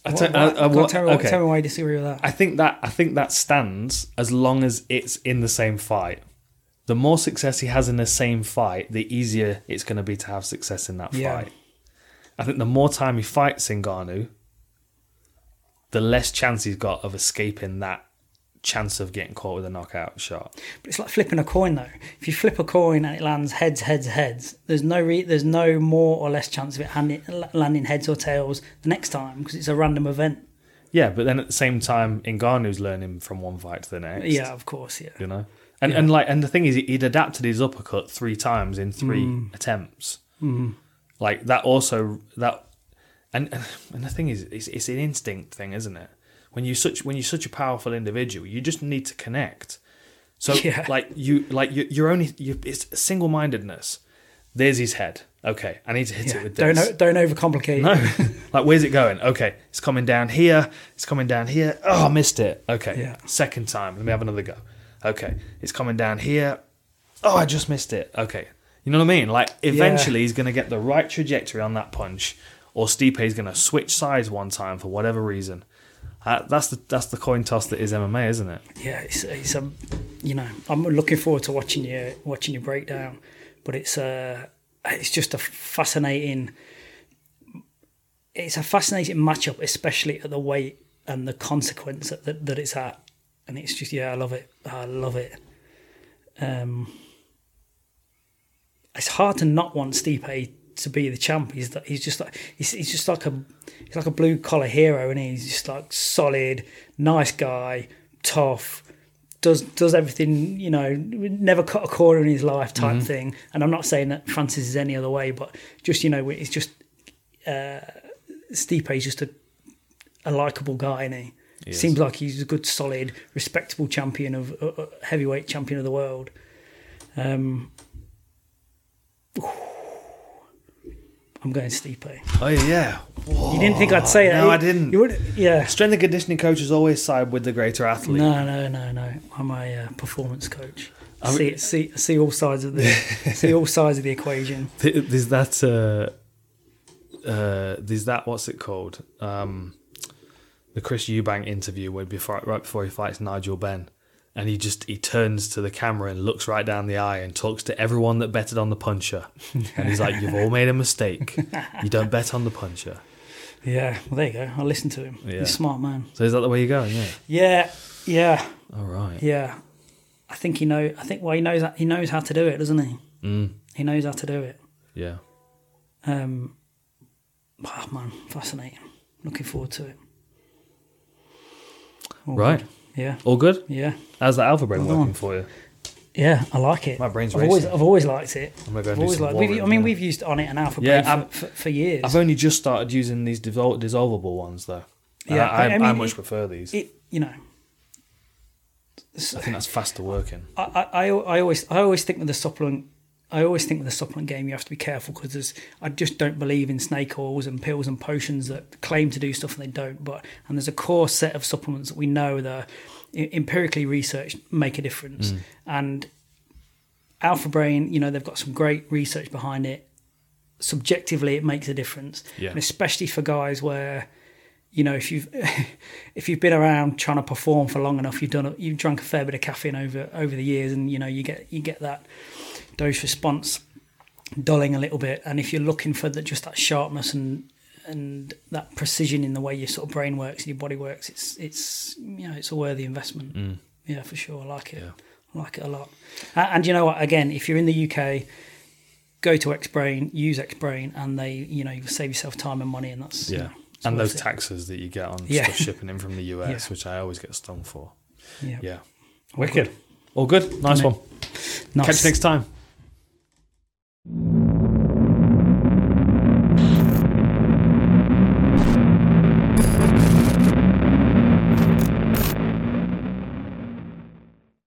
S2: I
S1: What,
S2: don't- I-
S1: what-
S2: I-
S1: go on,
S2: uh, what-
S1: tell, me,
S2: okay.
S1: tell me why you disagree with that.
S2: I think that I think that stands as long as it's in the same fight. The more success he has in the same fight, the easier it's going to be to have success in that
S1: Yeah.
S2: fight. I think the more time he fights Ngannou, the less chance he's got of escaping that chance of getting caught with a knockout shot.
S1: But it's like flipping a coin, though. If you flip a coin and it lands heads, heads, heads, there's no re- there's no more or less chance of it hand- landing heads or tails the next time because it's a random event.
S2: Yeah, but then at the same time, Ngannou's learning from one fight to the next.
S1: Yeah, of course, yeah.
S2: you know. And and like and the thing is, he'd adapted his uppercut three times in three
S1: Mm.
S2: attempts.
S1: Mm-hmm.
S2: Like that also that, and and the thing is, it's, it's an instinct thing, isn't it? When you such when you're such a powerful individual, you just need to connect. So
S1: Yeah.
S2: like you like you, you're only you, it's single mindedness. There's his head. Okay, I need to hit
S1: yeah.
S2: it with
S1: Don't
S2: this.
S1: o- don't overcomplicate.
S2: No. like, where's it going? Okay, it's coming down here. It's coming down here. Oh, I missed it. Okay.
S1: Yeah.
S2: Second time. Let me have another go. Okay. It's coming down here. Oh, I just missed it. Okay. You know what I mean? Like, eventually he's going to get the right trajectory on that punch, or Stipe is going to switch sides one time for whatever reason. Uh, that's the that's the coin toss that is MMA, isn't it?
S1: Yeah, it's it's um, you know, I'm looking forward to watching your watching your breakdown, but it's uh it's just a fascinating. It's a fascinating matchup, especially at the weight and the consequence that that, that it's at, and it's just yeah, I love it. I love it. Um, it's hard to not want Stipe to be the champ. He's that he's just like he's, he's just like a he's like a blue collar hero, and he's just like solid, nice guy, tough. Does does everything you know? Never cut a corner in his life, type thing. And I'm not saying that Francis is any other way, but just you know, it's just uh, Stipe is just a a likable guy, and he
S2: is.
S1: seems like he's a good, solid, respectable champion of uh, uh, heavyweight champion of the world. Um, I'm going Stipe.
S2: Oh yeah.
S1: You didn't think I'd say that?
S2: no,
S1: You-
S2: I didn't.
S1: You would, yeah.
S2: Strength and conditioning coaches always side with the greater athlete.
S1: No, no, no, no. I'm a uh, performance coach. I see, see, see all sides of the, see all sides of the equation.
S2: Th- there's that uh uh there's that what's it called um the chris eubank interview where before right before he fights nigel ben and he just he turns to the camera and looks right down the eye and talks to everyone that betted on the puncher and he's like you've all made a mistake you don't bet on the puncher
S1: Yeah. Well, there you go. I listen to him.
S2: Yeah.
S1: He's a smart man.
S2: so is that the way you're going yeah
S1: Yeah. Yeah.
S2: all right
S1: Yeah. I think he know. I think well, he knows. He knows how to do it, doesn't he?
S2: mm,
S1: He knows how to do it.
S2: yeah
S1: Um, oh man, fascinating. Looking forward to it. All
S2: right
S1: good. Yeah.
S2: all good
S1: Yeah.
S2: how's that alpha brain
S1: Well
S2: working
S1: done.
S2: for you
S1: Yeah, I like it.
S2: My brain's
S1: I've always,
S2: racing.
S1: I've always liked it.
S2: i'm gonna go
S1: I've
S2: and do
S1: always
S2: some
S1: liked.
S2: more
S1: We've, I
S2: in
S1: mean,
S2: there.
S1: we've used on it and alpha
S2: Yeah,
S1: brain
S2: I've-
S1: for, for, for years.
S2: I've only just started using these dissol- dissolvable ones though.
S1: Yeah,
S2: Yeah, I, I,
S1: I mean,
S2: I much
S1: it-
S2: prefer these.
S1: it, you know,
S2: I think that's faster working.
S1: I, I, I I always, I always think with the supplement. I always think with the supplement game, you have to be careful because there's. I just don't believe in snake oils and pills and potions that claim to do stuff and they don't. But and there's a core set of supplements that we know that are e- empirically researched make a difference.
S2: Mm.
S1: And Alpha Brain, you know, they've got some great research behind it. Subjectively, it makes a difference,
S2: Yeah.
S1: and especially for guys where, you know, if you've if you've been around trying to perform for long enough, you've done a, you've drunk a fair bit of caffeine over over the years, and you know you get you get that dose response dulling a little bit. And if you're looking for that just that sharpness and and that precision in the way your sort of brain works and your body works, it's it's you know it's a worthy investment. Yeah, for sure. I like it.
S2: Mm. Yeah.
S1: I like it a lot. A- And you know what? Again, if you're in the UK, go to XBrain, use XBrain, and they you know you save yourself time and money, and that's you
S2: Yeah.
S1: know,
S2: and
S1: worth
S2: those
S1: it.
S2: taxes that you get on
S1: Yeah.
S2: stuff shipping in from the US,
S1: Yeah.
S2: which I always get stung for.
S1: Yeah.
S2: Yeah.
S1: Wicked.
S2: All good. Nice
S1: Mate.
S2: one.
S1: Nice.
S2: Catch you next time.